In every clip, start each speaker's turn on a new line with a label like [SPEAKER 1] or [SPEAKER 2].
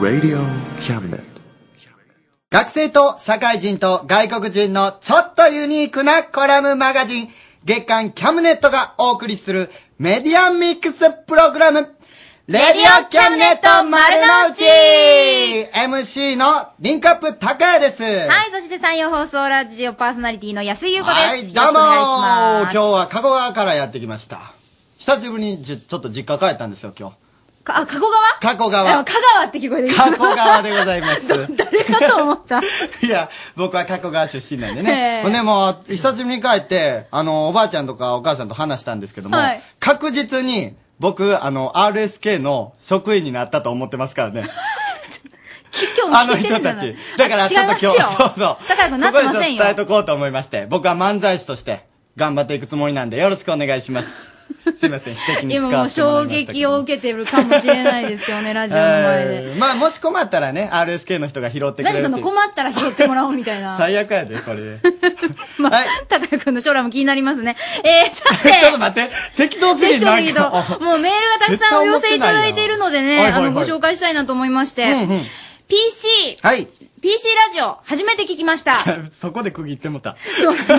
[SPEAKER 1] Radio Cabinet.
[SPEAKER 2] 学生と社会人と外国人のちょっとユニークなコラムマガジン、月刊キャムネットがお送りするメディアミックスプログラム、レディオキャムネット丸の内 !MC のリンクアップ高谷です。
[SPEAKER 3] はい、そして山陽放送ラジオパーソナリティの安井優子です。
[SPEAKER 2] はい、どうも今日は香川からやってきました。久しぶりにじちょっと実家帰ったんですよ、今日。
[SPEAKER 3] か、あ、加古川
[SPEAKER 2] 加古
[SPEAKER 3] あ
[SPEAKER 2] 川。
[SPEAKER 3] 香川って聞こえてきた。
[SPEAKER 2] 加古 川でございます。
[SPEAKER 3] 誰かと思った。
[SPEAKER 2] いや、僕は加古川出身なんで
[SPEAKER 3] へ
[SPEAKER 2] ね
[SPEAKER 3] え。
[SPEAKER 2] ほんで、もう、久しぶりに帰って、あの、おばあちゃんとかお母さんと話したんですけども、
[SPEAKER 3] はい
[SPEAKER 2] 確実に、僕、あの、RSK の職員になったと思ってますからね。
[SPEAKER 3] 今
[SPEAKER 2] あ
[SPEAKER 3] 日も
[SPEAKER 2] の
[SPEAKER 3] 聞いて
[SPEAKER 2] 人
[SPEAKER 3] るんじゃ
[SPEAKER 2] た
[SPEAKER 3] ない
[SPEAKER 2] ち。だから、ちょっと今日、
[SPEAKER 3] 違います
[SPEAKER 2] そ
[SPEAKER 3] よ
[SPEAKER 2] うそう。
[SPEAKER 3] 高くなってませんよ
[SPEAKER 2] ここでちょっと伝えとこうと思いまして、僕は漫才師として頑張っていくつもりなんで、よろしくお願いし ます。すいません、指摘に使
[SPEAKER 3] 今
[SPEAKER 2] わせても
[SPEAKER 3] も
[SPEAKER 2] らいま
[SPEAKER 3] う
[SPEAKER 2] したけど
[SPEAKER 3] 衝撃を受けてるかもしれないですけどね、ラジオの前で。
[SPEAKER 2] えーまあ、もし困ったらね、RSK の人が拾ってくれるっ
[SPEAKER 3] 何
[SPEAKER 2] てい
[SPEAKER 3] そうの困ったら拾ってもらおうみたいな。
[SPEAKER 2] 最悪やで、これ。
[SPEAKER 3] 高谷くんの将来も気になりますね。えー、さて。
[SPEAKER 2] ちょっと待って、適当すぎ
[SPEAKER 3] ぜひ
[SPEAKER 2] る
[SPEAKER 3] とも
[SPEAKER 2] なん
[SPEAKER 3] いいと
[SPEAKER 2] か。
[SPEAKER 3] もうメールがたくさんお寄せいただいているのでね、
[SPEAKER 2] 絶対思
[SPEAKER 3] あ
[SPEAKER 2] ってないよ
[SPEAKER 3] の、ご紹介したいなと思いまして、PC、
[SPEAKER 2] はい。
[SPEAKER 3] PC ラジオ、初めて聞きました。
[SPEAKER 2] そこで区切ってもた。
[SPEAKER 3] ちょっと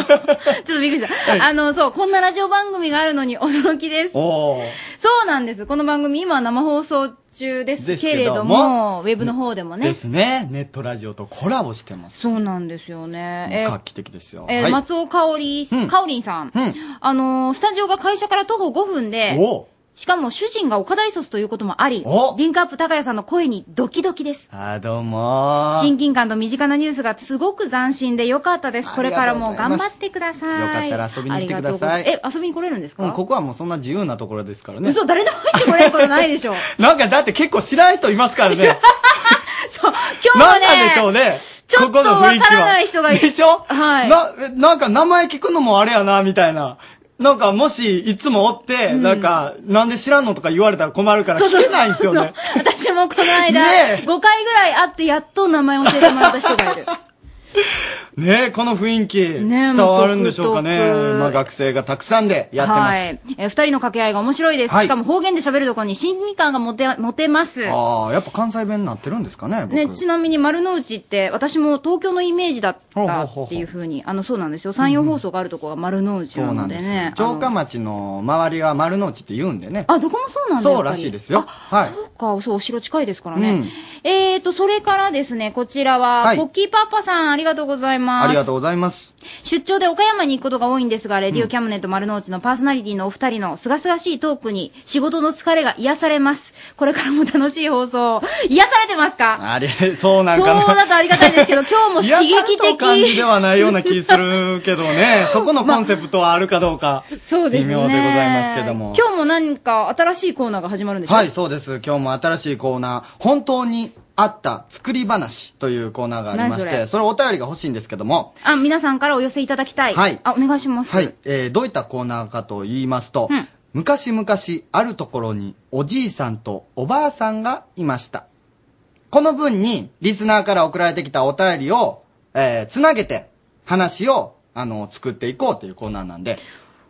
[SPEAKER 3] びっくりした。あの、そう、こんなラジオ番組があるのに驚きです。
[SPEAKER 2] おー。
[SPEAKER 3] そうなんです。この番組、今は生放送中です
[SPEAKER 2] です
[SPEAKER 3] け
[SPEAKER 2] けども
[SPEAKER 3] れども、ウェブの方でもね
[SPEAKER 2] で。すね。ネットラジオとコラボしてます。
[SPEAKER 3] そうなんですよね。え
[SPEAKER 2] 画期的ですよ。
[SPEAKER 3] えー
[SPEAKER 2] はい
[SPEAKER 3] 松尾香織、
[SPEAKER 2] うん
[SPEAKER 3] 香織さん。あのースタジオが会社から徒歩5分で、
[SPEAKER 2] お
[SPEAKER 3] しかも主人が岡大卒ということもあり
[SPEAKER 2] お、
[SPEAKER 3] リンクアップ高谷さんの声にドキドキです。
[SPEAKER 2] あ、どうもー。
[SPEAKER 3] 親近感と身近なニュースがすごく斬新で良かったです。これからも頑張ってください。
[SPEAKER 2] よかったら遊びに来てください
[SPEAKER 3] ありがとうござますえ、遊びに来れるんですか、
[SPEAKER 2] うん、ここはもうそんな自由なところですからね。
[SPEAKER 3] 嘘、誰でも入ってこれることないでしょ。
[SPEAKER 2] なんかだって結構知らん人いますからね。
[SPEAKER 3] 今日は
[SPEAKER 2] なん
[SPEAKER 3] ね、
[SPEAKER 2] なんでしょうね。
[SPEAKER 3] ちょっと
[SPEAKER 2] ここの雰囲気は
[SPEAKER 3] わからない人がい
[SPEAKER 2] でしょ
[SPEAKER 3] はい
[SPEAKER 2] な、なんか名前聞くのもあれやな、みたいな。なんかもし、いつもおって、
[SPEAKER 3] うん
[SPEAKER 2] なんか、なんで知らんのとか言われたら困るから
[SPEAKER 3] そう
[SPEAKER 2] 聞
[SPEAKER 3] そう
[SPEAKER 2] けないんですよ ね。
[SPEAKER 3] 私もこの間、
[SPEAKER 2] ねえ
[SPEAKER 3] 5回ぐらい会ってやっと名前教えてもらった人がいる。
[SPEAKER 2] ねえ、この雰囲気、
[SPEAKER 3] ね
[SPEAKER 2] 伝わるんでしょうかね
[SPEAKER 3] もう独。特
[SPEAKER 2] まあ学生がたくさんでやってます。
[SPEAKER 3] はい。えー、二人の掛け合いが面白いです。
[SPEAKER 2] はい
[SPEAKER 3] しかも方言で喋るとこに親近感が持て、持てます。
[SPEAKER 2] ああ、やっぱ関西弁になってるんですかね、僕。
[SPEAKER 3] ね、ちなみに丸の内って、私も東京のイメージだっ
[SPEAKER 2] ほうほ
[SPEAKER 3] た
[SPEAKER 2] うほうほう
[SPEAKER 3] っていうふうに、あの、そうなんですよ。山陽放送があるとこが丸の内
[SPEAKER 2] そ
[SPEAKER 3] な
[SPEAKER 2] うな
[SPEAKER 3] の
[SPEAKER 2] ん
[SPEAKER 3] で
[SPEAKER 2] です
[SPEAKER 3] ね
[SPEAKER 2] ね。。
[SPEAKER 3] あの
[SPEAKER 2] 城下町の周りは丸の内って言うんでね。
[SPEAKER 3] あ、どこもそうなん
[SPEAKER 2] そ
[SPEAKER 3] だや
[SPEAKER 2] う
[SPEAKER 3] っぱ
[SPEAKER 2] ら
[SPEAKER 3] り
[SPEAKER 2] しいですよ。はい。
[SPEAKER 3] そうか、そう、お城近いですからね。えーと、それからですね、こちらは、
[SPEAKER 2] はい
[SPEAKER 3] ポッキーパパさん、ありがとうございます。
[SPEAKER 2] ありがとうございます。
[SPEAKER 3] 出張で岡山に行くことが多いんですが、レディオキャムネット丸の内のパーソナリティのお二人のすがすがしいトークに仕事の疲れが癒されます。これからも楽しい放送を、癒されてますか
[SPEAKER 2] あれ、そうなん
[SPEAKER 3] そう
[SPEAKER 2] かな。
[SPEAKER 3] だとありがたいですけど、今日も刺激
[SPEAKER 2] 癒された感じ
[SPEAKER 3] 的
[SPEAKER 2] で。はないような気するけど ね、そこのコンセプトはあるかどうか、
[SPEAKER 3] そうですね。
[SPEAKER 2] 微妙でございますけども。
[SPEAKER 3] 今日も何か新しいコーナーが始まるんでしょ
[SPEAKER 2] はい、そうです。今日も新しいコーナー、本当にあった作り話というコーナーがありまして、
[SPEAKER 3] 何
[SPEAKER 2] そ
[SPEAKER 3] そ
[SPEAKER 2] れ
[SPEAKER 3] れ
[SPEAKER 2] お便りが欲しいんですけども、
[SPEAKER 3] あ、皆さんからお寄せいただきたい。
[SPEAKER 2] はい
[SPEAKER 3] あ、お願いします。
[SPEAKER 2] はい、えー、どういったコーナーかと言いますと、
[SPEAKER 3] うん
[SPEAKER 2] 昔々あるところにおじいさんとおばあさんがいました。この文にリスナーから送られてきたお便りを、えー、つなげて話を、あの、作っていこうというコーナーなんで、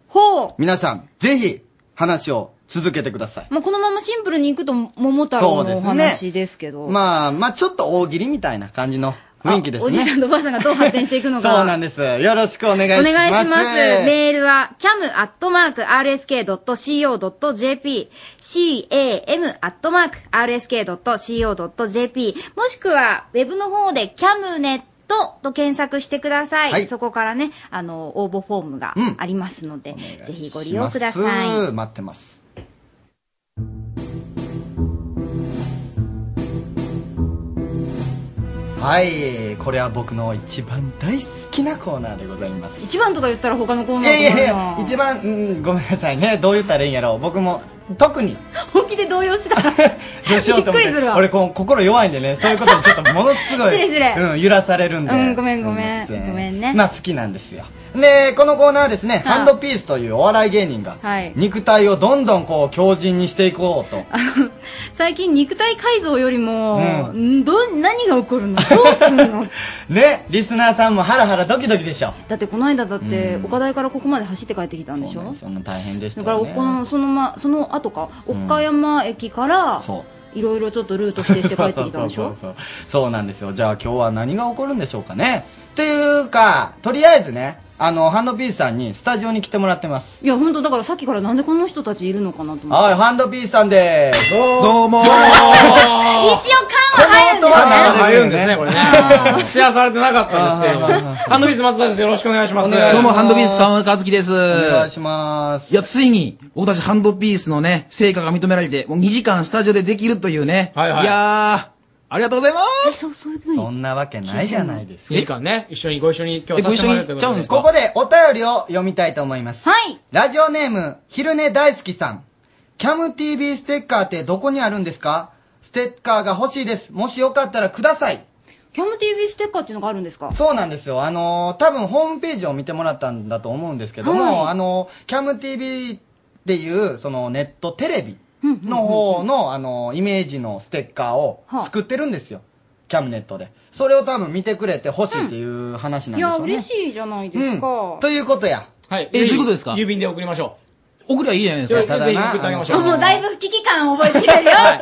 [SPEAKER 3] ほ
[SPEAKER 2] 皆さん、ぜひ、話を続けてください。
[SPEAKER 3] う。もうこのままシンプルにいくと、桃太
[SPEAKER 2] そ
[SPEAKER 3] 郎のお
[SPEAKER 2] うです
[SPEAKER 3] 話ですけど。
[SPEAKER 2] まあ、まあ、ちょっと大喜利みたいな感じの雰囲気ですね。
[SPEAKER 3] おじさんとおばあさんがどう発展していくの
[SPEAKER 2] そ
[SPEAKER 3] か。
[SPEAKER 2] うなんです。よろしくお願いします。
[SPEAKER 3] お願いします。メールは、cam.rsk.co.jp、cam.rsk.co.jp、もしくは、ウェブの方で camnet と検索してください。
[SPEAKER 2] はい
[SPEAKER 3] そこからね、あの、応募フォームがありますので、ぜひご利用くださ
[SPEAKER 2] しま
[SPEAKER 3] い。
[SPEAKER 2] す待ってます。はい、これは僕の一番大好きなコーナーでございます。
[SPEAKER 3] 一番とか言ったら他のコー
[SPEAKER 2] い
[SPEAKER 3] ナー
[SPEAKER 2] やいや
[SPEAKER 3] とかないる
[SPEAKER 2] や、
[SPEAKER 3] な
[SPEAKER 2] 一番、うん、ごめんなさいね。どう言ったらいいんやろう。僕も、特に、
[SPEAKER 3] 本気で動揺した。
[SPEAKER 2] どうしようと思っ
[SPEAKER 3] びっくり
[SPEAKER 2] て
[SPEAKER 3] するわ
[SPEAKER 2] 俺こう心弱いんでねそういうことにちょっとものすごい
[SPEAKER 3] 失礼失礼
[SPEAKER 2] うん、揺らされるんで、
[SPEAKER 3] うんごめんごめん
[SPEAKER 2] すいませ
[SPEAKER 3] ごめんね
[SPEAKER 2] まあ好きなんですよで、このコーナーはですね、
[SPEAKER 3] はい
[SPEAKER 2] ハンドピースというお笑い芸人が、
[SPEAKER 3] はい
[SPEAKER 2] 肉体をどんどんこう強靭にしていこうと。
[SPEAKER 3] 最近肉体改造よりも、
[SPEAKER 2] う
[SPEAKER 3] ど何が起こる のどうすんの
[SPEAKER 2] ね、リスナーさんもハラハラドキドキでしょ。
[SPEAKER 3] だってこの間だって
[SPEAKER 2] うん
[SPEAKER 3] 岡台からここまで走って帰ってきたんでしょ
[SPEAKER 2] そんな大変でし
[SPEAKER 3] だ
[SPEAKER 2] た
[SPEAKER 3] から
[SPEAKER 2] よ
[SPEAKER 3] こ
[SPEAKER 2] ね。
[SPEAKER 3] のそのまその後か岡山駅から
[SPEAKER 2] そう。
[SPEAKER 3] いろいろちょっとルート指定して帰ってきたんでし
[SPEAKER 2] そう
[SPEAKER 3] ょ
[SPEAKER 2] そうそうそうそうなんですよじゃあ今日は何が起こるんでしょうかねというかとりあえずねあのハンドピースさんにスタジオに来てもらってます
[SPEAKER 3] いや本当だからさっきからなんでこの人たちいるのかなと思って
[SPEAKER 2] はいハンドピースさんでーすこ
[SPEAKER 4] どうもー
[SPEAKER 3] 一応缶は入るん
[SPEAKER 2] の音
[SPEAKER 3] だよ
[SPEAKER 2] は
[SPEAKER 4] 入
[SPEAKER 2] 流れ
[SPEAKER 4] る
[SPEAKER 2] る
[SPEAKER 4] ん
[SPEAKER 2] んで
[SPEAKER 4] ですね、これね。シェアされてなかったんですけど。ハンドビーズ松田です。よろしくお願いします。
[SPEAKER 2] お願いし
[SPEAKER 4] ど
[SPEAKER 2] ま
[SPEAKER 5] もう
[SPEAKER 2] す
[SPEAKER 4] うも
[SPEAKER 5] ハンドピース川村和樹です。
[SPEAKER 2] お願いします
[SPEAKER 5] いや、ついに、僕たちハンドピースのね、成果が認められて、もう2時間スタジオでできるというね。
[SPEAKER 4] はいはい
[SPEAKER 5] やー、ありがとうございます
[SPEAKER 3] そうそういうふうに
[SPEAKER 2] そんなわけないじゃないですか
[SPEAKER 4] 2時間ね、一緒にご一緒に今日
[SPEAKER 5] え
[SPEAKER 4] させてもらえるということ
[SPEAKER 5] ご一緒に行っちゃうんですか
[SPEAKER 2] ここでお便りを読みたいと思います
[SPEAKER 3] はい
[SPEAKER 2] ラジオネーム昼寝大好きさんキャム TV ステッカーってどこにあるんですかステッカーが欲しいですもしよかったらください
[SPEAKER 3] キャム TV ステッカーっていうのがあるんですか
[SPEAKER 2] そうなんですよ。あのー多分ホームページを見てもらったんだと思うんですけども、
[SPEAKER 3] はい
[SPEAKER 2] あのー、CAMTV っていう、そのネットテレビの方の、あのーイメージのステッカーを
[SPEAKER 3] はあ
[SPEAKER 2] 作ってるんですよ。キャムネットで。それを多分見てくれて欲しいっていう話なん
[SPEAKER 3] い
[SPEAKER 2] でし
[SPEAKER 3] や
[SPEAKER 2] ょうね。
[SPEAKER 3] 嬉しいじゃないです
[SPEAKER 2] う
[SPEAKER 3] か
[SPEAKER 2] ん。ということや。
[SPEAKER 4] はい。
[SPEAKER 5] えどういうことですか
[SPEAKER 4] 郵便で送りましょ
[SPEAKER 5] 送りゃいいじゃないで
[SPEAKER 4] う。
[SPEAKER 5] す
[SPEAKER 4] ぜ
[SPEAKER 5] か
[SPEAKER 2] ただ
[SPEAKER 4] ひ。
[SPEAKER 2] な
[SPEAKER 4] ぜひ送ってあげましょう。
[SPEAKER 3] もうだいぶ危機感覚えてきてるよなんと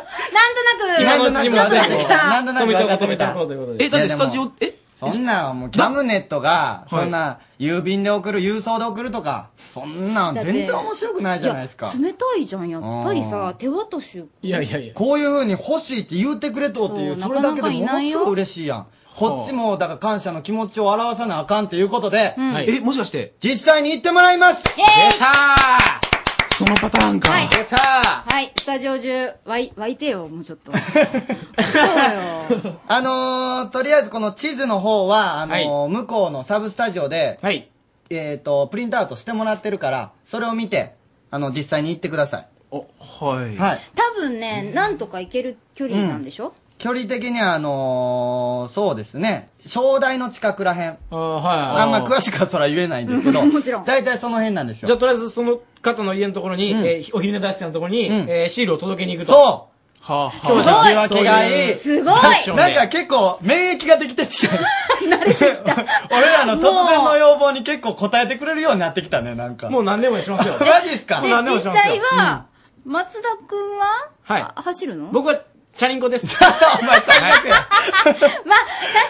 [SPEAKER 4] 今のう
[SPEAKER 3] なく
[SPEAKER 4] ちにも
[SPEAKER 3] ちょっとだ
[SPEAKER 4] ちょっ
[SPEAKER 3] け
[SPEAKER 4] とだ
[SPEAKER 3] か
[SPEAKER 2] なんとな
[SPEAKER 4] 止
[SPEAKER 2] く分かってき
[SPEAKER 4] めておこう、止めてお
[SPEAKER 2] た
[SPEAKER 4] こうということで。
[SPEAKER 5] え、だっ
[SPEAKER 2] いや
[SPEAKER 5] て
[SPEAKER 2] で
[SPEAKER 5] ス
[SPEAKER 2] も
[SPEAKER 5] タジオ、え
[SPEAKER 2] そんなんはもうキャムネットが、そんな郵便で送る、郵送で送るとか、そんなん全然面白くないじゃないですか。
[SPEAKER 3] 冷たいじゃんやっぱり
[SPEAKER 2] う
[SPEAKER 3] さ手渡し
[SPEAKER 4] いやいやいや。
[SPEAKER 2] こういうふうに欲しいって言うてくれとっていう、
[SPEAKER 3] そう
[SPEAKER 2] それだけでもの
[SPEAKER 3] なかなかいない
[SPEAKER 2] す
[SPEAKER 3] よ
[SPEAKER 2] ごい嬉しいやん。こっちも、だから感謝の気持ちを表さなあかんっていうことで、
[SPEAKER 4] はい。
[SPEAKER 5] え、もしかして、
[SPEAKER 2] 実際に行ってもらいます
[SPEAKER 4] 出た
[SPEAKER 5] そのパターンか。
[SPEAKER 3] はい
[SPEAKER 4] ー出た
[SPEAKER 3] はいスタジオ中湧い湧いてよもうちょっとそうよ
[SPEAKER 2] あのー、とりあえずこの地図の方は、あのー
[SPEAKER 4] は
[SPEAKER 2] 向こうのサブスタジオで、
[SPEAKER 4] ーはい。
[SPEAKER 2] えっ、と、プリントアウトしてもらってるから、それを見て、あの、実際に行ってくださ
[SPEAKER 5] お、はい。
[SPEAKER 2] い。はい。
[SPEAKER 3] 多分ねなんとか行ける距離なんでしょ
[SPEAKER 2] 距離的には、あのー、そうですね、小台の近くらへん。
[SPEAKER 4] あーはい。
[SPEAKER 2] あんま詳しくはそら言えないんですけど、
[SPEAKER 3] もちろん
[SPEAKER 2] 大体その辺なんですよ。
[SPEAKER 4] じゃあ、とりあえず、その方の家のところに、えーお昼寝大好きなところに、
[SPEAKER 2] ん
[SPEAKER 4] えーシールを届けに行くと。
[SPEAKER 2] そう
[SPEAKER 4] はあは
[SPEAKER 2] 今日の言い訳がいい。
[SPEAKER 3] すごい
[SPEAKER 4] ファッションで
[SPEAKER 2] なんか結構免疫ができて きて俺らの突然の要望に結構答えてくれるようになってきたね、なんか。
[SPEAKER 4] もう何でもします よ。
[SPEAKER 2] マジっすか
[SPEAKER 3] で
[SPEAKER 4] なんでも
[SPEAKER 3] 実
[SPEAKER 4] しますよ
[SPEAKER 3] 際は松田くんは
[SPEAKER 4] はい
[SPEAKER 3] あ走るの
[SPEAKER 4] 僕は、チャリンコです。
[SPEAKER 2] お前最悪や。
[SPEAKER 3] まあ、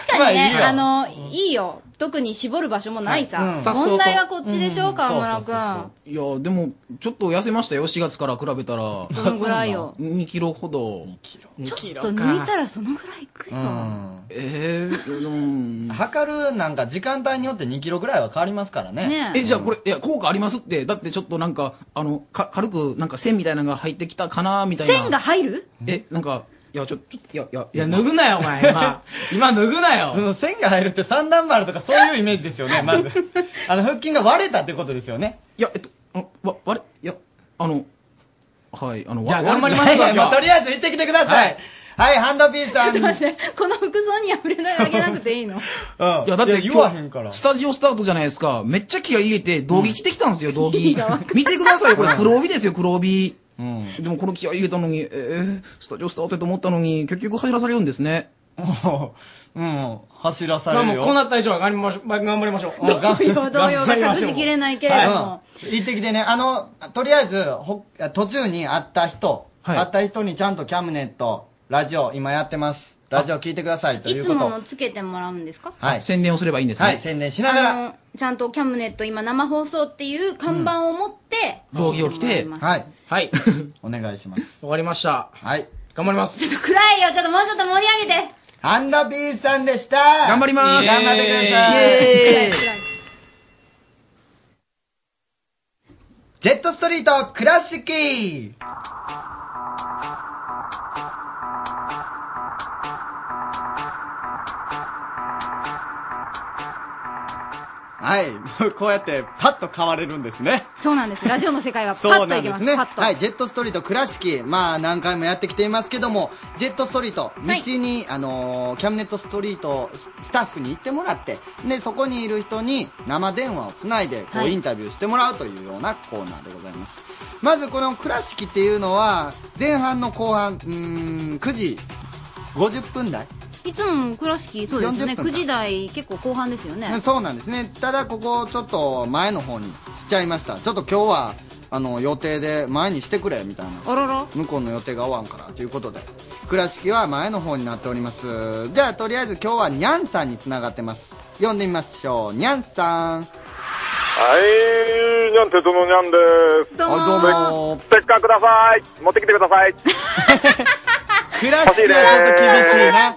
[SPEAKER 3] 確かにね、
[SPEAKER 2] ま
[SPEAKER 3] あ、の、いいよ。特に絞る場所もないさ。
[SPEAKER 2] はいうん
[SPEAKER 3] 問題はこっちでしょ、う河村
[SPEAKER 2] そうそうそう
[SPEAKER 3] く
[SPEAKER 5] いや、でも、ちょっと痩せましたよ、4月から比べたら。
[SPEAKER 3] ん。どのぐら いよ。
[SPEAKER 5] 2キロほど。
[SPEAKER 3] ちょっと抜いたらそのぐらいいくよ。
[SPEAKER 5] えー、うん。
[SPEAKER 2] 測るなんか時間帯によって2キロぐらいは変わりますからね。
[SPEAKER 3] ねえ。
[SPEAKER 5] え、じゃあこれ、いや、効果ありますって、だってちょっとなんか、あの、か、軽く、なんか線みたいなのが入ってきたかな、みたいな。
[SPEAKER 3] 線が入る
[SPEAKER 5] え、なんか、いや、ちょ、ちょっと、いや、いや、
[SPEAKER 4] いや、脱ぐなよ、お前。 今、今脱ぐな
[SPEAKER 2] そ
[SPEAKER 4] よ。
[SPEAKER 2] の線が入るって三段丸とかそういうイメージですよ ね、まず。あの、腹筋が割れたってことですよね。
[SPEAKER 5] いや、えっと、あわ、われ、いや、あの、はい、あの、わ
[SPEAKER 4] じゃあ頑張りま
[SPEAKER 2] は
[SPEAKER 4] す
[SPEAKER 2] い
[SPEAKER 4] わ、
[SPEAKER 2] はい、
[SPEAKER 4] 今
[SPEAKER 2] もうと
[SPEAKER 4] 日。
[SPEAKER 2] りあえず行ってきてください。はい、ハンドピースさん。うん。い
[SPEAKER 3] 待ってこの服装には触れないあげなくていいの
[SPEAKER 5] いや、だって
[SPEAKER 2] 言わへんか
[SPEAKER 5] 今
[SPEAKER 2] ら
[SPEAKER 5] 日、。スタジオスタートじゃないですか。めっちゃ気合い入れて、道着着てきたんですよ、道 着。見てくださいよ、これ、黒帯ですよ、黒帯。
[SPEAKER 2] うん。
[SPEAKER 5] でもこの気合い入れたのに、えー、スタジオスタートやと思ったのに、結局走らされるんです ね。
[SPEAKER 2] もううん。走らさ
[SPEAKER 4] まあ
[SPEAKER 2] れ
[SPEAKER 4] も
[SPEAKER 2] る
[SPEAKER 4] う
[SPEAKER 2] よ。
[SPEAKER 4] こうなった以上は頑張りましょう。頑張りましょう。
[SPEAKER 2] もうが
[SPEAKER 3] 同様同様
[SPEAKER 4] 頑張り
[SPEAKER 3] が
[SPEAKER 4] ま
[SPEAKER 3] 隠
[SPEAKER 4] しょう
[SPEAKER 3] しきれないけれども。
[SPEAKER 2] うん行ってきてね、あの、とりあえず、ほ途中に会った人、
[SPEAKER 5] はい
[SPEAKER 2] 会った人にちゃんとキャムネット、ラジオ、今やってます。ラジオ聞いてくださいと
[SPEAKER 3] い
[SPEAKER 2] いう
[SPEAKER 3] つ
[SPEAKER 2] こ
[SPEAKER 3] も
[SPEAKER 2] と。
[SPEAKER 3] のつけてもらうんですか
[SPEAKER 2] はい。
[SPEAKER 5] 宣伝をすればいいんですね。
[SPEAKER 2] はい、宣伝しながら。
[SPEAKER 3] あの、ちゃんとキャムネット今生放送っていう看板を持って、
[SPEAKER 5] うん道着を着て
[SPEAKER 3] 走ってもらいます
[SPEAKER 2] はい。
[SPEAKER 4] はい。
[SPEAKER 2] お願いします。
[SPEAKER 4] わかりました。
[SPEAKER 2] はい。
[SPEAKER 4] 頑張ります。
[SPEAKER 3] ちょっと暗いよ、ちょっともうちょっと盛り上げて。
[SPEAKER 2] ハンダビースさんでした
[SPEAKER 5] 頑張ります
[SPEAKER 2] 頑張ってくだ
[SPEAKER 5] イ
[SPEAKER 2] さい
[SPEAKER 5] エーイ
[SPEAKER 3] 暗い
[SPEAKER 2] ジェットストリートクラシキあはい。 こうやって、パッと変われるんですね。
[SPEAKER 3] そうなんです。ラジオの世界はパ
[SPEAKER 2] そう
[SPEAKER 3] ッと
[SPEAKER 2] ないん
[SPEAKER 3] け
[SPEAKER 2] で
[SPEAKER 3] ますす。
[SPEAKER 2] ね。
[SPEAKER 3] パッと。
[SPEAKER 2] はい、ジェットストリート倉敷、まあ何回もやってきていますけども、ジェットストリート、
[SPEAKER 3] はい
[SPEAKER 2] 道に、あのーキャムネットストリートススタッフに行ってもらって、で、そこにいる人に生電話をつないで、こ
[SPEAKER 3] は
[SPEAKER 2] う
[SPEAKER 3] い
[SPEAKER 2] インタビューしてもらうというようなコーナーでございます。まずこの倉敷っていうのは、前半の後半、うーん、9時50分台
[SPEAKER 3] いつも倉敷、そうですね。
[SPEAKER 2] 40分か
[SPEAKER 3] 9時台、結構後半ですよね。
[SPEAKER 2] そうなんですね。ただここちょっと前の方にしちゃいました。ちょっと今日は、あの、予定で前にしてくれ、みたいな。
[SPEAKER 3] あらら。
[SPEAKER 2] 向こうの予定が合わんからということで倉敷は前の方になっておりますじゃあとりあえず今日はにゃんさんにつながってます読んでみましょうにゃんさん
[SPEAKER 5] はい、にゃん鉄のにゃんです。
[SPEAKER 3] どうもー
[SPEAKER 2] あどうも
[SPEAKER 5] ステッカーください。持ってきてくだ さい。
[SPEAKER 2] 倉敷はちょっと厳しいな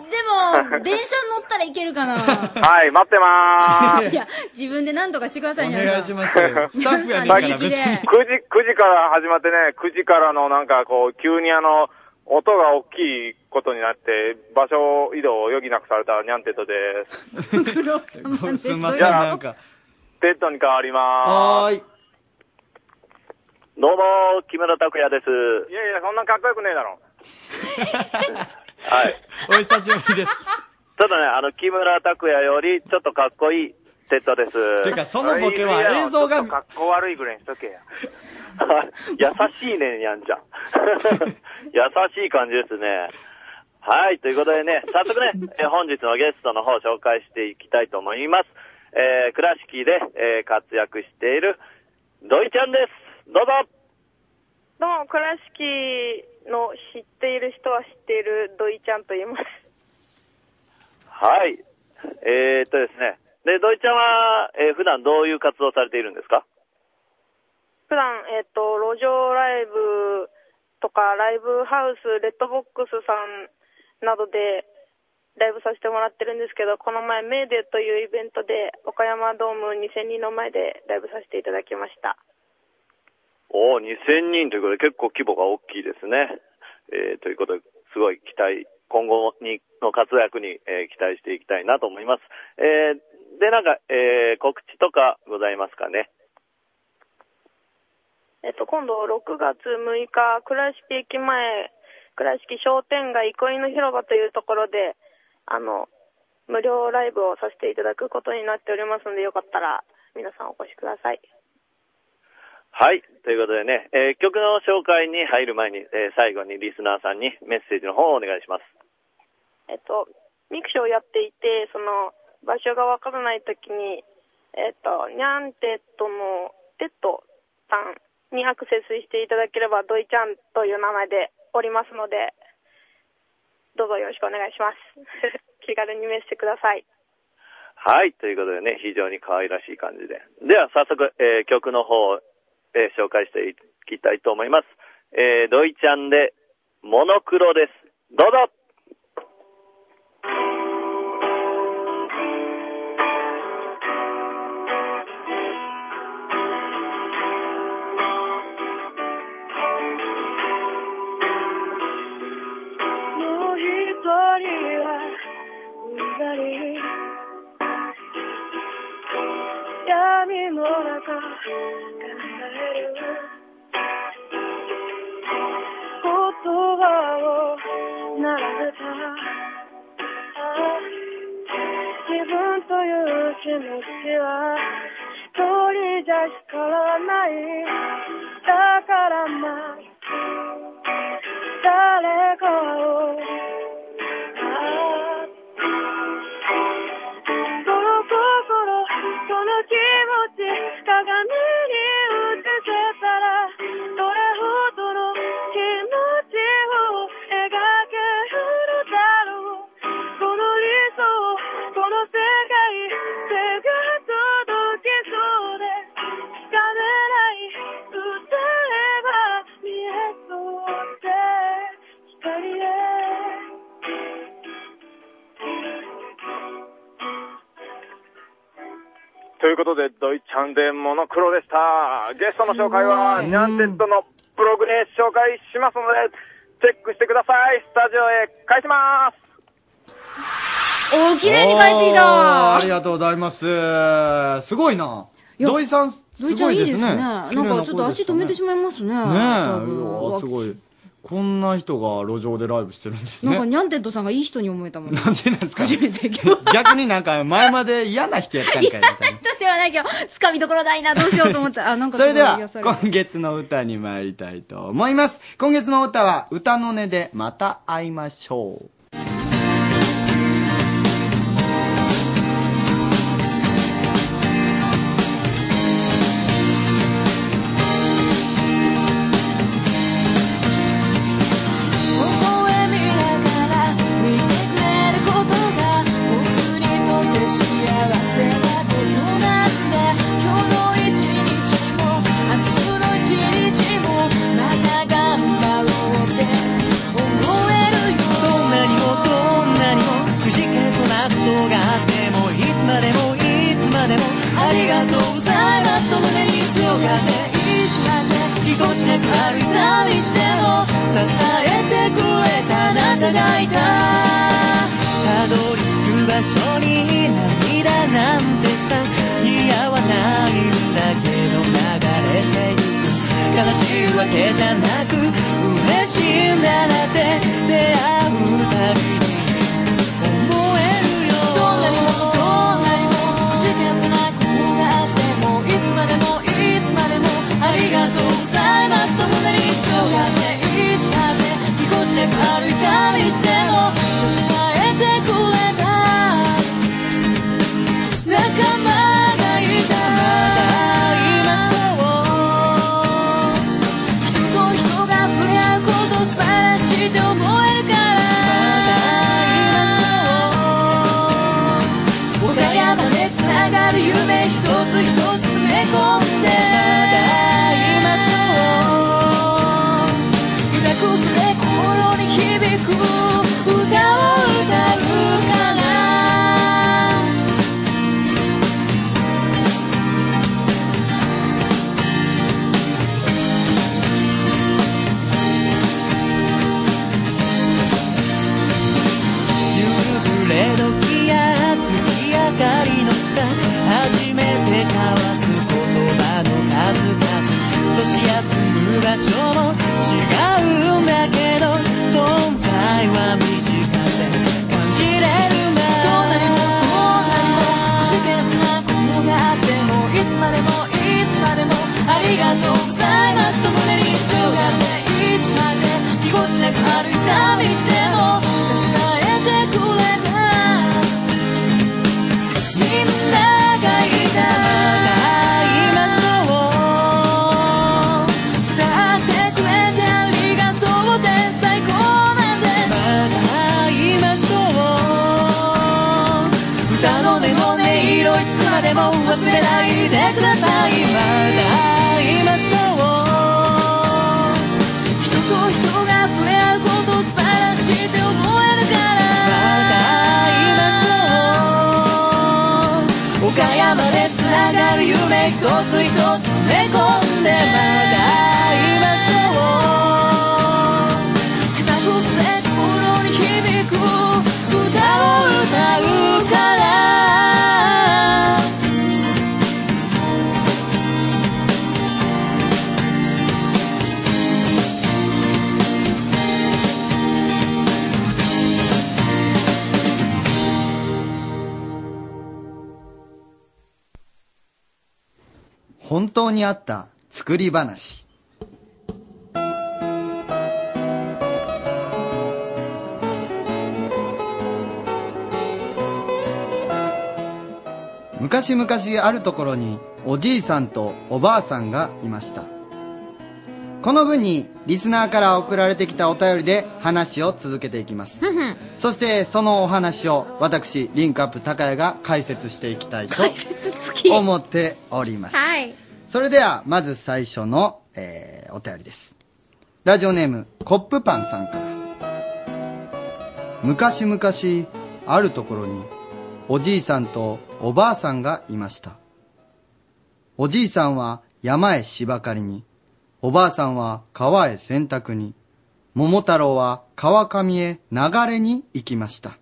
[SPEAKER 3] でも、電車乗ったらいけるかな
[SPEAKER 5] はい、待ってまーす。
[SPEAKER 3] いや、自分で何とかしてください
[SPEAKER 2] お
[SPEAKER 3] ね。
[SPEAKER 2] 願いしますよスタッフやねんか
[SPEAKER 3] さん
[SPEAKER 2] ら
[SPEAKER 3] 自力
[SPEAKER 5] 9時、9
[SPEAKER 2] 別に
[SPEAKER 3] で。
[SPEAKER 5] 時から始まってね、9時からのなんかこう、急にあの、音が大きいことになって、場所移動を余儀なくされたにゃんテッドです。
[SPEAKER 3] 苦労様です。
[SPEAKER 2] すんません
[SPEAKER 5] じゃあ
[SPEAKER 2] なんか
[SPEAKER 5] テッドに変わりま
[SPEAKER 2] は
[SPEAKER 5] ーす。
[SPEAKER 2] ーい
[SPEAKER 6] どうも、木村拓哉です。
[SPEAKER 5] いやいや、そんなかっこよくねえだろ。
[SPEAKER 6] はい。
[SPEAKER 2] お久しぶりです
[SPEAKER 6] ただね、あの、木村拓哉より、ちょっとかっこいい、テッドです。
[SPEAKER 2] てかそのボケは映像
[SPEAKER 5] ち
[SPEAKER 2] が
[SPEAKER 5] ょっとかっこ悪いぐらいにしとけや。
[SPEAKER 6] 優しいね、にゃんち ゃん。優しい感じですね。はい、ということでね、早速ね、えー本日のゲストの方を紹介していきたいと思います。えー、倉敷で、えー活躍している、土井ちゃんです。どうぞ
[SPEAKER 7] どうも、倉敷の知っている人は知っている土井ちゃんと言います。
[SPEAKER 6] はい。えー、っとですね。で、土井ちゃんは、えー普段どういう活動をされているんですか
[SPEAKER 7] 普段、えっ、と、路上ライブとか、ライブハウス、レッドボックスさんなどでライブさせてもらってるんですけど、この前、メーデーというイベントで、岡山ドーム2000人の前でライブさせていただきました。
[SPEAKER 6] おお、2000人ということで、結構規模が大きいですね。えーということで、すごい期待、今後にの活躍に、えー期待していきたいなと思います。えーで、なんか、えー告知とかございますかね。
[SPEAKER 7] えっと、今度6月6日、倉敷駅前、倉敷商店街憩いの広場というところで、あの、無料ライブをさせていただくことになっておりますので、よかったら皆さんお越しください。
[SPEAKER 6] はい。ということでね、えー曲の紹介に入る前に、えー最後にリスナーさんにメッセージの方をお願いします。
[SPEAKER 7] えっと、ミクションをやっていて、その、場所がわからないときに、えっと、ニャンテッドのテッドさんにアクセスしていただければ、ドイちゃんという名前でおりますので、どうぞよろしくお願いします。 気軽にメッセください。
[SPEAKER 6] はい。ということでね、非常に可愛らしい感じで。では、早速、えー曲の方を、えー紹介していきたいと思います。えー、ドイちゃんで、モノクロです。どうぞ
[SPEAKER 7] もう一人はうざり闇の中抱える言葉を並べた自分という気持ちは取り出しからないだからまあ誰かをああその心その気持ち鏡に映せたらどれほどの気持ちを描けるのだろうこの理想この世界手が届きそうでつかめない歌えば見えそうで光へ
[SPEAKER 5] ということで、ドイちゃんでモノクロでした。ゲストの紹介は、
[SPEAKER 2] すごい
[SPEAKER 5] ニャンテッドのブログで紹介しますので、チェックしてください。スタジオへ返します。
[SPEAKER 3] おー、綺麗に帰ってき
[SPEAKER 2] おーあ
[SPEAKER 3] た
[SPEAKER 2] りがとうございます。すごいな。土井さん、す
[SPEAKER 3] ドイちゃ
[SPEAKER 2] ご
[SPEAKER 3] ん
[SPEAKER 2] い
[SPEAKER 3] いい
[SPEAKER 2] で
[SPEAKER 3] ですす
[SPEAKER 2] ね。
[SPEAKER 3] ね。なんかちょっと足止めてしまいますね。
[SPEAKER 2] ねえ、う
[SPEAKER 3] 多
[SPEAKER 2] わす
[SPEAKER 3] 分
[SPEAKER 2] ごい。こんな人が路上でライブしてるんです
[SPEAKER 3] なんか
[SPEAKER 2] ね。
[SPEAKER 3] ニャンテッドさんがいい人に思えたもん。ニャン
[SPEAKER 2] 逆になんか前まで嫌な人やったんかいみたいな。
[SPEAKER 3] テッドではないけど、つかみどころないな、どうしようと思った。あ、なんかす
[SPEAKER 2] そ
[SPEAKER 3] ご
[SPEAKER 2] れ
[SPEAKER 3] い
[SPEAKER 2] では
[SPEAKER 3] 癒さ、れる
[SPEAKER 2] 今月の歌に参りたいと思います。今月の歌は、歌の音でまた会いましょう。
[SPEAKER 8] 微笑みながら見てくれることが僕にとって幸せなことなんだ今日の一日も明日の一日もまた頑張ろうって思えるよ
[SPEAKER 9] どんなにもどんなにもくじけそうなことがあってもいつまでもいつまでもあ
[SPEAKER 8] あり
[SPEAKER 9] りが
[SPEAKER 8] が
[SPEAKER 9] と
[SPEAKER 8] とう
[SPEAKER 9] う
[SPEAKER 8] ございますと胸に強がって意志までぎこちなく歩いたにしても支えてくれたあなたがいた
[SPEAKER 9] たどり着く場所に涙なんてさ似合わないんだけど流れてゆく悲しいわけじゃなく嬉しいんだなって出会うたびに思えるよ
[SPEAKER 8] どんなにもどんなにも事件さなことがあってもいつまでもいつまでもありがとうございますと胸に強がって意地張ってぎこちなく歩いたりしても支えてくれた仲間がいた人と人が触れ合うこと素晴らしいって思えるからお互いまでつながる夢一つ一つ詰め込んで抱きそれ心に響く歌を歌うから
[SPEAKER 9] 暮れ時や月明かりの下初めて交わす言葉の数々年休む場所も違うんだけど存在は身近で感じれるんだ
[SPEAKER 8] どんなにもどんなにもシビアスなことがあってもいつまでもいつまでもありがとうございますと胸に強がって意地張ってぎこちなく歩いた道しても支えてくれたみんながいたまた会いましょう歌ってくれてありがとうって最高なんでまた会いましょう歌の音も音色いつまでも忘れないでくださいまた会いましょう人と人が触れ合うこと素晴らしいって思えるからまた会いましょう岡山でつながる夢一つ一つ詰め込んでまた会いましょう下手くそで心に響く歌を歌うから
[SPEAKER 2] 本当にあった作り話。昔々あるところにおじいさんとおばあさんがいました。この文にリスナーから送られてきたお便りで話を続けていきます。
[SPEAKER 3] ふんふん
[SPEAKER 2] そしてそのお話を私、リンクアップ高谷が解説していきたいと思っております。
[SPEAKER 3] はい。
[SPEAKER 2] それでは、まず最初の、えー、お便りです。ラジオネーム、コップパンさんから。昔々、あるところに、おじいさんとおばあさんがいました。おじいさんは山へ芝刈りに、おばあさんは川へ洗濯に、桃太郎は川上へ流れに行きました。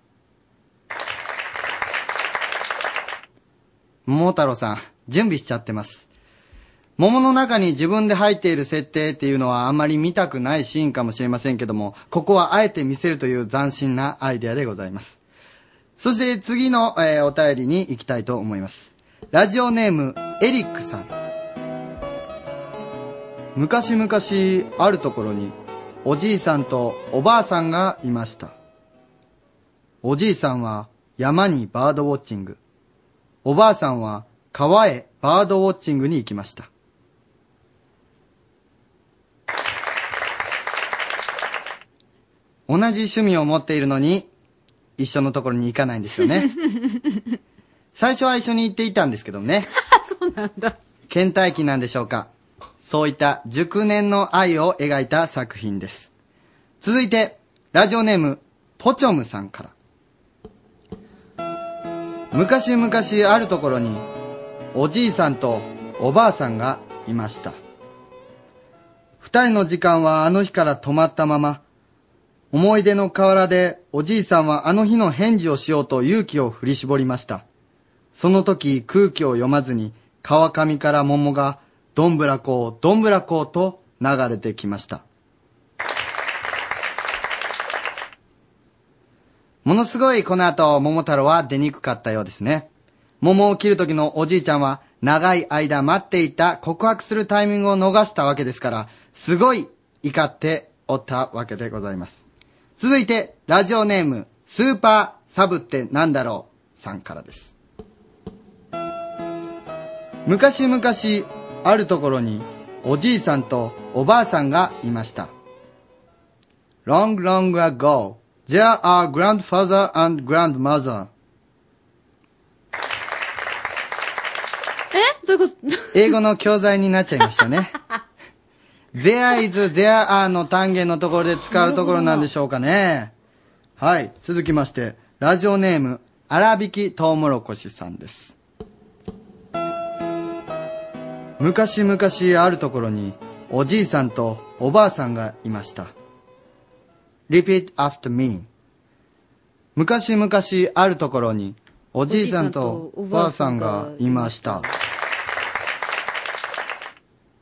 [SPEAKER 2] 桃太郎さん、準備しちゃってます。桃の中に自分で入っている設定っていうのはあんまり見たくないシーンかもしれませんけども、ここはあえて見せるという斬新なアイデアでございます。そして次の、えーお便りに行きたいと思います。ラジオネーム、エリックさん。昔々、あるところに、おじいさんとおばあさんがいました。おじいさんは山にバードウォッチング。おばあさんは川へバードウォッチングに行きました。同じ趣味を持っているのに、一緒のところに行かないんですよね。最初は一緒に行っていたんですけどね。 そうなんだ。倦怠期なんでしょうか。そういった熟年の愛を描いた作品です。続いて、ラジオネーム、ポチョムさんから。昔々あるところに、おじいさんとおばあさんがいました。二人の時間はあの日から止まったまま、思い出の河原でおじいさんはあの日の返事をしようと勇気を振り絞りました。その時空気を読まずに川上から桃がどんぶらこうどんぶらこうと流れてきました。ものすごいこの後桃太郎は出にくかったようですね。桃を切る時のおじいちゃんは長い間待っていた告白するタイミングを逃したわけですから、すごい怒っておったわけでございます。続いて、ラジオネーム、スーパーサブってなんだろうさんからです。昔々、あるところに、おじいさんとおばあさんがいました。Long, long ago, there are grandfather and grandmother.
[SPEAKER 3] えどういうこと
[SPEAKER 2] 英語の教材になっちゃいました ね。there is, there are の単元のところで使うところなんでしょうかね。はい。続きまして、ラジオネーム、粗挽きトウモロコシさんです。昔々あるところに、おじいさんとおばあさんがいました。repeat after me. 昔々あるところに、おじいさんとおばあさんがいました。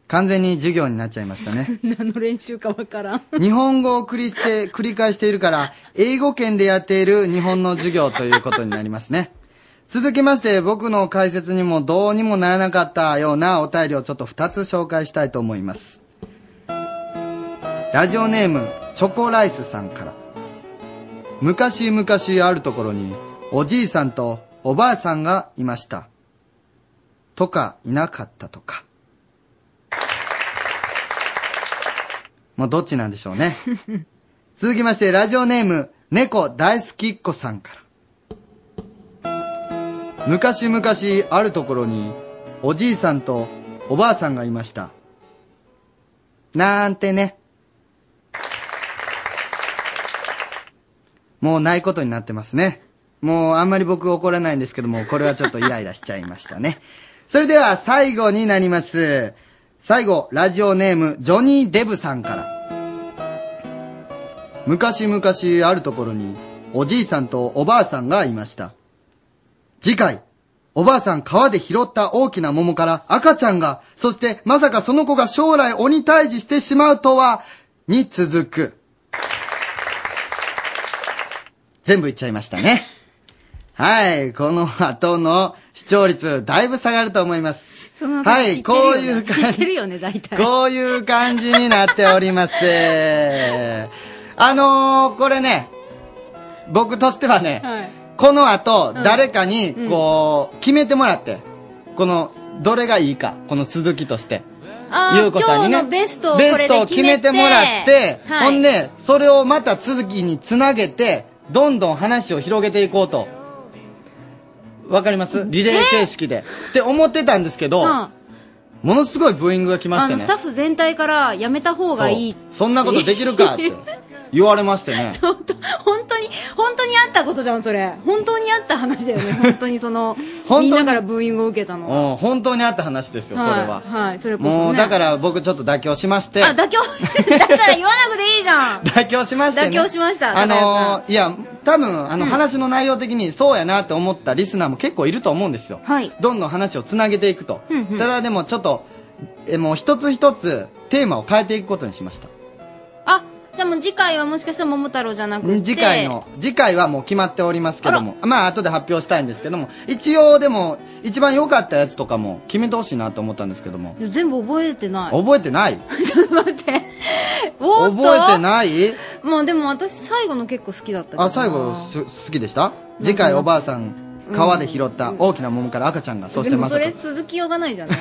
[SPEAKER 2] 完全に授業になっちゃいましたね。
[SPEAKER 10] 何の練習かわからん。
[SPEAKER 2] 日本語を繰りして繰り返しているから、英語圏でやっている日本の授業ということになりますね。続きまして、僕の解説にもどうにもならなかったようなお便りをちょっと2つ紹介したいと思います。ラジオネーム、チョコライスさんから。昔々あるところに、おじいさんとおばあさんがいました。とか、いなかったとか。もうどっちなんでしょうね。 続きまして、ラジオネーム、猫大好きっ子さんから。昔々あるところに、おじいさんとおばあさんがいました。なんてね。もうないことになってますね。もうあんまり僕怒らないんですけども、これはちょっとイライラしちゃいましたね。 それでは最後になります。最後、ラジオネーム、ジョニー・デブさんから。昔々あるところに、おじいさんとおばあさんがいました。次回、おばあさん川で拾った大きな桃から赤ちゃんが、そしてまさかその子が将来鬼退治してしまうとは、に続く。全部言っちゃいましたね。はい、この後の視聴率、だいぶ下がると思います。
[SPEAKER 10] その
[SPEAKER 2] は
[SPEAKER 10] 私
[SPEAKER 2] いこういう
[SPEAKER 10] 知ってるよね、知ってるよね大体。
[SPEAKER 2] こういう感じになっております。あのー、これね、僕としてはね、
[SPEAKER 10] はい。
[SPEAKER 2] この後、
[SPEAKER 10] うん
[SPEAKER 2] 誰かに、こう、決めてもらって、この、どれがいいか、この続きとして。
[SPEAKER 3] あ
[SPEAKER 2] ゆう
[SPEAKER 3] ー
[SPEAKER 2] こさんにね
[SPEAKER 3] 今日のベストをこ
[SPEAKER 2] ベ
[SPEAKER 3] れ
[SPEAKER 2] ス
[SPEAKER 3] で
[SPEAKER 2] トを決めてもらって、
[SPEAKER 3] はい
[SPEAKER 2] ほんで、それをまた続きにつなげて、どんどん話を広げていこうと。わかりますリレー形式で。って思ってたんですけど、
[SPEAKER 3] うん
[SPEAKER 2] ものすごいブーイングが来まし
[SPEAKER 3] あ
[SPEAKER 2] た
[SPEAKER 3] の
[SPEAKER 2] ね
[SPEAKER 3] スタ。ッフ全体からやめた方がいい
[SPEAKER 2] そうそんなことできるかって言われましてね。
[SPEAKER 10] 本当に、本当にあったことじゃん、それ。本当にあった話だよ ね、本当にその、みんなからブーイングを受けたのは。
[SPEAKER 2] うん、本当にあった話ですよ、それは。
[SPEAKER 10] い、はい、それこそ、ね。
[SPEAKER 2] もう、だから僕ちょっと妥協しまして。
[SPEAKER 10] あ、妥協、だったら言わなくていいじゃん。
[SPEAKER 2] 妥協しましたね。
[SPEAKER 10] 妥協しました
[SPEAKER 2] あ
[SPEAKER 10] 高
[SPEAKER 2] のーいや、多分、あの、話の内容的にそうやなって思ったリスナーも結構いると思うんですよ。
[SPEAKER 10] はい。
[SPEAKER 2] どんどん話をつなげていくと。
[SPEAKER 10] うんうん
[SPEAKER 2] ただでもちょっと、えもう一つ一つテーマを変えていくことにしました。
[SPEAKER 3] あ、じゃあもう次回はもしかしたら桃太郎じゃなくて。
[SPEAKER 2] 次回の、次回はもう決まっておりますけども、まあ後で発表したいんですけども、一応でも、一番良かったやつとかも決めてほしいなと思ったんですけども、
[SPEAKER 3] いや。全部覚えてない。
[SPEAKER 2] 覚えてない
[SPEAKER 3] おーっと
[SPEAKER 2] 覚えてない
[SPEAKER 3] まあでも私最後の結構好きだったけどな
[SPEAKER 2] あ、最後す好きでした次回おばあさん、川で拾った大きな桃から赤ちゃんが、そして
[SPEAKER 3] でも
[SPEAKER 2] ま
[SPEAKER 3] そ
[SPEAKER 2] さか
[SPEAKER 3] れ続きようがないじゃない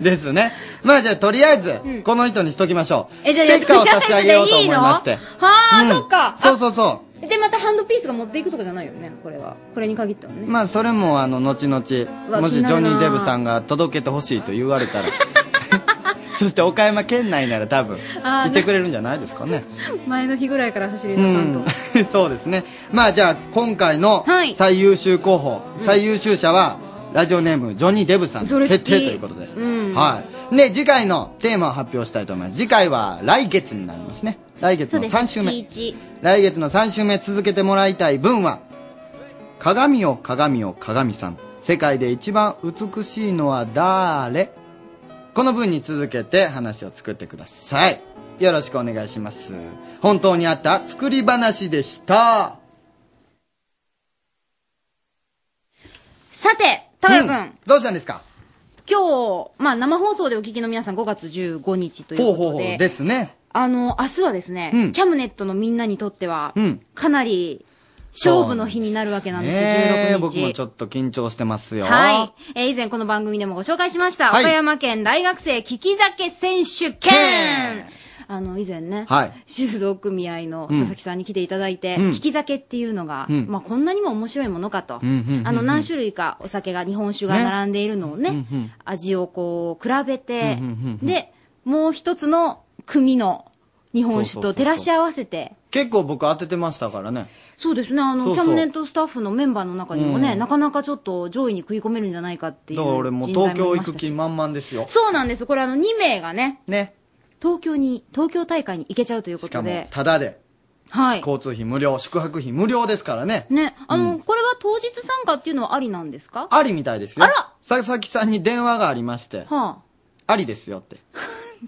[SPEAKER 2] ですね。まあじゃあとりあえず、この人にしときましょう。
[SPEAKER 3] えじゃあ
[SPEAKER 2] ステッカーを差し上げようと思いまして。
[SPEAKER 3] いはあ、
[SPEAKER 2] うん
[SPEAKER 3] そっか
[SPEAKER 2] そうそうそ
[SPEAKER 3] あでまたハンドピースが持っていくとかじゃないよねこれはこれに限ったの
[SPEAKER 2] う。
[SPEAKER 3] ね
[SPEAKER 2] まあそれもあの、後々、もしジ
[SPEAKER 3] わ気にな
[SPEAKER 2] ョ
[SPEAKER 3] る
[SPEAKER 2] ニ
[SPEAKER 3] な
[SPEAKER 2] ー・デブさんが届けてほしいと言われた ら、そして岡山県内なら多分、
[SPEAKER 3] あー
[SPEAKER 2] いてくれるんじゃないですかね。
[SPEAKER 3] 前の日ぐらいから走り
[SPEAKER 2] う
[SPEAKER 3] 出さんと、
[SPEAKER 2] ん、 そうですね。まあじゃあ今回の最優秀候補、最優秀者は、ラジオネーム、ジョニー・デブさん
[SPEAKER 3] それ
[SPEAKER 2] 決
[SPEAKER 3] 好
[SPEAKER 2] 定
[SPEAKER 3] き
[SPEAKER 2] ということで。
[SPEAKER 3] うん
[SPEAKER 2] はい。で、次回のテーマを発表したいと思います。次回は来月になりますね。来月
[SPEAKER 3] そう
[SPEAKER 2] の
[SPEAKER 3] です
[SPEAKER 2] 3週目。
[SPEAKER 3] 月
[SPEAKER 2] 来月の3週目続けてもらいたい文は、鏡よ鏡よ鏡さん。世界で一番美しいのは誰この文に続けて話を作ってください。よろしくお願いします。本当にあった作り話でした。
[SPEAKER 3] さて高谷君、
[SPEAKER 2] うんどうしたんですか
[SPEAKER 3] 今日、まあ、生放送でお聞きの皆さん5月15日という
[SPEAKER 2] ほ
[SPEAKER 3] こ
[SPEAKER 2] うほ
[SPEAKER 3] とで
[SPEAKER 2] うほう。ですね。
[SPEAKER 3] あの明日はですね、
[SPEAKER 2] うん
[SPEAKER 3] キャムネットのみんなにとっては、
[SPEAKER 2] うん。
[SPEAKER 3] かなり勝負の日になるわけなんですよ、
[SPEAKER 2] ねえ
[SPEAKER 3] 16日
[SPEAKER 2] 僕もちょっと緊張してますよ。
[SPEAKER 3] はい。えー以前この番組でもご紹介しました、
[SPEAKER 2] はい
[SPEAKER 3] 岡山県大学生聞き酒選手権あの、以前ね、
[SPEAKER 2] はい
[SPEAKER 3] 酒造組合の佐々木さんに来ていただいて、
[SPEAKER 11] うん
[SPEAKER 3] 聞き酒っていうのが、
[SPEAKER 11] うん
[SPEAKER 3] まあこんなにも面白いものかと、
[SPEAKER 11] うんうんうん
[SPEAKER 3] あの、何種類かお酒が、日本酒が並んでいるのをね、味をこう、比べて、
[SPEAKER 2] うんうんうんうん
[SPEAKER 3] で、もう一つの組の日本酒と照らし合わせて、
[SPEAKER 2] 結構僕当ててましたからね。
[SPEAKER 3] そうですね、あの
[SPEAKER 2] そうそう
[SPEAKER 3] キャムネットスタッフのメンバーの中にもね、
[SPEAKER 2] うん
[SPEAKER 3] なかなかちょっと上位に食い込めるんじゃないかっていう
[SPEAKER 2] だから俺もう
[SPEAKER 3] 人材
[SPEAKER 2] 東京行
[SPEAKER 3] いまし
[SPEAKER 2] く
[SPEAKER 3] た
[SPEAKER 2] 気
[SPEAKER 3] し
[SPEAKER 2] 満々ですよ。
[SPEAKER 3] そうなんです、これ、あの2名がね
[SPEAKER 2] ね
[SPEAKER 3] 東京に、東京大会に行けちゃうというこ
[SPEAKER 2] しか
[SPEAKER 3] と
[SPEAKER 2] も
[SPEAKER 3] で、、
[SPEAKER 2] ただで。
[SPEAKER 3] はい、
[SPEAKER 2] 交通費無料、宿泊費無料ですからね。
[SPEAKER 3] ねあ
[SPEAKER 2] う
[SPEAKER 3] の
[SPEAKER 2] ん
[SPEAKER 3] これは当日参加っていうのはありなんですか
[SPEAKER 2] ありみたいですよ。佐々木さんに電話がありまして、
[SPEAKER 3] はあ、
[SPEAKER 2] ありですよって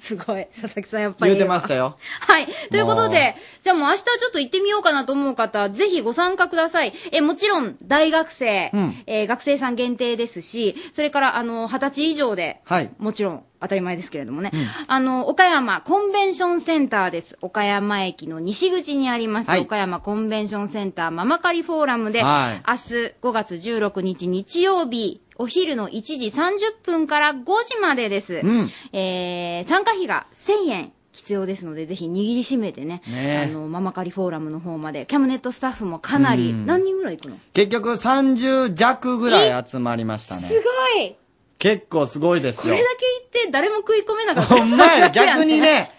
[SPEAKER 3] すごい、佐々木さん、やっぱり。
[SPEAKER 2] 言うてました。よ。
[SPEAKER 3] はい。ということ
[SPEAKER 2] もう
[SPEAKER 3] で、じゃあもう明日ちょっと行ってみようかなと思う方、ぜひご参加ください。え、もちろん、大学生、
[SPEAKER 2] うん
[SPEAKER 3] えー学生さん限定ですし、それから、あの、二十歳以上で、
[SPEAKER 2] はい。
[SPEAKER 3] もちろん、当たり前ですけれどもね。あの、岡山コンベンションセンターです。岡山駅の西口にあります、
[SPEAKER 11] はい
[SPEAKER 3] 岡山コンベンションセンターママカリフォーラムで、
[SPEAKER 11] はい
[SPEAKER 3] 明日5月16日日曜日、お昼の1時30分から5時までです。
[SPEAKER 11] うん
[SPEAKER 3] えー参加費が1000円。必要ですので、ぜひ握りしめてね
[SPEAKER 2] ねえ
[SPEAKER 3] あの、ママカリフォーラムの方まで、キャムネットスタッフもかなり、
[SPEAKER 2] うん
[SPEAKER 3] 何人ぐらい行くの
[SPEAKER 2] 結局30弱ぐらい集まりました
[SPEAKER 3] す
[SPEAKER 2] ね
[SPEAKER 3] ご。い
[SPEAKER 2] 結構すごいです
[SPEAKER 3] こ
[SPEAKER 2] よ
[SPEAKER 3] れだ。け言って誰も食い込めなかった。
[SPEAKER 2] ほんまや、逆にね。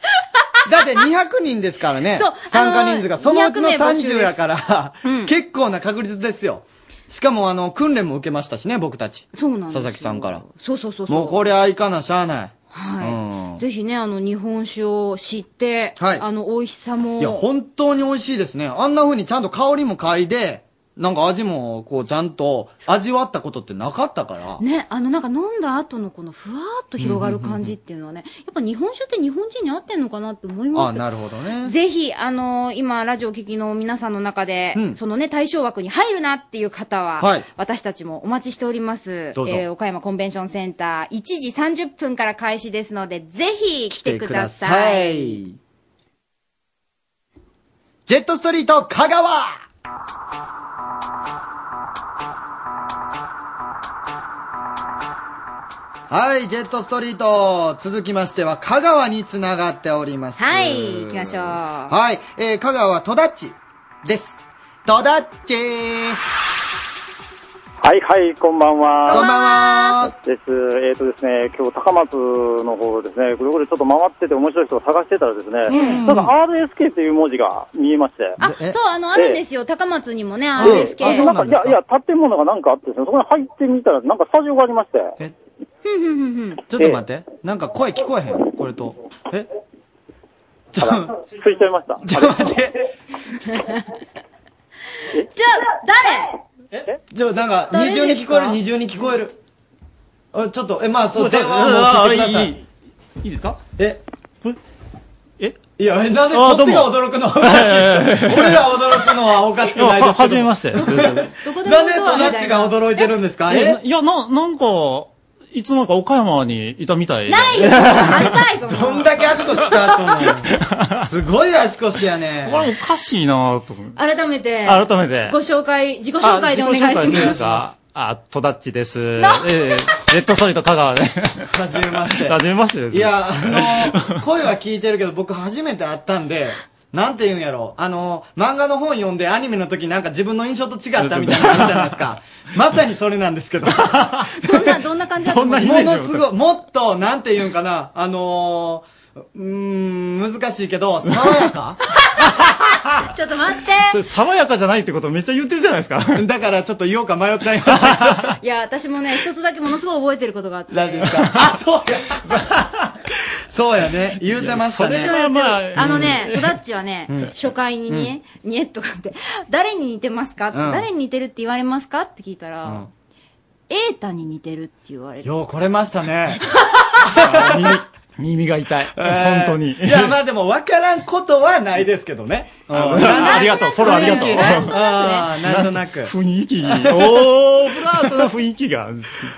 [SPEAKER 2] だって200人ですからね
[SPEAKER 3] そうあの。ー
[SPEAKER 2] 参加人数が。そのうちの
[SPEAKER 3] 200名募集で
[SPEAKER 2] 30
[SPEAKER 3] す
[SPEAKER 2] やから、結構な確率ですよ。しかもあの、訓練も受けましたしね、僕たち。
[SPEAKER 3] そうなんです
[SPEAKER 2] 佐々木さんから。
[SPEAKER 3] そうそうそうそう。
[SPEAKER 2] もうこれはいかなしゃあない。
[SPEAKER 3] は
[SPEAKER 2] うん
[SPEAKER 3] い。ぜひね、あの、日本酒を知って、
[SPEAKER 2] はい
[SPEAKER 3] あの、美味しさも。
[SPEAKER 2] いや、本当に美味しいですね。あんな風にちゃんと香りも嗅いで、なんか味も、こう、ちゃんと味わったことってなかったから。
[SPEAKER 3] ね、あの、なんか飲んだ後のこのふわーっと広がる感じっていうのはね、やっぱ日本酒って日本人に合ってんのかなって思います
[SPEAKER 2] あ、なるほどね。
[SPEAKER 3] ぜひ、あの今、ラジオ聞きの皆さんの中で、
[SPEAKER 2] うん
[SPEAKER 3] そのね、対象枠に入るなっていう方は、
[SPEAKER 2] はい
[SPEAKER 3] 私たちもお待ちしております。
[SPEAKER 2] どうぞ
[SPEAKER 3] えー岡山コンベンションセンター、1時30分から開始ですので、ぜひ来てください。
[SPEAKER 2] い。ジェットストリート香川はい、ジェットストリート、続きましては香川につながっております。
[SPEAKER 3] はい、行きましょう。
[SPEAKER 2] はい、えー、香川は戸田っちです。戸田っち
[SPEAKER 8] はいはい、こんばんは。
[SPEAKER 12] こんばんは。
[SPEAKER 8] です。えっ、とですね、今日高松の方ですね、ぐるぐるちょっと回ってて面白い人を探してたらですね、なんか RSK という文字が見えまして。あ、
[SPEAKER 3] そう、あの、あるんですよ。高松にもね、あ
[SPEAKER 8] え
[SPEAKER 3] るん
[SPEAKER 8] え
[SPEAKER 3] ですけど。
[SPEAKER 8] なんかいや、いや、建物がなんかあってですね、そこに入ってみたら、なんかスタジオがありまして。
[SPEAKER 3] ふんふんふんふん
[SPEAKER 2] ちょっと待って。なんか声聞こえへんこれと。えちょ、
[SPEAKER 8] ついちゃいました。
[SPEAKER 2] ちょ、待って。
[SPEAKER 3] じゃあ、
[SPEAKER 2] ちょ、なんか、
[SPEAKER 3] 誰
[SPEAKER 2] 二
[SPEAKER 3] です
[SPEAKER 2] 重に聞
[SPEAKER 3] か
[SPEAKER 2] こえる、二重に聞こえる。あ、ちょっと、え、まあ、そ
[SPEAKER 13] も
[SPEAKER 2] う、
[SPEAKER 13] うちょ
[SPEAKER 2] 電話はもう切ってくださ
[SPEAKER 13] いい
[SPEAKER 2] い。
[SPEAKER 13] いいですか
[SPEAKER 2] え
[SPEAKER 13] え
[SPEAKER 2] いや、えなんで
[SPEAKER 13] あ
[SPEAKER 2] そっちが驚くのはおかしいっすよ俺ら驚くのはおかしく ないですけど。
[SPEAKER 13] はじめまして。
[SPEAKER 2] なんでトナッチ が驚いてるんですかえ
[SPEAKER 13] いや、な、なんか、いつの間にか岡山にいたみたい。
[SPEAKER 2] ない
[SPEAKER 13] よ
[SPEAKER 2] どんだけ足腰来たと思 う。すごい足腰やね。
[SPEAKER 13] これおかしいなと思う。
[SPEAKER 3] 改めて、
[SPEAKER 13] 改めて
[SPEAKER 3] ご紹介、自己紹介でお願いし
[SPEAKER 13] あ自己紹介でいい
[SPEAKER 3] ま
[SPEAKER 13] です
[SPEAKER 3] す。
[SPEAKER 13] かあ、トダッチです。え
[SPEAKER 3] な
[SPEAKER 13] えレッドソリッド香川で。 は
[SPEAKER 2] じめまして。
[SPEAKER 13] はじめましてですね
[SPEAKER 2] いや、あの、声は聞いてるけど、僕初めて会ったんで、なんて言うんやろ。あの、漫画の本読んでアニメの時なんか自分の印象と違ったみたいなのあるじゃないです か。まさに それなんですけど。
[SPEAKER 3] どんな、どんな感じだと思います
[SPEAKER 2] ものすごい、もっと、なんて言うんかな、あのー、うーん、難しいけど、爽やか
[SPEAKER 3] ちょっと待って。
[SPEAKER 13] それ爽やかじゃないってことめっちゃ言ってるじゃないですか。
[SPEAKER 2] だからちょっと言おうか迷っちゃいま した。
[SPEAKER 3] いや、私もね、一つだけものすごい覚えてることがあって。
[SPEAKER 2] 何です かそうやね。言うてましたね。
[SPEAKER 3] あのね、トダッチはね、
[SPEAKER 2] うん
[SPEAKER 3] 初回にね、にえっとかって、誰に似てますか、
[SPEAKER 2] うん
[SPEAKER 3] 誰に似てるって言われますかって聞いた
[SPEAKER 2] う
[SPEAKER 3] ら
[SPEAKER 2] ん、
[SPEAKER 3] 瑛太に似てるって言われる。
[SPEAKER 2] よう来れました ね。
[SPEAKER 13] 耳、耳が痛い。
[SPEAKER 2] えー
[SPEAKER 13] 本当に。
[SPEAKER 2] いや、まあでも分からんことはないですけどね。うん
[SPEAKER 13] あありがとう、フォローありがとう。
[SPEAKER 2] あーなんとなく。
[SPEAKER 13] 雰 囲気、おー、フラートな雰囲気が。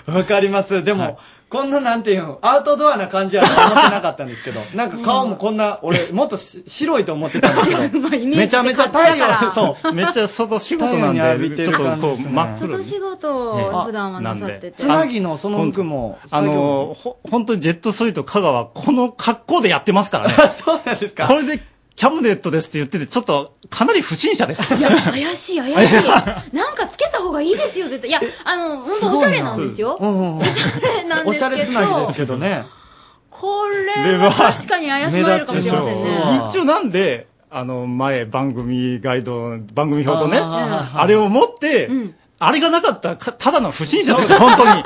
[SPEAKER 2] わかります。でも、こんななんていうの、アウトドアな感じやと思ってなかったんですけ ど、なんか顔もこんな、俺、もっとし白いと思ってたんですけ ど、めちゃめちゃ太陽、そう。
[SPEAKER 13] めっちゃ外仕事
[SPEAKER 2] 太陽
[SPEAKER 13] な
[SPEAKER 2] に浴
[SPEAKER 13] ん
[SPEAKER 2] び
[SPEAKER 13] で、
[SPEAKER 2] て
[SPEAKER 13] ちょ
[SPEAKER 2] る
[SPEAKER 13] っと
[SPEAKER 2] 感じ
[SPEAKER 13] こ
[SPEAKER 2] で
[SPEAKER 13] う、
[SPEAKER 2] すね
[SPEAKER 13] 真っ黒
[SPEAKER 3] 外仕事を普段はなさってて。
[SPEAKER 2] つなぎのその服も、
[SPEAKER 13] あの、ほ、本当にジェットストリート香川、この格好でやってますからね。
[SPEAKER 2] そうなんですか
[SPEAKER 13] これで、キャムネットですって言ってて、ちょっと、かなり不審者です。
[SPEAKER 3] いや、怪しい、怪しい。なんかつけた方がいいですよ、絶対。いや、あの、本当おしゃれなんですよ。
[SPEAKER 2] お
[SPEAKER 3] なんですけど
[SPEAKER 2] しゃれつなぎですけどね。
[SPEAKER 3] これは確かに怪しまれるかもしれませんね。
[SPEAKER 13] 一応なんで、あの、前、番組ガイド、番組表とね、
[SPEAKER 2] あ
[SPEAKER 13] あれを持って、あれがなかったらか、ただの不審者ですよ、本当 に。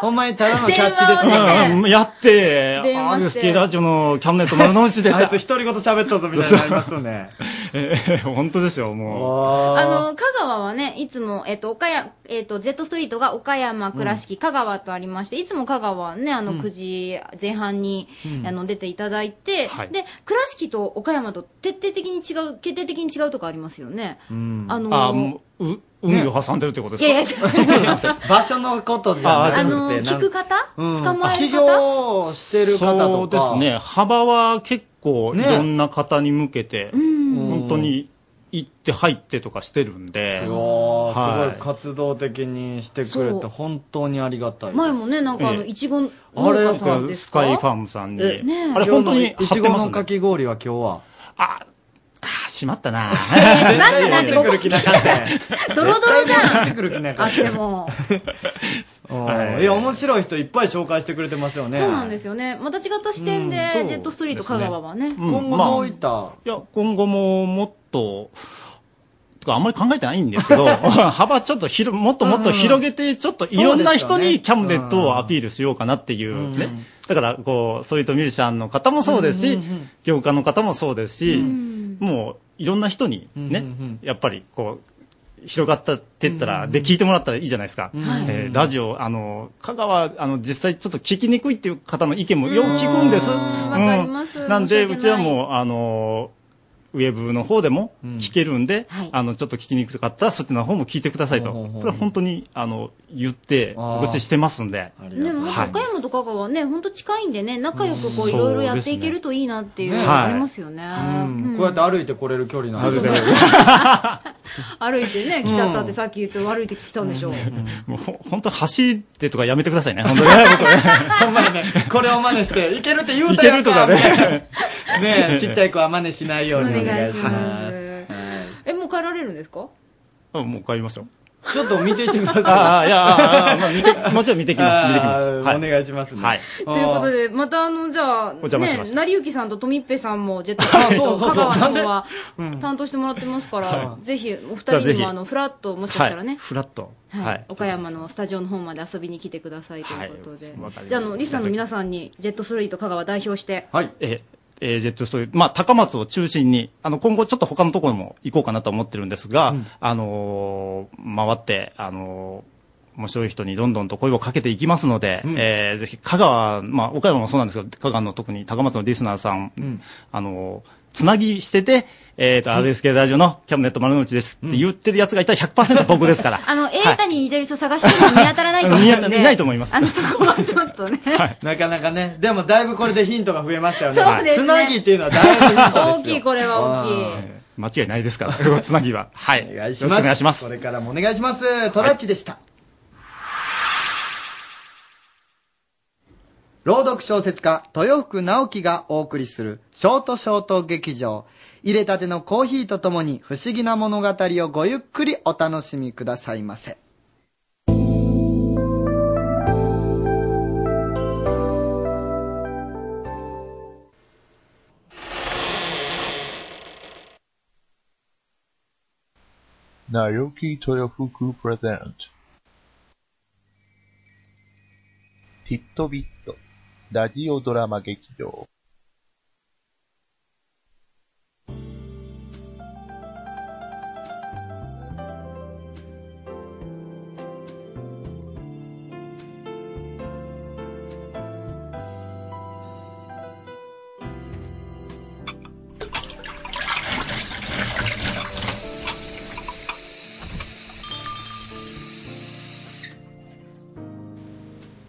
[SPEAKER 2] ほんまにただのキャッチです
[SPEAKER 13] うん
[SPEAKER 2] ね。
[SPEAKER 13] うんやって、
[SPEAKER 2] 電
[SPEAKER 13] ア
[SPEAKER 2] 話して
[SPEAKER 13] ースキーラジオのキャムネット丸の内です。
[SPEAKER 2] あいつ一人ごと喋ったぞみたいになりますよね。
[SPEAKER 13] ええ本当ですよ、もう。
[SPEAKER 3] あの、香川はね、いつも、えっ、と、岡山、えっ、と、ジェットストリートが岡山、倉敷、香川とありまして、いつも香川はね、あの、
[SPEAKER 14] うん
[SPEAKER 3] 9時前半に、
[SPEAKER 14] うん
[SPEAKER 3] あの、出ていただいて、
[SPEAKER 14] はい
[SPEAKER 3] で、倉敷と岡山と徹底的に違う、決定的に違うとこありますよね。
[SPEAKER 13] うん
[SPEAKER 3] あの
[SPEAKER 13] あ、もう、う海を挟んでるってこと
[SPEAKER 3] い
[SPEAKER 13] です
[SPEAKER 3] や
[SPEAKER 13] か
[SPEAKER 3] いや、違う
[SPEAKER 2] 場所のことじゃなくて。
[SPEAKER 3] あの、聞く方、
[SPEAKER 2] うん
[SPEAKER 3] 捕まえる
[SPEAKER 2] 起
[SPEAKER 3] 方
[SPEAKER 2] 業してる方
[SPEAKER 13] そ
[SPEAKER 2] と
[SPEAKER 13] うで
[SPEAKER 2] か。
[SPEAKER 13] すね。幅は結構いろんな方に向けて、本当に行って入ってとかしてるんで。
[SPEAKER 2] うわー
[SPEAKER 13] は
[SPEAKER 2] すごい活動的にしてくれて本当にありがたいです
[SPEAKER 3] 前もね、なんかあの、
[SPEAKER 2] ええ
[SPEAKER 3] いちご農
[SPEAKER 2] あれ
[SPEAKER 3] 家さんですか
[SPEAKER 13] ムさん
[SPEAKER 3] にねえあれ本当に
[SPEAKER 2] いちごのかき氷は今日は
[SPEAKER 13] あ、しまった な
[SPEAKER 3] しまったなって、ここ、ドロドロじゃん。
[SPEAKER 2] 出てくる気なか
[SPEAKER 3] あ
[SPEAKER 2] っ
[SPEAKER 3] った ても。
[SPEAKER 2] うん
[SPEAKER 13] はい
[SPEAKER 2] いや面白い人いっぱい紹介してくれてますよね
[SPEAKER 3] そうなんですよね。また違った視点で、ジェットストリート香川はね。
[SPEAKER 2] 今後どういった、
[SPEAKER 13] いや、今後ももっと、とかあんまり考えてないんですけど、 幅ちょっと広、もっともっと広げて、ちょっといろんな人にキャムネットをアピールしようかなっていうね。だから、こう、ストリートミュージシャンの方もそうですし、業界の方もそうですし、もういろんな人にね、やっぱりこう、広がったってったら、で、聞いてもらったらいいじゃないですか。えーラジオ、あの、香川、あの、実際ちょっと聞きにくいっていう方の意見もよく聞くんです。うん
[SPEAKER 3] かります
[SPEAKER 13] なんで、
[SPEAKER 3] 申
[SPEAKER 13] う
[SPEAKER 3] し
[SPEAKER 13] ちは
[SPEAKER 3] 訳ない
[SPEAKER 13] もう、あの、ウェブの方でも聞けるんで、あの、ちょっと聞きにくかったら、そっちの方も聞いてくださいと。これは本当に、あの、言って、告知してますんで。
[SPEAKER 3] ね、もう
[SPEAKER 13] はい
[SPEAKER 3] 岡山と香川はね、本当近いんでね、仲良くこ
[SPEAKER 13] そう
[SPEAKER 3] う
[SPEAKER 13] で
[SPEAKER 3] い
[SPEAKER 13] すね
[SPEAKER 3] ろいろやっていけるといいなっていうの
[SPEAKER 2] ね
[SPEAKER 3] がありますよね。
[SPEAKER 2] うんこうやって歩いてこれる距離なんで
[SPEAKER 3] 歩いてね、来ちゃったってさっき言って歩いてきたんでしょ。
[SPEAKER 13] もうほ本当走ってとかやめてくださいね。 本当にね。僕ね
[SPEAKER 2] これを真似していけるって言う
[SPEAKER 13] い
[SPEAKER 2] た
[SPEAKER 13] け
[SPEAKER 2] や
[SPEAKER 13] る
[SPEAKER 2] ん
[SPEAKER 13] とか
[SPEAKER 2] か
[SPEAKER 13] ね。
[SPEAKER 2] ねえちっちゃい子は真似しないようにお願いし
[SPEAKER 3] お
[SPEAKER 2] ます
[SPEAKER 3] え、もう帰られるんですか
[SPEAKER 13] あもう帰りましょう。
[SPEAKER 15] ちょっと見ていってください。
[SPEAKER 13] ああいやああまあ 見 てもちろん見てきます見てきます
[SPEAKER 15] あー
[SPEAKER 13] はい
[SPEAKER 15] お願いしますね。はい。
[SPEAKER 3] ということで、またあの、じゃあ、
[SPEAKER 13] お邪魔しました
[SPEAKER 3] ね、成幸さんと富っぺさんも、ジェットコーと香川の方は担当してもらってますから
[SPEAKER 13] は、
[SPEAKER 3] ぜひ、
[SPEAKER 13] じゃ
[SPEAKER 3] お二人
[SPEAKER 13] あぜ
[SPEAKER 3] に
[SPEAKER 13] ひ
[SPEAKER 3] も、あの、フラット、もしかしたら
[SPEAKER 13] は
[SPEAKER 3] ね
[SPEAKER 13] い、フラット
[SPEAKER 3] はい
[SPEAKER 13] はい
[SPEAKER 3] 岡山のスタジオの方まで遊びに来てくださいということで、
[SPEAKER 13] わかりました
[SPEAKER 3] じゃああのリスナーの皆さんにジェットストリート香川代表して、
[SPEAKER 15] はい。
[SPEAKER 13] ええージェットストリート、まあ、高松を中心に、あの、今後ちょっと他のところも行こうかなと思ってるんですが、あのー回って、あのー面白い人にどんどんと声をかけていきますので、えーぜひ、香川、まあ、岡山もそうなんですけど、香川の特に高松のリスナーさん、あのーつなぎしてて、えっ、と、RSK ラジオのキャムネット丸の内ですって言ってるやつがいたら100%僕ですから。
[SPEAKER 3] あの、瑛太に似てる人探しても見当たらないと思うので、
[SPEAKER 13] 見当たいないと思います
[SPEAKER 3] あの、そこはちょっとね、
[SPEAKER 15] なかなかね、でもだいぶこれでヒントが増えましたよね。
[SPEAKER 3] そうですね
[SPEAKER 15] つなぎっていうのはだいぶヒントですよ
[SPEAKER 3] 大。きい、これは大きい。
[SPEAKER 13] 間違いないですから、つなぎは。はい。よろしくお願いします
[SPEAKER 15] こ。れからもお願いします。トラッチでした。朗読小説家、豊福直樹がお送りする、ショートショート劇場。入れたてのコーヒーとともに、不思議な物語をごゆっくりお楽しみくださいませ。
[SPEAKER 16] Naoki Toyofuku present ティットビットラジオドラマ劇場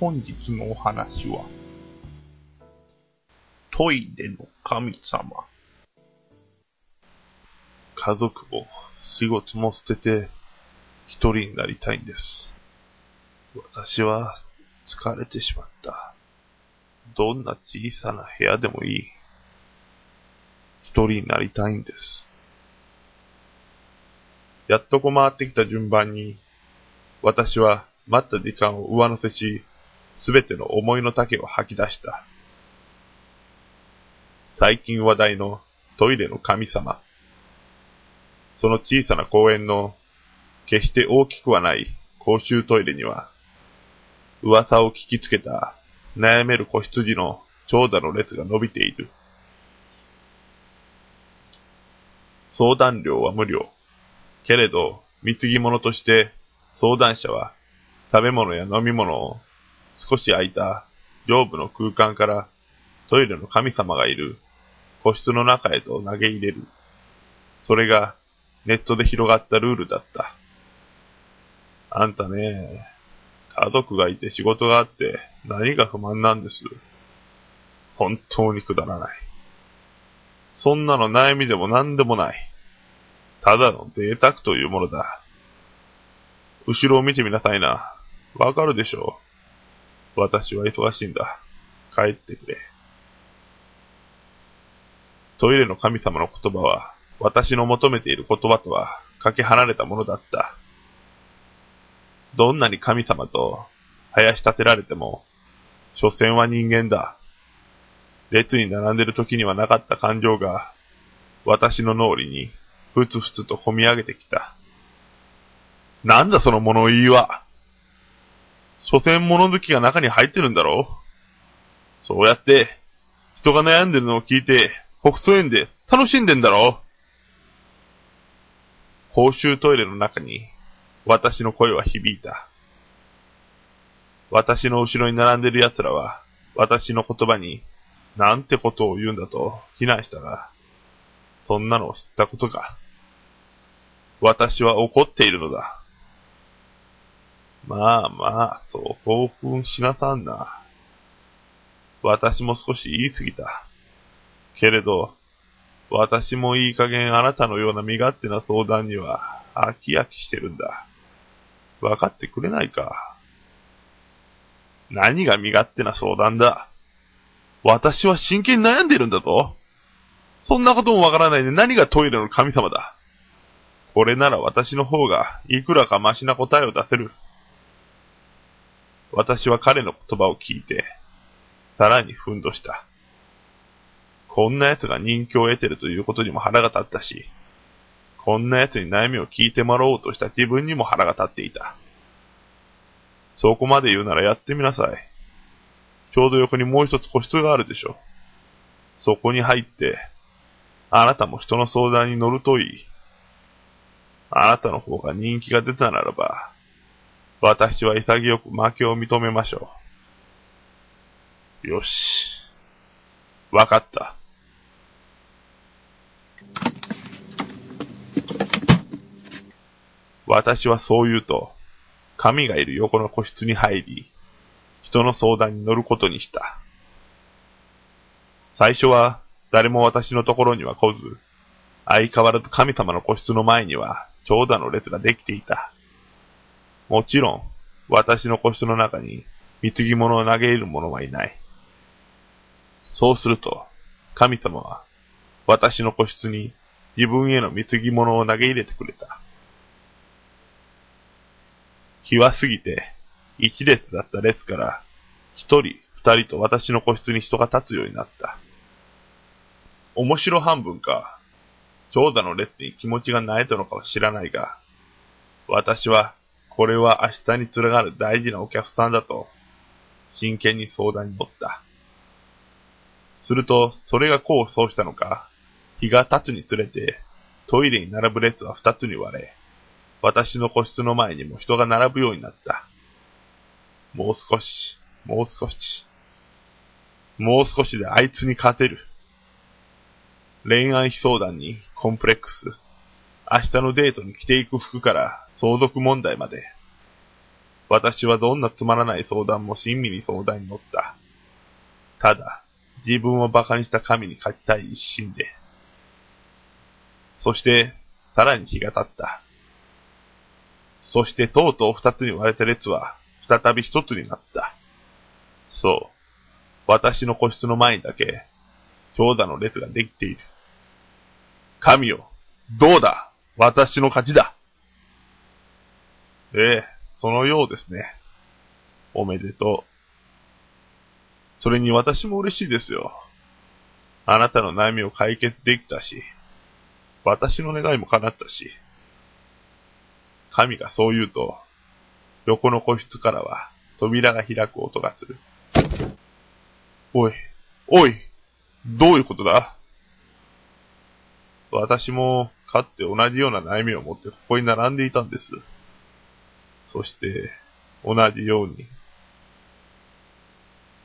[SPEAKER 16] 本日のお話は、トイレの神様。家族も仕事も捨てて、一人になりたいんです。私は疲れてしまった。どんな小さな部屋でもいい。一人になりたいんです。やっとこう回ってきた順番に、私は待った時間を上乗せし、すべての思いの丈を吐き出した。最近話題のトイレの神様。その小さな公園の、決して大きくはない公衆トイレには、噂を聞きつけた悩める子羊の長蛇の列が伸びている。相談料は無料。けれど、貢ぎ物として相談者は食べ物や飲み物を少し空いた上部の空間からトイレの神様がいる個室の中へと投げ入れる。それがネットで広がったルールだった。あんたね、家族がいて仕事があって何が不満なんです。本当にくだらない。そんなの悩みでも何でもない。ただの贅沢というものだ。後ろを見てみなさいな。わかるでしょう。私は忙しいんだ。帰ってくれ。トイレの神様の言葉は、私の求めている言葉とはかけ離れたものだった。どんなに神様と林立てられても、所詮は人間だ。列に並んでる時にはなかった感情が、私の脳裏にふつふつと込み上げてきた。なんだその物言いは。所詮物好きが中に入ってるんだろうそうやって、人が悩んでるのを聞いて、北総園で楽しんでんだろう公衆トイレの中に、私の声は響いた。私の後ろに並んでる奴らは、私の言葉に、なんてことを言うんだと非難したが、そんなのを知ったことか。私は怒っているのだ。まあまあ、そう興奮しなさんな。私も少し言い過ぎた。けれど、私もいい加減あなたのような身勝手な相談には飽き飽きしてるんだ。わかってくれないか。何が身勝手な相談だ。私は真剣に悩んでるんだぞ。そんなこともわからないで何がトイレの神様だ。これなら私の方がいくらかマシな答えを出せる。私は彼の言葉を聞いて、さらにふんどした。こんな奴が人気を得てるということにも腹が立ったし、こんな奴に悩みを聞いてもらおうとした自分にも腹が立っていた。そこまで言うならやってみなさい。ちょうど横にもう一つ個室があるでしょ。そこに入って、あなたも人の相談に乗るといい。あなたの方が人気が出たならば、私は潔く負けを認めましょう。よし。わかった。私はそう言うと、神がいる横の個室に入り、人の相談に乗ることにした。最初は誰も私のところには来ず、相変わらず神様の個室の前には長蛇の列ができていた。もちろん、私の個室の中に貢ぎ物を投げ入る者はいない。そうすると、神様は私の個室に自分への貢ぎ物を投げ入れてくれた。日は過ぎて、一列だった列から、一人、二人と私の個室に人が立つようになった。面白半分か、長蛇の列に気持ちがないとのかは知らないが、私は、これは明日に連がる大事なお客さんだと、真剣に相談に乗った。すると、それが功を奏したのか、日が経つにつれて、トイレに並ぶ列は二つに割れ、私の個室の前にも人が並ぶようになった。もう少し、もう少し。もう少しであいつに勝てる。恋愛相談にコンプレックス。明日のデートに着ていく服から相続問題まで。私はどんなつまらない相談も親身に相談に乗った。ただ、自分を馬鹿にした神に勝ちたい一心で。そして、さらに日が経った。そしてとうとう二つに割れた列は、再び一つになった。そう。私の個室の前にだけ、長蛇の列ができている。神よ、どうだ私の勝ちだええ、そのようですね。おめでとう。それに私も嬉しいですよ。あなたの悩みを解決できたし、私の願いも叶ったし。神がそう言うと、横の個室からは扉が開く音がする。おい、おい、どういうことだ私も、かって同じような悩みを持ってここに並んでいたんです。そして、同じように。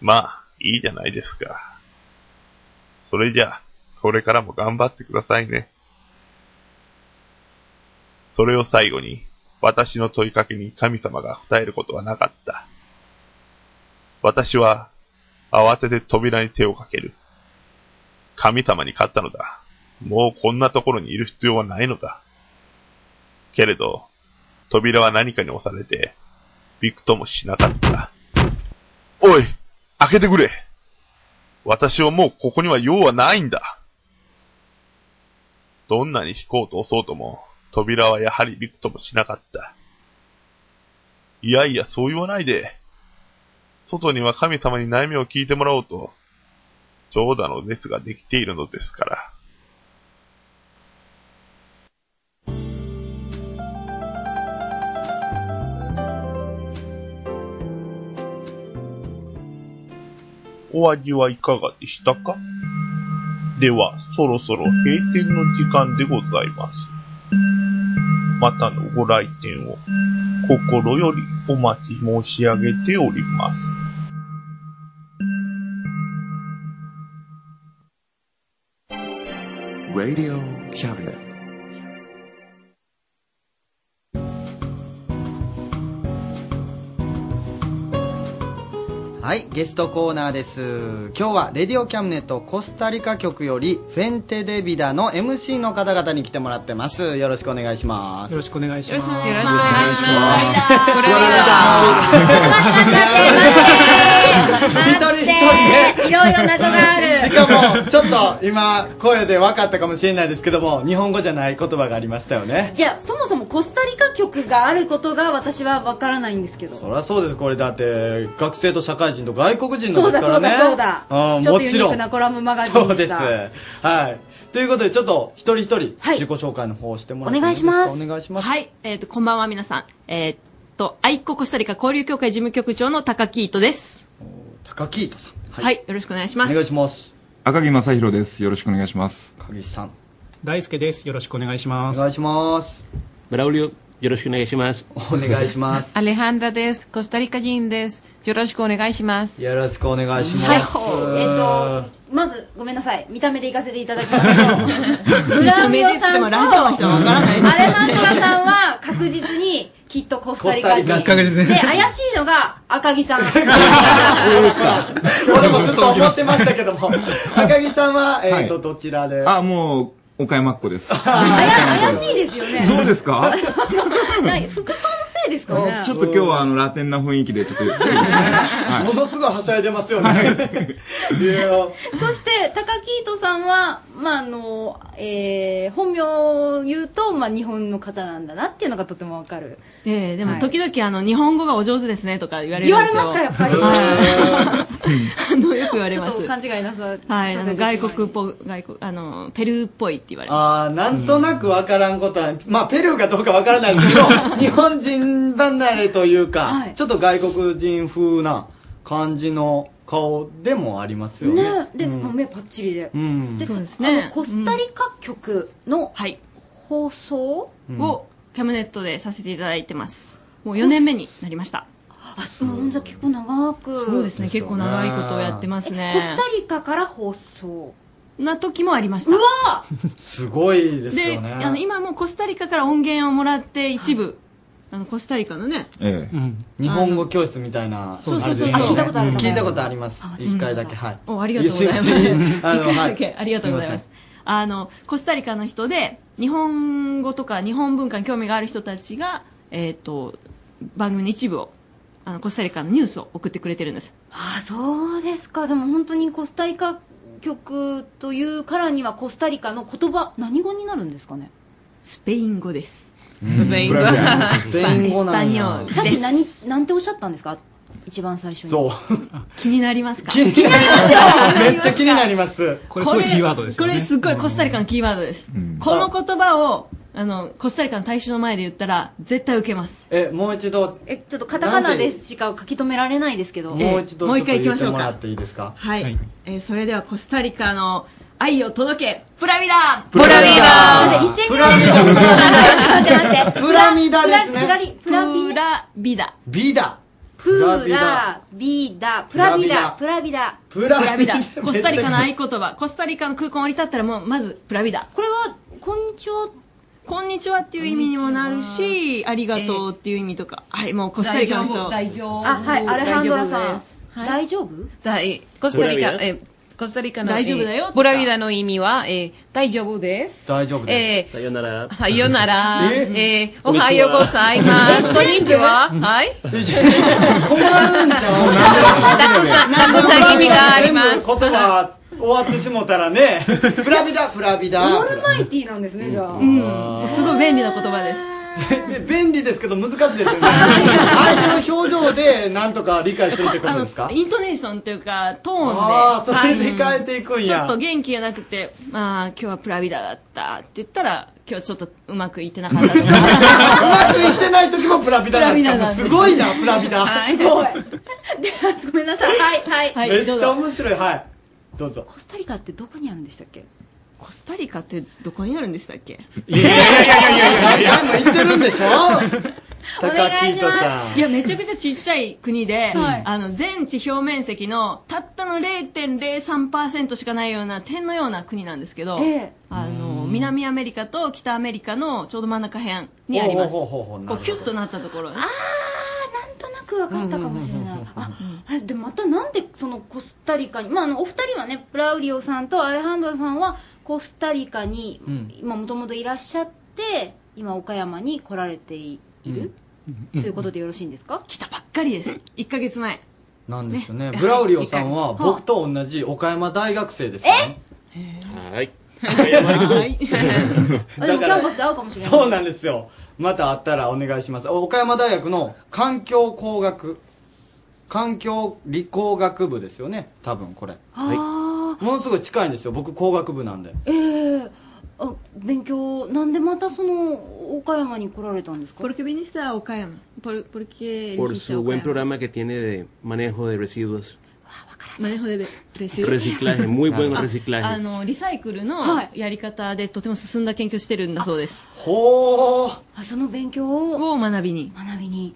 [SPEAKER 16] まあ、いいじゃないですか。それじゃあ、これからも頑張ってくださいね。それを最後に、私の問いかけに神様が答えることはなかった。私は、慌てて扉に手をかける。神様に勝ったのだ。もうこんなところにいる必要はないのだ。けれど、扉は何かに押されて、びくともしなかった。おい開けてくれ私はもうここには用はないんだどんなに引こうと押そうとも、扉はやはりびくともしなかった。いやいや、そう言わないで。外には神様に悩みを聞いてもらおうと、長蛇の列ができているのですから。お味はいかがでしたかでは、そろそろ閉店の時間でございます。またのご来店を心よりお待ち申し上げております。
[SPEAKER 1] Radio Cabinet.
[SPEAKER 8] 「
[SPEAKER 1] はい、ゲストコーナーです。今日は、レディオキャムネットコスタリカ局より、フェンテデビダの MC の方々に来てもらってます。よろしくお願いします。よろしくお願いします。よろしくお願いします。これ
[SPEAKER 2] 一人一人ね
[SPEAKER 8] いろいろ謎がある
[SPEAKER 2] しかもちょっと今声で分かったかもしれないですけども日本語じゃない言葉がありましたよね
[SPEAKER 3] いやそもそもコスタリカ局があることが私はわからないんですけど
[SPEAKER 2] そりゃそうですこれだって学生と社会人と外国人
[SPEAKER 3] そ
[SPEAKER 2] の
[SPEAKER 3] う
[SPEAKER 2] です
[SPEAKER 3] だ
[SPEAKER 2] から
[SPEAKER 3] そう
[SPEAKER 2] ね
[SPEAKER 3] だそうだ
[SPEAKER 2] うん、
[SPEAKER 3] ちょっ
[SPEAKER 2] も
[SPEAKER 3] とユ
[SPEAKER 2] ち
[SPEAKER 3] ニー
[SPEAKER 2] ろ
[SPEAKER 3] ク
[SPEAKER 2] ん
[SPEAKER 3] なコラムマガジン
[SPEAKER 2] そう
[SPEAKER 3] で
[SPEAKER 2] で
[SPEAKER 3] し
[SPEAKER 2] す
[SPEAKER 3] た
[SPEAKER 2] はいということでちょっと一人一人自己紹介の方をしてもらってですかお願いします
[SPEAKER 17] はい、えっ、と、こんばんは、皆さん。えっ、と、愛子コスタリカ交流協会事務局長の高木糸です。
[SPEAKER 2] 高木糸さん。。
[SPEAKER 17] はい、よろしくお願いします。
[SPEAKER 15] お願いします赤木正宏です。よろしくお願いします。
[SPEAKER 2] 影さん。
[SPEAKER 18] 大輔です。よろしくお願いします。お
[SPEAKER 2] 願いします。
[SPEAKER 9] ブラウリオ、よろしくお願いします。
[SPEAKER 2] お願いします
[SPEAKER 19] アレハンダです。コスタリカ人です。よろしくお願いします。
[SPEAKER 2] よろしくお願いします、
[SPEAKER 19] はい
[SPEAKER 3] えっ、とまずごめんなさい見た目で行かせていただきますとブラウミオさんと
[SPEAKER 17] 見た目で言ってもラジオの人はわからないですね
[SPEAKER 3] アレハンドラさんは確実にきっとコスタリカ人
[SPEAKER 2] コスタリカ人
[SPEAKER 3] で怪しいのが赤木さん
[SPEAKER 2] 俺もずっと思ってましたけど も赤木さんは、えっとどちらで
[SPEAKER 15] あ、もう、岡山っ 子です。
[SPEAKER 3] 怪しいですよね
[SPEAKER 15] そうですか
[SPEAKER 3] ない服装のせいですかね
[SPEAKER 15] ちょっと今日はあの、ラテンな雰囲気 で、ちょっと。
[SPEAKER 2] ものすごいはしゃ いでますよね。いや
[SPEAKER 3] そして高木糸さんは、まああのえー本名を言うと、まあ、日本の方なんだなっていうのがとてもわかる
[SPEAKER 17] ええで
[SPEAKER 3] は
[SPEAKER 17] も
[SPEAKER 3] い
[SPEAKER 17] 時々、あの、日本語がお上手ですねとか言われるんですよ。
[SPEAKER 3] 言われますかやっ
[SPEAKER 17] ぱ り。あの、よく言われ
[SPEAKER 3] ちょっ
[SPEAKER 17] ます。
[SPEAKER 3] と勘違いなさ
[SPEAKER 17] はい、あ
[SPEAKER 3] さ
[SPEAKER 17] の
[SPEAKER 3] せて
[SPEAKER 17] 外国っぽ、外国、あの、ペルーっぽいって言われま
[SPEAKER 2] あーなんとなくわからんことは、まあ、ペルーかどうかわからないですけど、日本人離れというか、ちょっと外国人風な感じの顔でもありますよね。
[SPEAKER 3] ねで、
[SPEAKER 2] うん
[SPEAKER 3] もう目パッチリで、
[SPEAKER 2] うん
[SPEAKER 3] で
[SPEAKER 2] そう
[SPEAKER 17] ですね
[SPEAKER 3] あのコスタリカ局の放送、
[SPEAKER 17] す。を、キャムネットでさせていただいてます。もう4年目になりました。
[SPEAKER 3] あそうじゃあ結構長く
[SPEAKER 17] そうですね、結構長いことをやってますね
[SPEAKER 3] え。コスタリカから放送
[SPEAKER 17] な時もありました。
[SPEAKER 2] すごいです
[SPEAKER 17] で、
[SPEAKER 2] よね。
[SPEAKER 17] あの今もコスタリカから音源をもらって一部、あのコスタリカのね
[SPEAKER 2] ええ日本語教室みたいな
[SPEAKER 17] そう
[SPEAKER 2] あれです
[SPEAKER 17] そうそう
[SPEAKER 2] ね
[SPEAKER 17] そうあ聞いたことある名前
[SPEAKER 2] 聞いたことあります一回だけはい
[SPEAKER 17] おありがとうございます
[SPEAKER 2] すいま せんあ
[SPEAKER 17] 一
[SPEAKER 2] の
[SPEAKER 17] 回
[SPEAKER 2] は
[SPEAKER 17] だけありがとうございますあのコスタリカの人で日本語とか日本文化に興味がある人たちが、えー、と番組の一部をあのコスタリカのニュースを送ってくれてるんです
[SPEAKER 3] あそうですかでも本当にコスタリカ局というからにはコスタリカの言葉何語になるんですかね
[SPEAKER 17] スペイン語です
[SPEAKER 3] スペイン語
[SPEAKER 17] スペイン語なんやスパニオルです
[SPEAKER 3] さっき何なんておっしゃったんですか一番最初に
[SPEAKER 2] そう
[SPEAKER 17] 気になりますか
[SPEAKER 2] 気になりますよめっちゃ気になりますこ
[SPEAKER 17] これすごいコスタリカのキーワードです、この言葉をあのコスタリカの大衆の前で言ったら絶対受けます
[SPEAKER 2] えもう一度
[SPEAKER 3] えちょっとカタカナでしか書き留められないですけど
[SPEAKER 2] もう一度
[SPEAKER 17] もう一回
[SPEAKER 2] ちょ
[SPEAKER 17] 行
[SPEAKER 2] っ
[SPEAKER 17] き
[SPEAKER 2] と
[SPEAKER 17] ま
[SPEAKER 2] 言っ
[SPEAKER 17] しょう
[SPEAKER 2] ても
[SPEAKER 17] から
[SPEAKER 2] っていいですか
[SPEAKER 17] はい、えーそれではコスタリカの愛を届けプラビダ
[SPEAKER 2] プラビダ
[SPEAKER 17] 一斉に
[SPEAKER 2] プラビダ
[SPEAKER 17] 待っ て
[SPEAKER 3] 待って
[SPEAKER 2] プラミダですね
[SPEAKER 3] プラリプラビ
[SPEAKER 17] ダビダ
[SPEAKER 2] ビダ
[SPEAKER 3] プ
[SPEAKER 2] ラビ
[SPEAKER 3] ラ
[SPEAKER 2] ダ
[SPEAKER 3] ビダプラビダプ
[SPEAKER 17] プ
[SPEAKER 3] ラビダ
[SPEAKER 2] プラ
[SPEAKER 17] ビダコスタリカの 合言葉コスタリカの空港に降り立ったらもうまずプラビダ
[SPEAKER 3] これはこんにちは
[SPEAKER 17] こんにちはっていう意味にもなるしありがとうっていう意味とか、はいもうコスタリカの人
[SPEAKER 19] 大丈夫。
[SPEAKER 3] あはいアレハンドラさん
[SPEAKER 19] 大
[SPEAKER 3] 丈夫
[SPEAKER 19] 大コスタリカ
[SPEAKER 3] ブラビ、ダ
[SPEAKER 19] えーコスタリカの、
[SPEAKER 17] 大丈夫だよ
[SPEAKER 19] えーブラビダの意味は、えー大丈夫です。
[SPEAKER 2] 大丈夫
[SPEAKER 19] え
[SPEAKER 9] さよなら。
[SPEAKER 19] ーさよなら、
[SPEAKER 9] え
[SPEAKER 19] えーおはようございます。こんにちは。はい。
[SPEAKER 2] 困るんち
[SPEAKER 19] ゃうなんかさなんかさ意味があります
[SPEAKER 2] 全部言葉終わってしもたら ねプラビダプラビダ
[SPEAKER 3] オールマイティなんですねじゃあ、
[SPEAKER 2] うん
[SPEAKER 17] すごい便利な言葉です
[SPEAKER 2] ね便利ですけど難しいです よね相手の表情でなんとか理解するってことですか
[SPEAKER 17] イントネーションというかトーンで
[SPEAKER 2] あーそれで変えていくん
[SPEAKER 17] ちょ
[SPEAKER 2] や
[SPEAKER 17] っと元気がなくてまあ今日はプラビダだったって言ったら今日ちょっとうまくいってな かったとか
[SPEAKER 2] うまくいってない時もプラビダなんですか
[SPEAKER 17] プラビダなんです
[SPEAKER 2] すごいなプラビダ
[SPEAKER 3] は
[SPEAKER 2] す
[SPEAKER 3] い
[SPEAKER 2] ごい
[SPEAKER 3] ごめんなさいはいはい、
[SPEAKER 2] めっちゃ面白いはいどうぞ
[SPEAKER 3] コスタリカってどこにあるんでしたっけ
[SPEAKER 17] コスタリカってどこになるんでしたっけ
[SPEAKER 2] 何も言ってるんでしょ
[SPEAKER 17] お願い
[SPEAKER 2] 高木
[SPEAKER 17] し
[SPEAKER 2] と
[SPEAKER 17] ま
[SPEAKER 2] さん
[SPEAKER 17] すいやめちゃくちゃちっちゃい国で、
[SPEAKER 2] はい
[SPEAKER 17] あの全地表面積のたったの0.03%しかないような点のような国なんですけど、
[SPEAKER 2] ええ
[SPEAKER 17] あの南アメリカと北アメリカのちょうど真ん中辺にあります
[SPEAKER 2] ほうほうほうほうなるほど
[SPEAKER 17] こうキュッとなったところああなんとな
[SPEAKER 3] く分かったかもしれない、あはいでまたなんでそのコスタリカに、まあ、あのお二人はねプラウリオさんとアレハンドロさんはコスタリカに
[SPEAKER 2] うん
[SPEAKER 3] 今もともといらっしゃって今岡山に来られている、ということでよろしいんですか来たばっかりです1か月前
[SPEAKER 2] なんですよね
[SPEAKER 3] ね
[SPEAKER 2] ブラウリオさん
[SPEAKER 3] は
[SPEAKER 2] はい僕と同じ岡山大学生ですね
[SPEAKER 9] はい
[SPEAKER 2] はい
[SPEAKER 3] あでもキャンパスで会うかもしれない
[SPEAKER 2] そうなんですよまたあったらお願いしますお岡山大学の環境工学環境理工学部ですよね多分これ
[SPEAKER 3] あ
[SPEAKER 2] ものすごい近いんですよ僕工学部なんで
[SPEAKER 3] ーえーあ勉強なんでまたその岡山に来られたんですか
[SPEAKER 17] ¿Por qué viniste a Okayama? ¿Por, por qué
[SPEAKER 9] Por
[SPEAKER 17] elegiste
[SPEAKER 9] su buen
[SPEAKER 17] Okayama?
[SPEAKER 9] programa que tiene de manejo de residuos.
[SPEAKER 17] manejo de residuos.
[SPEAKER 9] Reciclaje, muy buen
[SPEAKER 17] あ
[SPEAKER 9] reciclaje.
[SPEAKER 17] あのリサイクルのやり方でとても進んだ研究してるんだそうです。
[SPEAKER 2] ほー
[SPEAKER 3] あその勉強を
[SPEAKER 17] 学びに
[SPEAKER 3] 学びに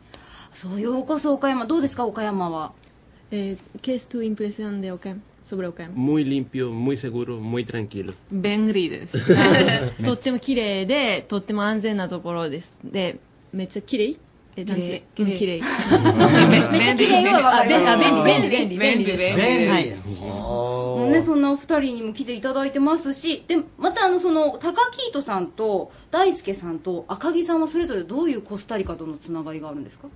[SPEAKER 3] そうようこそ岡山どうですか岡山は
[SPEAKER 17] え ¿Qué es tu impresión de Okayama? sobre Okayama?
[SPEAKER 9] Muy limpio, muy seguro, muy tranquilo.
[SPEAKER 17] 便利 です。とっても綺麗で、とっても安全なところです。で、めっちゃ綺麗え、なんて、綺麗。綺麗
[SPEAKER 3] めっちゃ綺麗はわかりました
[SPEAKER 17] あ便利、
[SPEAKER 3] 便利
[SPEAKER 17] 便利、
[SPEAKER 3] 便
[SPEAKER 17] 便
[SPEAKER 3] 利
[SPEAKER 17] 利
[SPEAKER 3] で
[SPEAKER 17] ですす。
[SPEAKER 3] 便利ですもうね、そんなお二人にも来ていただいてますしでまたあのその高木人さんと大輔さんと赤木さんはそれぞれどういうコスタリカとのつながりがあるんですか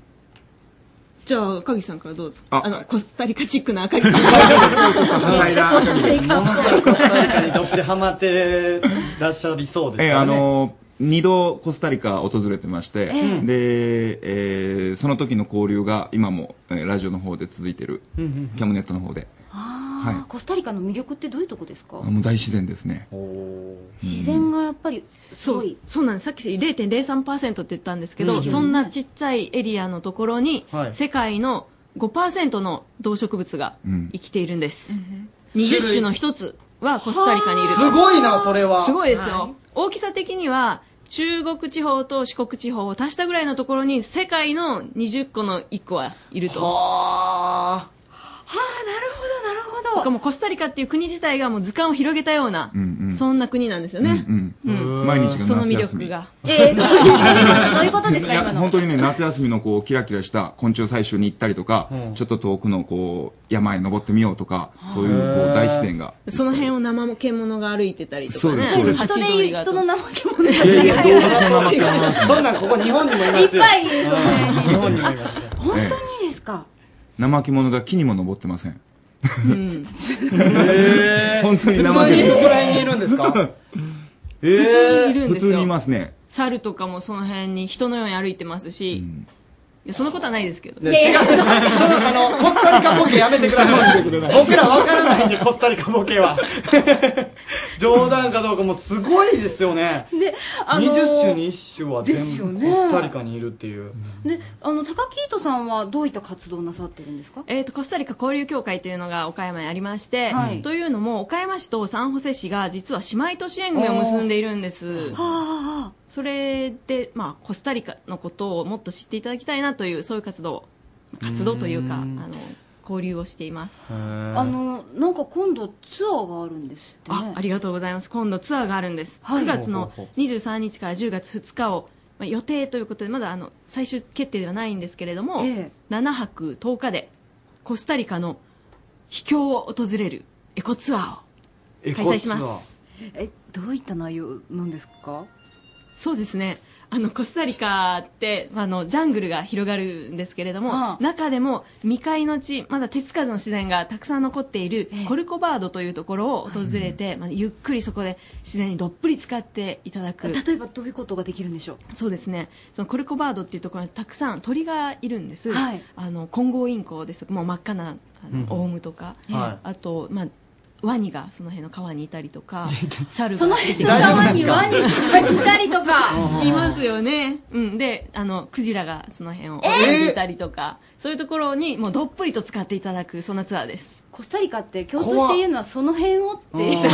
[SPEAKER 17] じゃあ、赤木さんからどうぞ。
[SPEAKER 15] あ
[SPEAKER 17] あの、コスタリカチックな赤木さん。
[SPEAKER 15] めっちゃコスタリ
[SPEAKER 2] もの すごいコスタリカにどっぷりハマってらっしゃりそうですから、ね
[SPEAKER 15] ええあの二度コスタリカ訪れてまして、
[SPEAKER 2] ええ
[SPEAKER 15] で、えーその時の交流が今も、えーラジオの方で続いてる、
[SPEAKER 3] うんうんうん
[SPEAKER 15] キャムネットの方で
[SPEAKER 3] ああ、
[SPEAKER 15] はい
[SPEAKER 3] コスタリカの魅力ってどういうとこですか
[SPEAKER 15] あもう大自然ですね
[SPEAKER 3] 自然がやっぱりす
[SPEAKER 17] そ
[SPEAKER 3] ご
[SPEAKER 17] う
[SPEAKER 3] い
[SPEAKER 17] そうなんですさっき0.03%って言ったんですけど、
[SPEAKER 3] うん
[SPEAKER 17] そんなちっちゃいエリアのところに、
[SPEAKER 3] はい
[SPEAKER 17] 世界の5%の動植物が
[SPEAKER 15] うん
[SPEAKER 17] 生きているんです、
[SPEAKER 2] 種
[SPEAKER 17] 20
[SPEAKER 2] 類
[SPEAKER 17] 種の一つはコスタリカにいる
[SPEAKER 2] すごいなそれは
[SPEAKER 17] すごいですよ、
[SPEAKER 2] は
[SPEAKER 17] 大きさ的には中国地方と四国地方を足したぐらいのところに世界の20個の1個はいると
[SPEAKER 2] は
[SPEAKER 17] あなるほどなるほどもうコスタリカっていう国自体がもう図鑑を広げたような、そんな国なんですよね、
[SPEAKER 15] うんうん毎日が夏休み
[SPEAKER 17] その魅力が。
[SPEAKER 3] えーどういうことどういうことですか
[SPEAKER 15] いや
[SPEAKER 3] 今の
[SPEAKER 15] 本当にね夏休みのこうキラキラした昆虫採集に行ったりとか、ちょっと遠くのこう山へ登ってみようとかそういうこう大自然が
[SPEAKER 17] その辺を生獣が歩いてたりとかね。
[SPEAKER 15] そうですそうです
[SPEAKER 3] 人で言う人の名前もね
[SPEAKER 2] いやいや動物の
[SPEAKER 3] 違う
[SPEAKER 2] 名前そんなんここ日本にもいますよ
[SPEAKER 3] いっぱいいるこ
[SPEAKER 2] 日本にもいます
[SPEAKER 3] 本当にいいですか、
[SPEAKER 15] 怠け者が木にも登ってません
[SPEAKER 17] うん、
[SPEAKER 15] 本当
[SPEAKER 2] 普通
[SPEAKER 15] に怠け
[SPEAKER 2] に
[SPEAKER 15] 者
[SPEAKER 2] そこら辺にいるんです かえー
[SPEAKER 17] 普通にいるんですよ
[SPEAKER 15] 普通にいますね
[SPEAKER 17] 猿とかもその辺に人のように歩いてますし、いやそんなことはないですけど。
[SPEAKER 2] いや違うんですそのあのコスタリカボケやめてください僕らわからないんでコスタリカボケ は冗談かどうかもうすごいですよね
[SPEAKER 3] であのー
[SPEAKER 2] 20種に1種は
[SPEAKER 3] です
[SPEAKER 2] 全
[SPEAKER 3] よ
[SPEAKER 2] 部
[SPEAKER 3] ね
[SPEAKER 2] コスタリカにいるっていう
[SPEAKER 3] であの高木糸さんはどういった活動をなさってるんですか
[SPEAKER 17] えー、とコスタリカ交流協会というのが岡山にありまして、
[SPEAKER 3] はい
[SPEAKER 17] というのも岡山市とサンホセ市が実は姉妹都市連合を結んでいるんですそれで、まあ、コスタリカのことをもっと知っていただきたいなというそういう活動活動というかあの交流をしています
[SPEAKER 3] あのなんか今度ツアーがあるんですってね
[SPEAKER 17] あありがとうございます今度ツアーがあるんです、
[SPEAKER 3] はい
[SPEAKER 17] 9月の23日から10月2日を、まあ、予定ということでまだあの最終決定ではないんですけれども、
[SPEAKER 3] え
[SPEAKER 17] 7泊10日でコスタリカの秘境を訪れるエコツアーを開催します
[SPEAKER 3] えどういった内容なんですか
[SPEAKER 17] そうですねあのコスタリカってあのジャングルが広がるんですけれども、中でも未開の地まだ手つかずの自然がたくさん残っているコルコバードというところを訪れて、まあ、ゆっくりそこで自然にどっぷり使っていただく
[SPEAKER 3] 例えばどういうことができるんでしょう
[SPEAKER 17] そうですねそのコルコバードっていうところにたくさん鳥がいるんです、
[SPEAKER 3] はい
[SPEAKER 17] あのコンゴウインコですもう真っ赤なあの、
[SPEAKER 3] うん
[SPEAKER 17] オウムとか、
[SPEAKER 3] はい
[SPEAKER 17] あと、まあ、ワニがその辺の川にいたり とか猿が
[SPEAKER 3] その辺の川にワニがいたりとか
[SPEAKER 17] いますよね、うん、であのクジラがその辺を泳いでいたりとか、そういうところにもうどっぷりと使っていただくそんなツアーです
[SPEAKER 3] コスタリカって共通して言うのはその辺をっていう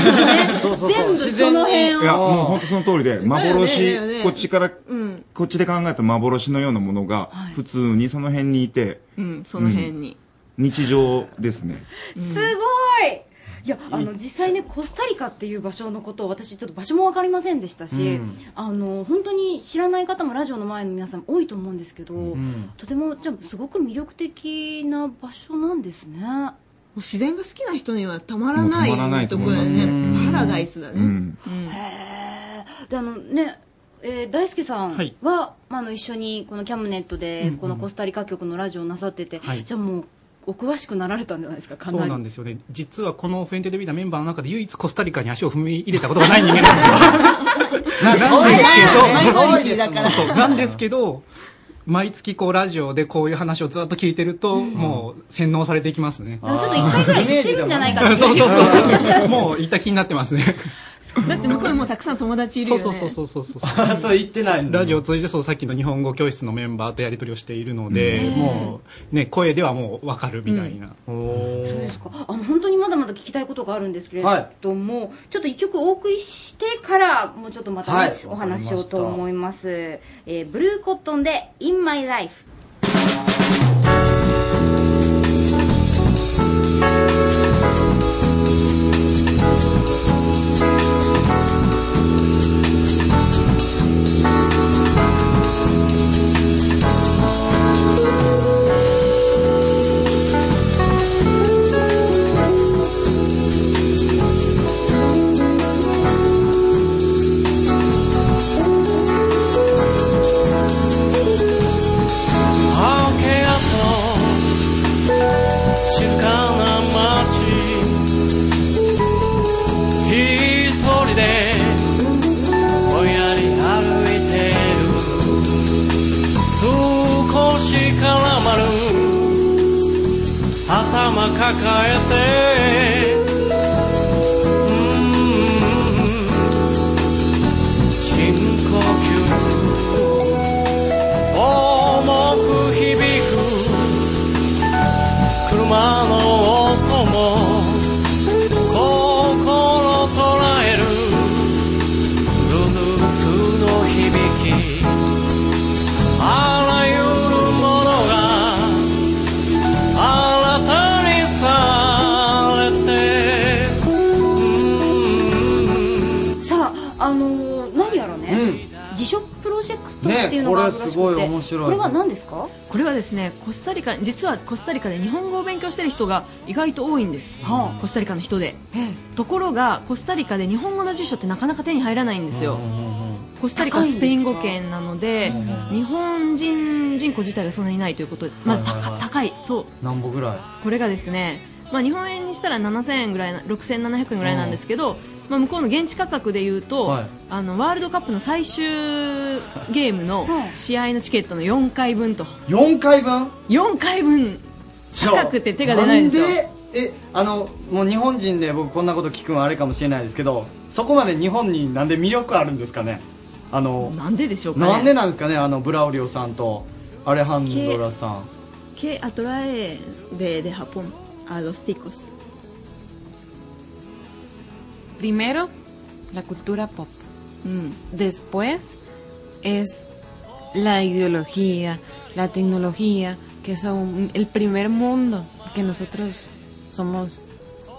[SPEAKER 15] そう
[SPEAKER 3] そう全部その
[SPEAKER 15] い
[SPEAKER 3] 辺を
[SPEAKER 15] やもう本当その通りで
[SPEAKER 17] だ
[SPEAKER 15] 幻
[SPEAKER 17] よねだよね
[SPEAKER 15] こっちから
[SPEAKER 17] うん、
[SPEAKER 15] こっちで考えた幻のようなものが普通にその辺にいて
[SPEAKER 17] うん、その辺に、
[SPEAKER 15] 日常ですね
[SPEAKER 3] すごいいやあの実際ねコスタリカっていう場所のことを私ちょっと場所も分かりませんでしたし、
[SPEAKER 20] うん
[SPEAKER 3] あの本当に知らない方もラジオの前の皆さん多いと思うんですけど、
[SPEAKER 20] ん
[SPEAKER 3] とてもじゃあすごく魅力的な場所なんですね
[SPEAKER 17] もう自然が好きな人にはたまらない
[SPEAKER 3] もうたまらないと
[SPEAKER 17] とこ
[SPEAKER 3] 思い
[SPEAKER 17] ろ
[SPEAKER 3] ま
[SPEAKER 17] ですね
[SPEAKER 3] ねうん
[SPEAKER 17] パラダイスだね、
[SPEAKER 3] うん
[SPEAKER 17] うん
[SPEAKER 3] であのね、えー大輔さんは、
[SPEAKER 13] はい
[SPEAKER 3] まあ、あの一緒にこのキャムネットで
[SPEAKER 13] うんうん
[SPEAKER 3] このコスタリカ局のラジオをなさってて、
[SPEAKER 13] はい
[SPEAKER 3] じゃあもうお詳しくなられたんじゃないですかか
[SPEAKER 13] そ
[SPEAKER 3] な
[SPEAKER 13] う
[SPEAKER 3] り
[SPEAKER 13] なんですよね。実はこのフェンテでビタメンバーの中で唯一コスタリカに足を踏み入れたことがない人間 なんですよ。
[SPEAKER 2] なんか
[SPEAKER 13] なんですけ
[SPEAKER 2] マ
[SPEAKER 13] ど、
[SPEAKER 2] イノリティだから
[SPEAKER 13] そうそうなんですけど、毎月こうラジオでこういう話をずっと聞いてると、もう洗脳されていきますね。ち
[SPEAKER 3] ょっと一回ぐらい行ってるんじゃないかっていう
[SPEAKER 13] そうそうそう。もう行った気になってますね。
[SPEAKER 17] だって向こうにもたくさん友達いるよね
[SPEAKER 13] そうそうそうそうそう
[SPEAKER 2] そう言ってない
[SPEAKER 13] ラジオを通じてそうさっきの日本語教室のメンバーとやり取りをしているので、
[SPEAKER 3] うん
[SPEAKER 13] もうね声ではもうわかるみたいな、
[SPEAKER 3] そうですかあの本当にまだまだ聞きたいことがあるんですけれども、ちょっと一曲お送りしてからもうちょっとまたね、
[SPEAKER 21] はい
[SPEAKER 3] お話しようと思いますえーブルーコットンで「In My Life」
[SPEAKER 8] 青気がと静かな街一人でぼんやり歩いてる少し絡まる頭抱えてうん深呼吸重く響く車の音も心捉えるブルースの響きあらゆるものが新たにされて
[SPEAKER 3] さああのー何やらね、辞書プロジェクトっていうのがあるらしくて、
[SPEAKER 2] ねこれすごい面白い
[SPEAKER 3] これは何ですか
[SPEAKER 17] これはですねコスタリカ実はコスタリカで日本語を勉強してる人が意外と多いんです、コスタリカの人で、ところがコスタリカで日本語の辞書ってなかなか手に入らないんですよ、コスタリカ
[SPEAKER 3] 高
[SPEAKER 17] はい
[SPEAKER 3] んです
[SPEAKER 17] ス
[SPEAKER 3] か
[SPEAKER 17] ペイン語圏なので、日本人人口自体がそんなにないということでまず高,、高いそう
[SPEAKER 2] 何本ぐらい
[SPEAKER 17] これがですね、まあ、日本円にしたら7000円ぐらいな6700円ぐらいなんですけど、まあ、向こうの現地価格で言うと、
[SPEAKER 2] はい
[SPEAKER 17] あのワールドカップの最終ゲームの試合のチケットの4回分と
[SPEAKER 2] 4回分
[SPEAKER 17] 4回分高くて手が出ないんですよ
[SPEAKER 2] なんえあのもう日本人で僕こんなこと聞くのはあれかもしれないですけどそこまで日本になんで魅力あるんですかねあの
[SPEAKER 17] なんででしょうかね
[SPEAKER 2] なんでなんですかねあのブラウリオさんとアレハンドラさん
[SPEAKER 17] Que atrae de, de Japón a los ticos?
[SPEAKER 19] Primero, la cultura pop. Mm. Después es la ideología, la tecnología, que son el primer mundo, que nosotros somos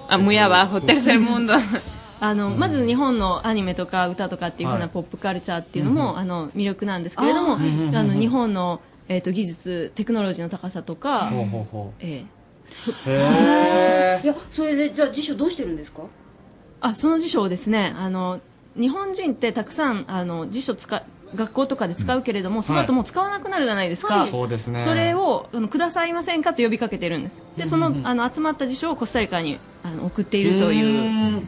[SPEAKER 19] ah, muy abajo, tercer mundo.
[SPEAKER 17] あのまず日本のアニメとか歌とかっていうふう
[SPEAKER 19] は
[SPEAKER 17] ないポップカルチャーっていうのも、
[SPEAKER 19] うん
[SPEAKER 17] あの魅力なんですけれども
[SPEAKER 19] あー
[SPEAKER 17] あの日本の、えー、と技術テクノロジーの高さとか、
[SPEAKER 2] ほうほうほう
[SPEAKER 17] え
[SPEAKER 2] へ
[SPEAKER 3] いやそれでじゃあ辞書どうしてるんですか
[SPEAKER 17] あその辞書をですねあの日本人ってたくさんあの辞書使学校とかで使うけれども、その後もう使わなくなるじゃないですか、
[SPEAKER 2] はいそうですね
[SPEAKER 17] それをあのくださいませんかと呼びかけてるんですでその,、あの集まった辞書をコスタリカにあの送っているという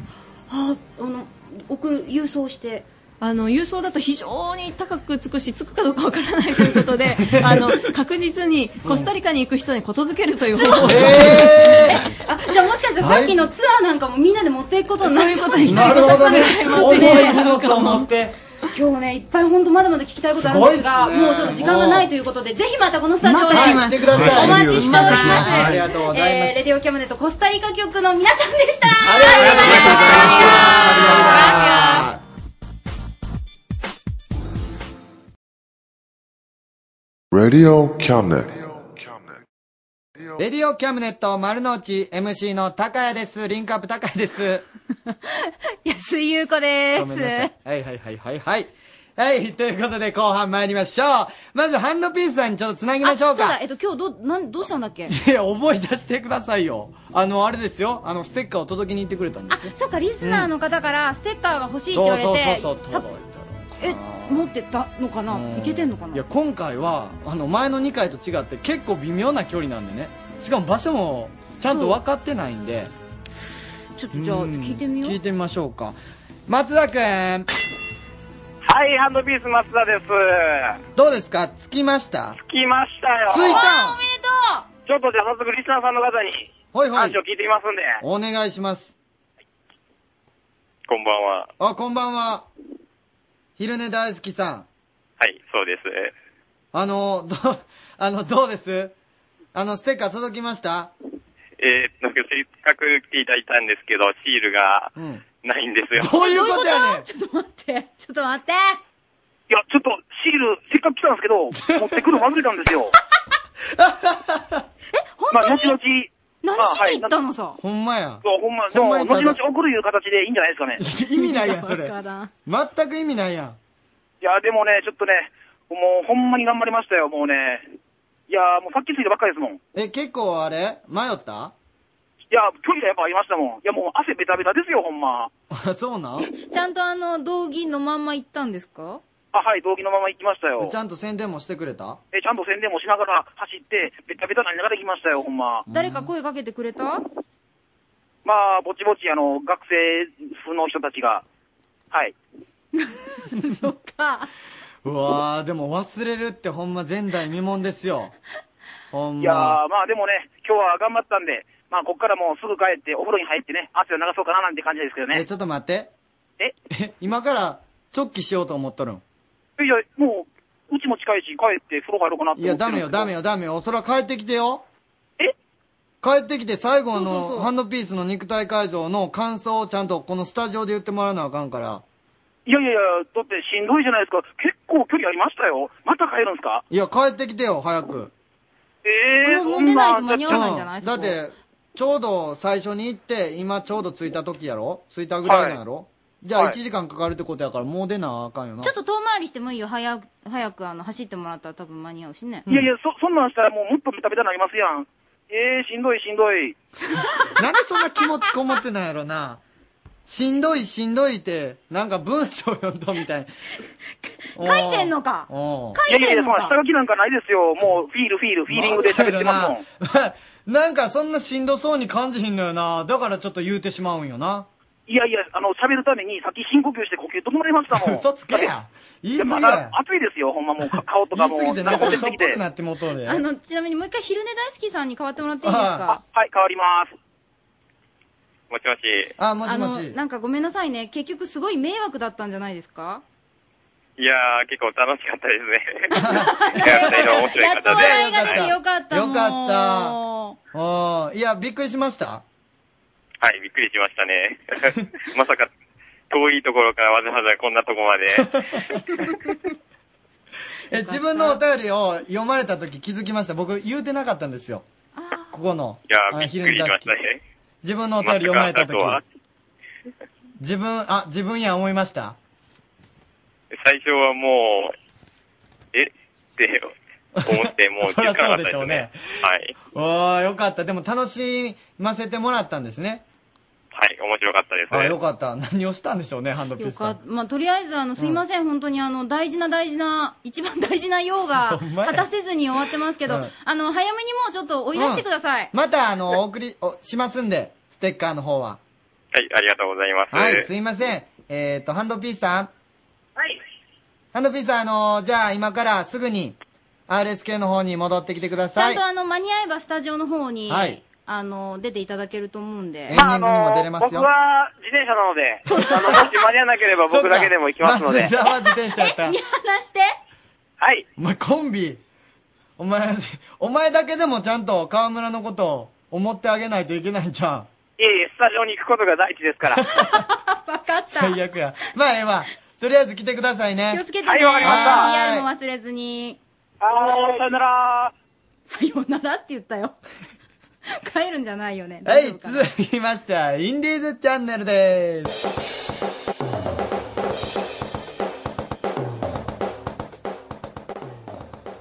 [SPEAKER 3] ああの送る郵送して
[SPEAKER 17] あの郵送だと非常に高くつくしつくかどうかわからないというこ とであの確実にコスタリカに行く人にことづけるという方法を、
[SPEAKER 3] あじゃあもしかしたらさっきのツアーなんかもみんなで持っていくことになる
[SPEAKER 17] そういうことに
[SPEAKER 2] なるほどね
[SPEAKER 3] 思
[SPEAKER 2] 重
[SPEAKER 3] い
[SPEAKER 2] い
[SPEAKER 3] 出
[SPEAKER 2] 荷物を持って
[SPEAKER 3] 今日ねいっぱい本当まだまだ聞きたいことあるんですが
[SPEAKER 2] すごいっすね
[SPEAKER 3] もうちょっと時間がないということでぜひまたこのスタジオで、
[SPEAKER 2] また来ます
[SPEAKER 3] お待ちしております
[SPEAKER 2] はいありがとうございます
[SPEAKER 3] えーレディオキャムネットコスタリカ局の皆さんでした
[SPEAKER 5] レディオキャムネット。
[SPEAKER 2] レディオキャムネット丸の内 MC の高谷です。リンクアップ高谷です。
[SPEAKER 3] 安井優子で
[SPEAKER 2] ごめんなさい。
[SPEAKER 3] す
[SPEAKER 2] はいはいはいはいはい。はい、ということで後半参りましょう。まずハンドピースさんにちょっと繋ぎましょう
[SPEAKER 3] あそうだ
[SPEAKER 2] か。
[SPEAKER 3] えっと、今日どう、なん、どうしたんだっけ
[SPEAKER 2] いや、思い出してくださいよ。あの、あれですよ。あの、ステッカーを届けに行ってくれたんですよ。
[SPEAKER 3] そっか、リスナーの方からステッカーが欲しいって言われて、
[SPEAKER 2] そうそうそうそう届い
[SPEAKER 3] え、持ってたのかないけてんのかない
[SPEAKER 2] や今回はあの前の2回と違って結構微妙な距離なんでねしかも場所もちゃんと分かってないんで
[SPEAKER 3] ちょっとじゃあ聞いてみよう
[SPEAKER 2] 聞いてみましょうか松田君
[SPEAKER 5] はい、ハンドピース松田です。
[SPEAKER 2] どうですかつきました
[SPEAKER 5] 着きましたよ。
[SPEAKER 2] 着いた
[SPEAKER 5] おめでとうちょっとじゃあ早速リスナーさんの方に
[SPEAKER 2] はいはい
[SPEAKER 5] 話を聞いてみますんで。
[SPEAKER 2] お願いします
[SPEAKER 22] こんばんは。
[SPEAKER 2] あこんばんは昼寝大好きさん
[SPEAKER 22] はい、そうです。
[SPEAKER 2] あのどあのどうですあのステッカー届きました
[SPEAKER 22] えー、っと、せっかく来ていただいたんですけど、シールがないんですよ。
[SPEAKER 2] どういうことやねん
[SPEAKER 3] ちょっと待って、ちょっと待って。
[SPEAKER 5] いや、ちょっとシールせっかく来たんです けど、持ってくるの忘れたんですよ。
[SPEAKER 3] 本当に、
[SPEAKER 5] 後々
[SPEAKER 3] 何しに行ったのさ、
[SPEAKER 2] ほんまや
[SPEAKER 5] そう、ほんま、で
[SPEAKER 2] ほん
[SPEAKER 5] も、
[SPEAKER 2] まに
[SPEAKER 5] 後
[SPEAKER 2] ただ
[SPEAKER 5] 々送るいう形でいいんじゃないですかね。
[SPEAKER 2] 意味ないやんそれ
[SPEAKER 5] いや、
[SPEAKER 2] 全く意味ないやん
[SPEAKER 5] でもね、ちょっとね、もう、ほんまに頑張りましたよ、もうね。いや、もうさっきついたばっかりですもん。
[SPEAKER 2] え結構あれ迷った
[SPEAKER 5] いや、距離がやっぱありましたもん。いや、もう汗ベタベタですよ、ほんま。
[SPEAKER 2] あ そうなん
[SPEAKER 3] ちゃんとあの、道着のまんま行ったんですか
[SPEAKER 5] あ、はい、道着のまま行きましたよ。
[SPEAKER 2] ちゃんと宣伝もしてくれた
[SPEAKER 5] え、ちゃんと宣伝もしながら走って、ベタベタなりながら行きましたよ、ほんま。
[SPEAKER 3] 誰か声かけてくれた
[SPEAKER 5] まあ、ぼちぼち、あの、学生風の人たちが、はい。
[SPEAKER 2] うわーでも忘れるってほんま前代未聞で すよほん
[SPEAKER 5] いや
[SPEAKER 2] ま
[SPEAKER 5] ー、まあでもね、今日は頑張ったんで、まあ、こっからもうすぐ帰って、お風呂に入ってね、汗を流そうかななんて感じですけどね。
[SPEAKER 2] えちょっと待って
[SPEAKER 5] え
[SPEAKER 2] え今からチョッキしようと思っとるん
[SPEAKER 5] いや、もう、うちも近いし、帰って風呂入ろうかなって
[SPEAKER 2] い
[SPEAKER 5] 思
[SPEAKER 2] や
[SPEAKER 5] って
[SPEAKER 2] ダ
[SPEAKER 5] るん
[SPEAKER 2] メ
[SPEAKER 5] です
[SPEAKER 2] よ
[SPEAKER 5] けど
[SPEAKER 2] ダメよダメよそら帰ってきてよ
[SPEAKER 5] え
[SPEAKER 2] 帰ってきて最後
[SPEAKER 5] そうそうそ
[SPEAKER 2] の
[SPEAKER 5] う
[SPEAKER 2] ハンドピースの肉体改造の感想をちゃんとこのスタジオで言ってもらわなあかんから
[SPEAKER 5] いやいやいや、だってしんどいじゃないですか。結構距離ありましたよ。また帰るんですか
[SPEAKER 2] いや帰ってきてよ早く
[SPEAKER 5] えー、そんな、
[SPEAKER 2] うんだってちょうど最初に行って今ちょうど着いた時やろ着いたぐらいなんやろ、じゃあ
[SPEAKER 5] は
[SPEAKER 2] 1
[SPEAKER 5] い
[SPEAKER 2] 時間かかるってことやからもう出なあかんよな
[SPEAKER 3] ちょっと遠回りしてもいいよ。早く、早くあの、走ってもらったら多分間に合うしね。
[SPEAKER 5] いやいや、そ、そんなんしたらもうもっとベタベタになりますやん。えー、しんどいしんどい。
[SPEAKER 2] なんでそんな気持ちこもってないやろな。しんどいしんどいって、なんか文章読んどみたいな。
[SPEAKER 3] 書いてんのか
[SPEAKER 2] おう
[SPEAKER 5] いやいやいや、そんな下書きなんかないですよ。もう、フィール、フィール、フィーリングで喋ってますもん。
[SPEAKER 2] な。なんかそんなしんどそうに感じひんのよな。だからちょっと言うてしまうんよな。
[SPEAKER 5] いやいや、あの、喋るために、さっき深呼吸して呼吸整えましたもん。
[SPEAKER 2] 嘘つけや。言い
[SPEAKER 5] いや、
[SPEAKER 2] 過ぎ
[SPEAKER 5] ま
[SPEAKER 2] や
[SPEAKER 5] だ。暑いですよ、ほんまもう、か顔と
[SPEAKER 2] 言
[SPEAKER 5] か
[SPEAKER 2] い
[SPEAKER 5] も。
[SPEAKER 2] 過ぎてなん
[SPEAKER 5] ちょ
[SPEAKER 2] か
[SPEAKER 5] っと
[SPEAKER 2] 嘘っぽくなってもうとるで。
[SPEAKER 3] あの、ちなみにもう一回昼寝大好きさんに変わってもらっていいですか
[SPEAKER 5] はい、変わります。
[SPEAKER 22] もしもし。
[SPEAKER 2] あ、
[SPEAKER 3] あの、なんかごめんなさいね。結局すごい迷惑だったんじゃないですか
[SPEAKER 22] いやー、結構楽しかったですね。いや、二人の面白い
[SPEAKER 3] やっと
[SPEAKER 22] 方で。
[SPEAKER 3] 笑いが出てよかったも
[SPEAKER 2] よ
[SPEAKER 3] ん。
[SPEAKER 2] かった。おういや、びっくりしました。
[SPEAKER 22] はい、びっくりしましたね。まさか、遠いところからわざわざこんなとこまで。
[SPEAKER 2] え、自分のお便りを読まれた時気づきました。僕言うてなかったんですよ。ここの。
[SPEAKER 22] いや
[SPEAKER 2] あ
[SPEAKER 22] ー、びっくりしましたね。
[SPEAKER 2] 自分のお便り読まれた時
[SPEAKER 22] まさかあとは
[SPEAKER 2] 自分あ自分や思いました
[SPEAKER 22] 最初はもう、えって思って、もう気づかなかったですね。はい。
[SPEAKER 2] おーよかったでも楽しませてもらったんですね
[SPEAKER 22] はい、面白かったです。
[SPEAKER 2] あよかった何をしたんでしょうねハンドピー
[SPEAKER 3] よ
[SPEAKER 2] スさ
[SPEAKER 3] か
[SPEAKER 2] ん
[SPEAKER 3] った。まあ、とりあえず、あの、すいません、本当に、あの、大事な大事な、一番大事な用が
[SPEAKER 2] ほんまや
[SPEAKER 3] 果たせずに終わってますけど、
[SPEAKER 2] うん
[SPEAKER 3] あの、早めにもうちょっと追い出してください。
[SPEAKER 2] またあのお送りおしますんでステッカーの方は
[SPEAKER 22] はい、ありがとうございます。
[SPEAKER 2] はいすいませんえっ、とハンドピースさん
[SPEAKER 5] はい
[SPEAKER 2] ハンドピースさんあのじゃあ今からすぐに RSK の方に戻ってきてくだ
[SPEAKER 3] ちゃ
[SPEAKER 2] さ
[SPEAKER 3] ん
[SPEAKER 2] い
[SPEAKER 3] と、あの、間に合えばスタジオの方に、
[SPEAKER 2] はい
[SPEAKER 3] あの、出ていただけると思うんで。
[SPEAKER 2] エンディングにも出れます
[SPEAKER 5] 僕
[SPEAKER 2] よ、
[SPEAKER 5] は自転車なので、あの、もし間に合わなければ僕だけでも行きますので。
[SPEAKER 2] 松田は自転車やった
[SPEAKER 3] 話して
[SPEAKER 5] はい。
[SPEAKER 2] お前コンビお前、お前だけでもちゃんと河村のことを思ってあげないといけないんじゃん。
[SPEAKER 5] いえいえ、スタジオに行くことが第一ですから。
[SPEAKER 3] わかった。
[SPEAKER 2] 最悪や。まあええわ。とりあえず来てくださいね。
[SPEAKER 3] 気をつけてね。
[SPEAKER 5] はいわかりました
[SPEAKER 2] はい
[SPEAKER 3] PR も忘れずに。
[SPEAKER 5] あー、さよなら
[SPEAKER 3] さよならって言ったよ。 帰るんじゃないよね。
[SPEAKER 2] はい、続きましては、インディーズチャンネルでーす。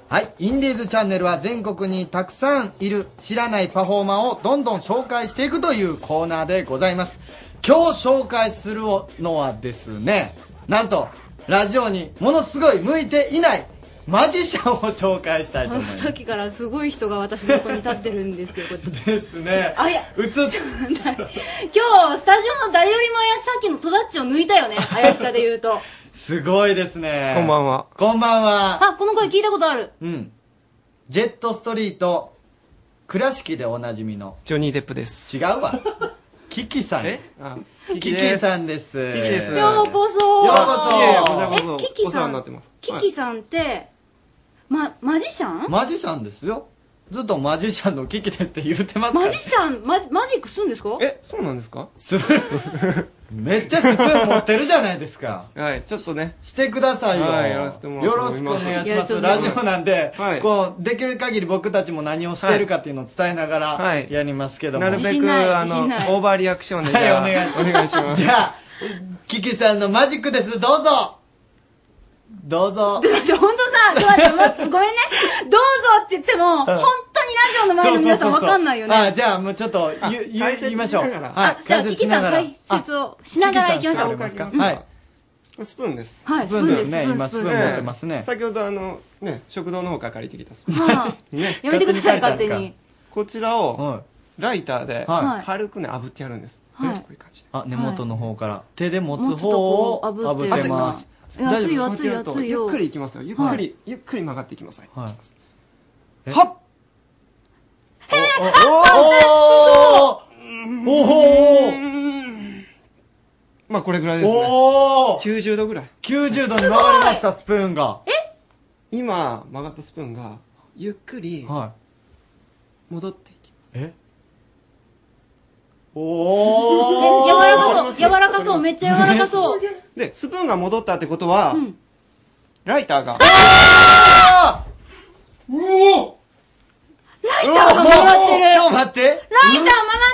[SPEAKER 2] はい、インディーズチャンネルは全国にたくさんいる知らないパフォーマーをどんどん紹介していくというコーナーでございます。今日紹介するのはですね、なんと、ラジオにものすごい向いていないマジシャンを紹介したいと思います。
[SPEAKER 3] さっきからすごい人が私の横に立ってるんですけど、こうやって
[SPEAKER 2] ですね。
[SPEAKER 3] あいや
[SPEAKER 2] 映っ
[SPEAKER 3] 今日スタジオの誰よりも怪しさっきの戸田っちを抜いたよね怪しさで言 うと
[SPEAKER 2] すごいですね。
[SPEAKER 1] こんばん
[SPEAKER 2] は。こんばんは。
[SPEAKER 3] あこの声聞いたことある
[SPEAKER 2] うん。ジェットストリート、倉敷でおなじみの。
[SPEAKER 1] ジョニー・デップです。
[SPEAKER 2] 違うわ。 キキさん。えキキ
[SPEAKER 1] です
[SPEAKER 2] さんです。キキで
[SPEAKER 3] ようこそ
[SPEAKER 2] よう
[SPEAKER 1] いやいやこちらこそ
[SPEAKER 3] えキキ
[SPEAKER 1] お世
[SPEAKER 3] さ
[SPEAKER 1] 話になって
[SPEAKER 3] ん
[SPEAKER 1] ます
[SPEAKER 3] キキさんってまマジシャン
[SPEAKER 2] マジシャンですよ。ずっとマジシャンのキキですって言ってますから。
[SPEAKER 3] マジシャンマジマジックするんですかえ
[SPEAKER 1] そうなんですか
[SPEAKER 2] すめっちゃスプーン持ってるじゃないですか。
[SPEAKER 1] はい、ちょっとね。
[SPEAKER 2] してくださいよ。
[SPEAKER 1] はいやらせてもらおう
[SPEAKER 2] よ
[SPEAKER 1] と
[SPEAKER 2] ろ
[SPEAKER 1] 思
[SPEAKER 2] し
[SPEAKER 1] い
[SPEAKER 2] くお
[SPEAKER 1] ます
[SPEAKER 2] 願いし
[SPEAKER 1] いや
[SPEAKER 2] ま
[SPEAKER 1] ちょ
[SPEAKER 2] す。
[SPEAKER 1] っと
[SPEAKER 2] ラジオなんで、
[SPEAKER 1] はい
[SPEAKER 2] こう、できる限り僕たちも何をしてるかっていうのを伝えながらやりますけども。
[SPEAKER 1] なるべく、あの、オーバーリアクションで、じゃあ、
[SPEAKER 2] はいお願い
[SPEAKER 1] お願いします。
[SPEAKER 2] じゃあ、キキさんのマジックです。どうぞ。どうぞ。
[SPEAKER 3] 本 当さちょっと待ってごめんねどうぞって言っても、
[SPEAKER 2] ん
[SPEAKER 3] 本当にラジオの前の皆さんわかんないよね
[SPEAKER 2] あ、じゃあもうちょっと言う、言う言いましょう。はい、
[SPEAKER 3] じゃあ
[SPEAKER 2] 解
[SPEAKER 3] キ
[SPEAKER 2] 説し
[SPEAKER 3] キ
[SPEAKER 2] な
[SPEAKER 3] さ
[SPEAKER 2] が
[SPEAKER 3] ん
[SPEAKER 2] ら。
[SPEAKER 3] 解説をしながら行きましょう
[SPEAKER 2] はい。
[SPEAKER 1] スプーンです。
[SPEAKER 3] はいスプーンですスプーンですね今スプーンスプーン持ってます
[SPEAKER 2] ね
[SPEAKER 1] 先ほどあの、ね、食堂の方から借りてきたスプ
[SPEAKER 3] ー
[SPEAKER 1] ン。 ね
[SPEAKER 3] やめてください勝手に。
[SPEAKER 1] こちらを、ライターで
[SPEAKER 2] はい、
[SPEAKER 1] 軽くね、炙ってやるんです。
[SPEAKER 3] はい
[SPEAKER 2] あ、根元の方から。手で持
[SPEAKER 3] 持
[SPEAKER 2] つ
[SPEAKER 3] つ
[SPEAKER 2] 方
[SPEAKER 3] とこ
[SPEAKER 2] を
[SPEAKER 3] を炙って
[SPEAKER 2] 炙ってます。
[SPEAKER 3] いや熱いよ
[SPEAKER 1] 大丈夫
[SPEAKER 3] 熱い
[SPEAKER 1] こう
[SPEAKER 3] よ
[SPEAKER 1] やってやると
[SPEAKER 3] 熱いよ
[SPEAKER 1] ゆっくりいきますよ。ゆっくり、
[SPEAKER 3] はい
[SPEAKER 1] ゆっくり曲がっていきます。はい。
[SPEAKER 2] は
[SPEAKER 1] っはっお
[SPEAKER 2] おおお
[SPEAKER 1] まあこれぐらいですね。
[SPEAKER 2] お
[SPEAKER 1] 90度ぐらい。
[SPEAKER 2] 90度に曲がりました、スプーンが。
[SPEAKER 1] 今曲がったスプーンが、ゆっくり、戻っていきます。
[SPEAKER 2] えお
[SPEAKER 3] え柔らかそう柔らかそうめっちゃ柔らかそう
[SPEAKER 1] う。で、スプーンが戻ったってことは、ライターが、
[SPEAKER 2] うお
[SPEAKER 3] ライターが曲がってる
[SPEAKER 2] ちょっと待って。ライ
[SPEAKER 3] ター曲がって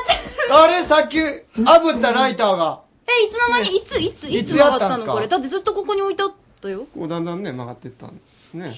[SPEAKER 3] る
[SPEAKER 2] あれ、さっき、炙ったライターが。
[SPEAKER 3] えいつの間にいついつい
[SPEAKER 1] い
[SPEAKER 3] つ
[SPEAKER 1] つ
[SPEAKER 3] 曲が
[SPEAKER 1] や
[SPEAKER 3] っ
[SPEAKER 1] ったた
[SPEAKER 3] の
[SPEAKER 1] んすか
[SPEAKER 3] これだってずっとここに置いてあったよ
[SPEAKER 1] こうだんだんね、曲がっていったんですね。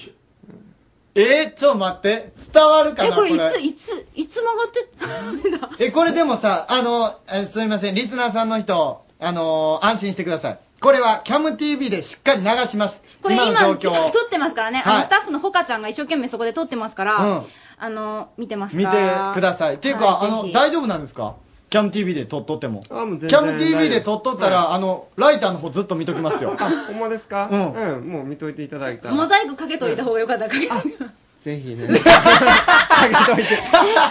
[SPEAKER 2] えー、ちょっと待って。伝わるか
[SPEAKER 3] え
[SPEAKER 2] な
[SPEAKER 3] こ
[SPEAKER 2] こ
[SPEAKER 3] れい
[SPEAKER 2] れ。
[SPEAKER 3] ついついつ曲がって
[SPEAKER 2] え、これでもさ、あの、えすみません、リスナーさんの人、あの安心してください。これは、キャム TV でしっかり流します。
[SPEAKER 3] これ今
[SPEAKER 2] の状況を。
[SPEAKER 3] 撮ってますからねあ
[SPEAKER 2] は
[SPEAKER 3] の
[SPEAKER 2] い
[SPEAKER 3] スタッフのほかちゃんが一生懸命そこで撮ってますから
[SPEAKER 2] うん
[SPEAKER 3] あの見てますか
[SPEAKER 2] 見てください。っていうか、
[SPEAKER 3] は
[SPEAKER 2] あの、
[SPEAKER 3] ぜひ
[SPEAKER 2] 大丈夫なんですかキャム TV で撮っとっても。キ
[SPEAKER 1] もう全然
[SPEAKER 2] ャム TV で撮っとったら、
[SPEAKER 1] は
[SPEAKER 2] あの、ライターの方ずっと見ときますよ。
[SPEAKER 1] ほんまですかうん。もう見といていただいたら。
[SPEAKER 3] モザイクかけといた方がよかったか けといた
[SPEAKER 1] ぜひ ね。かけといて。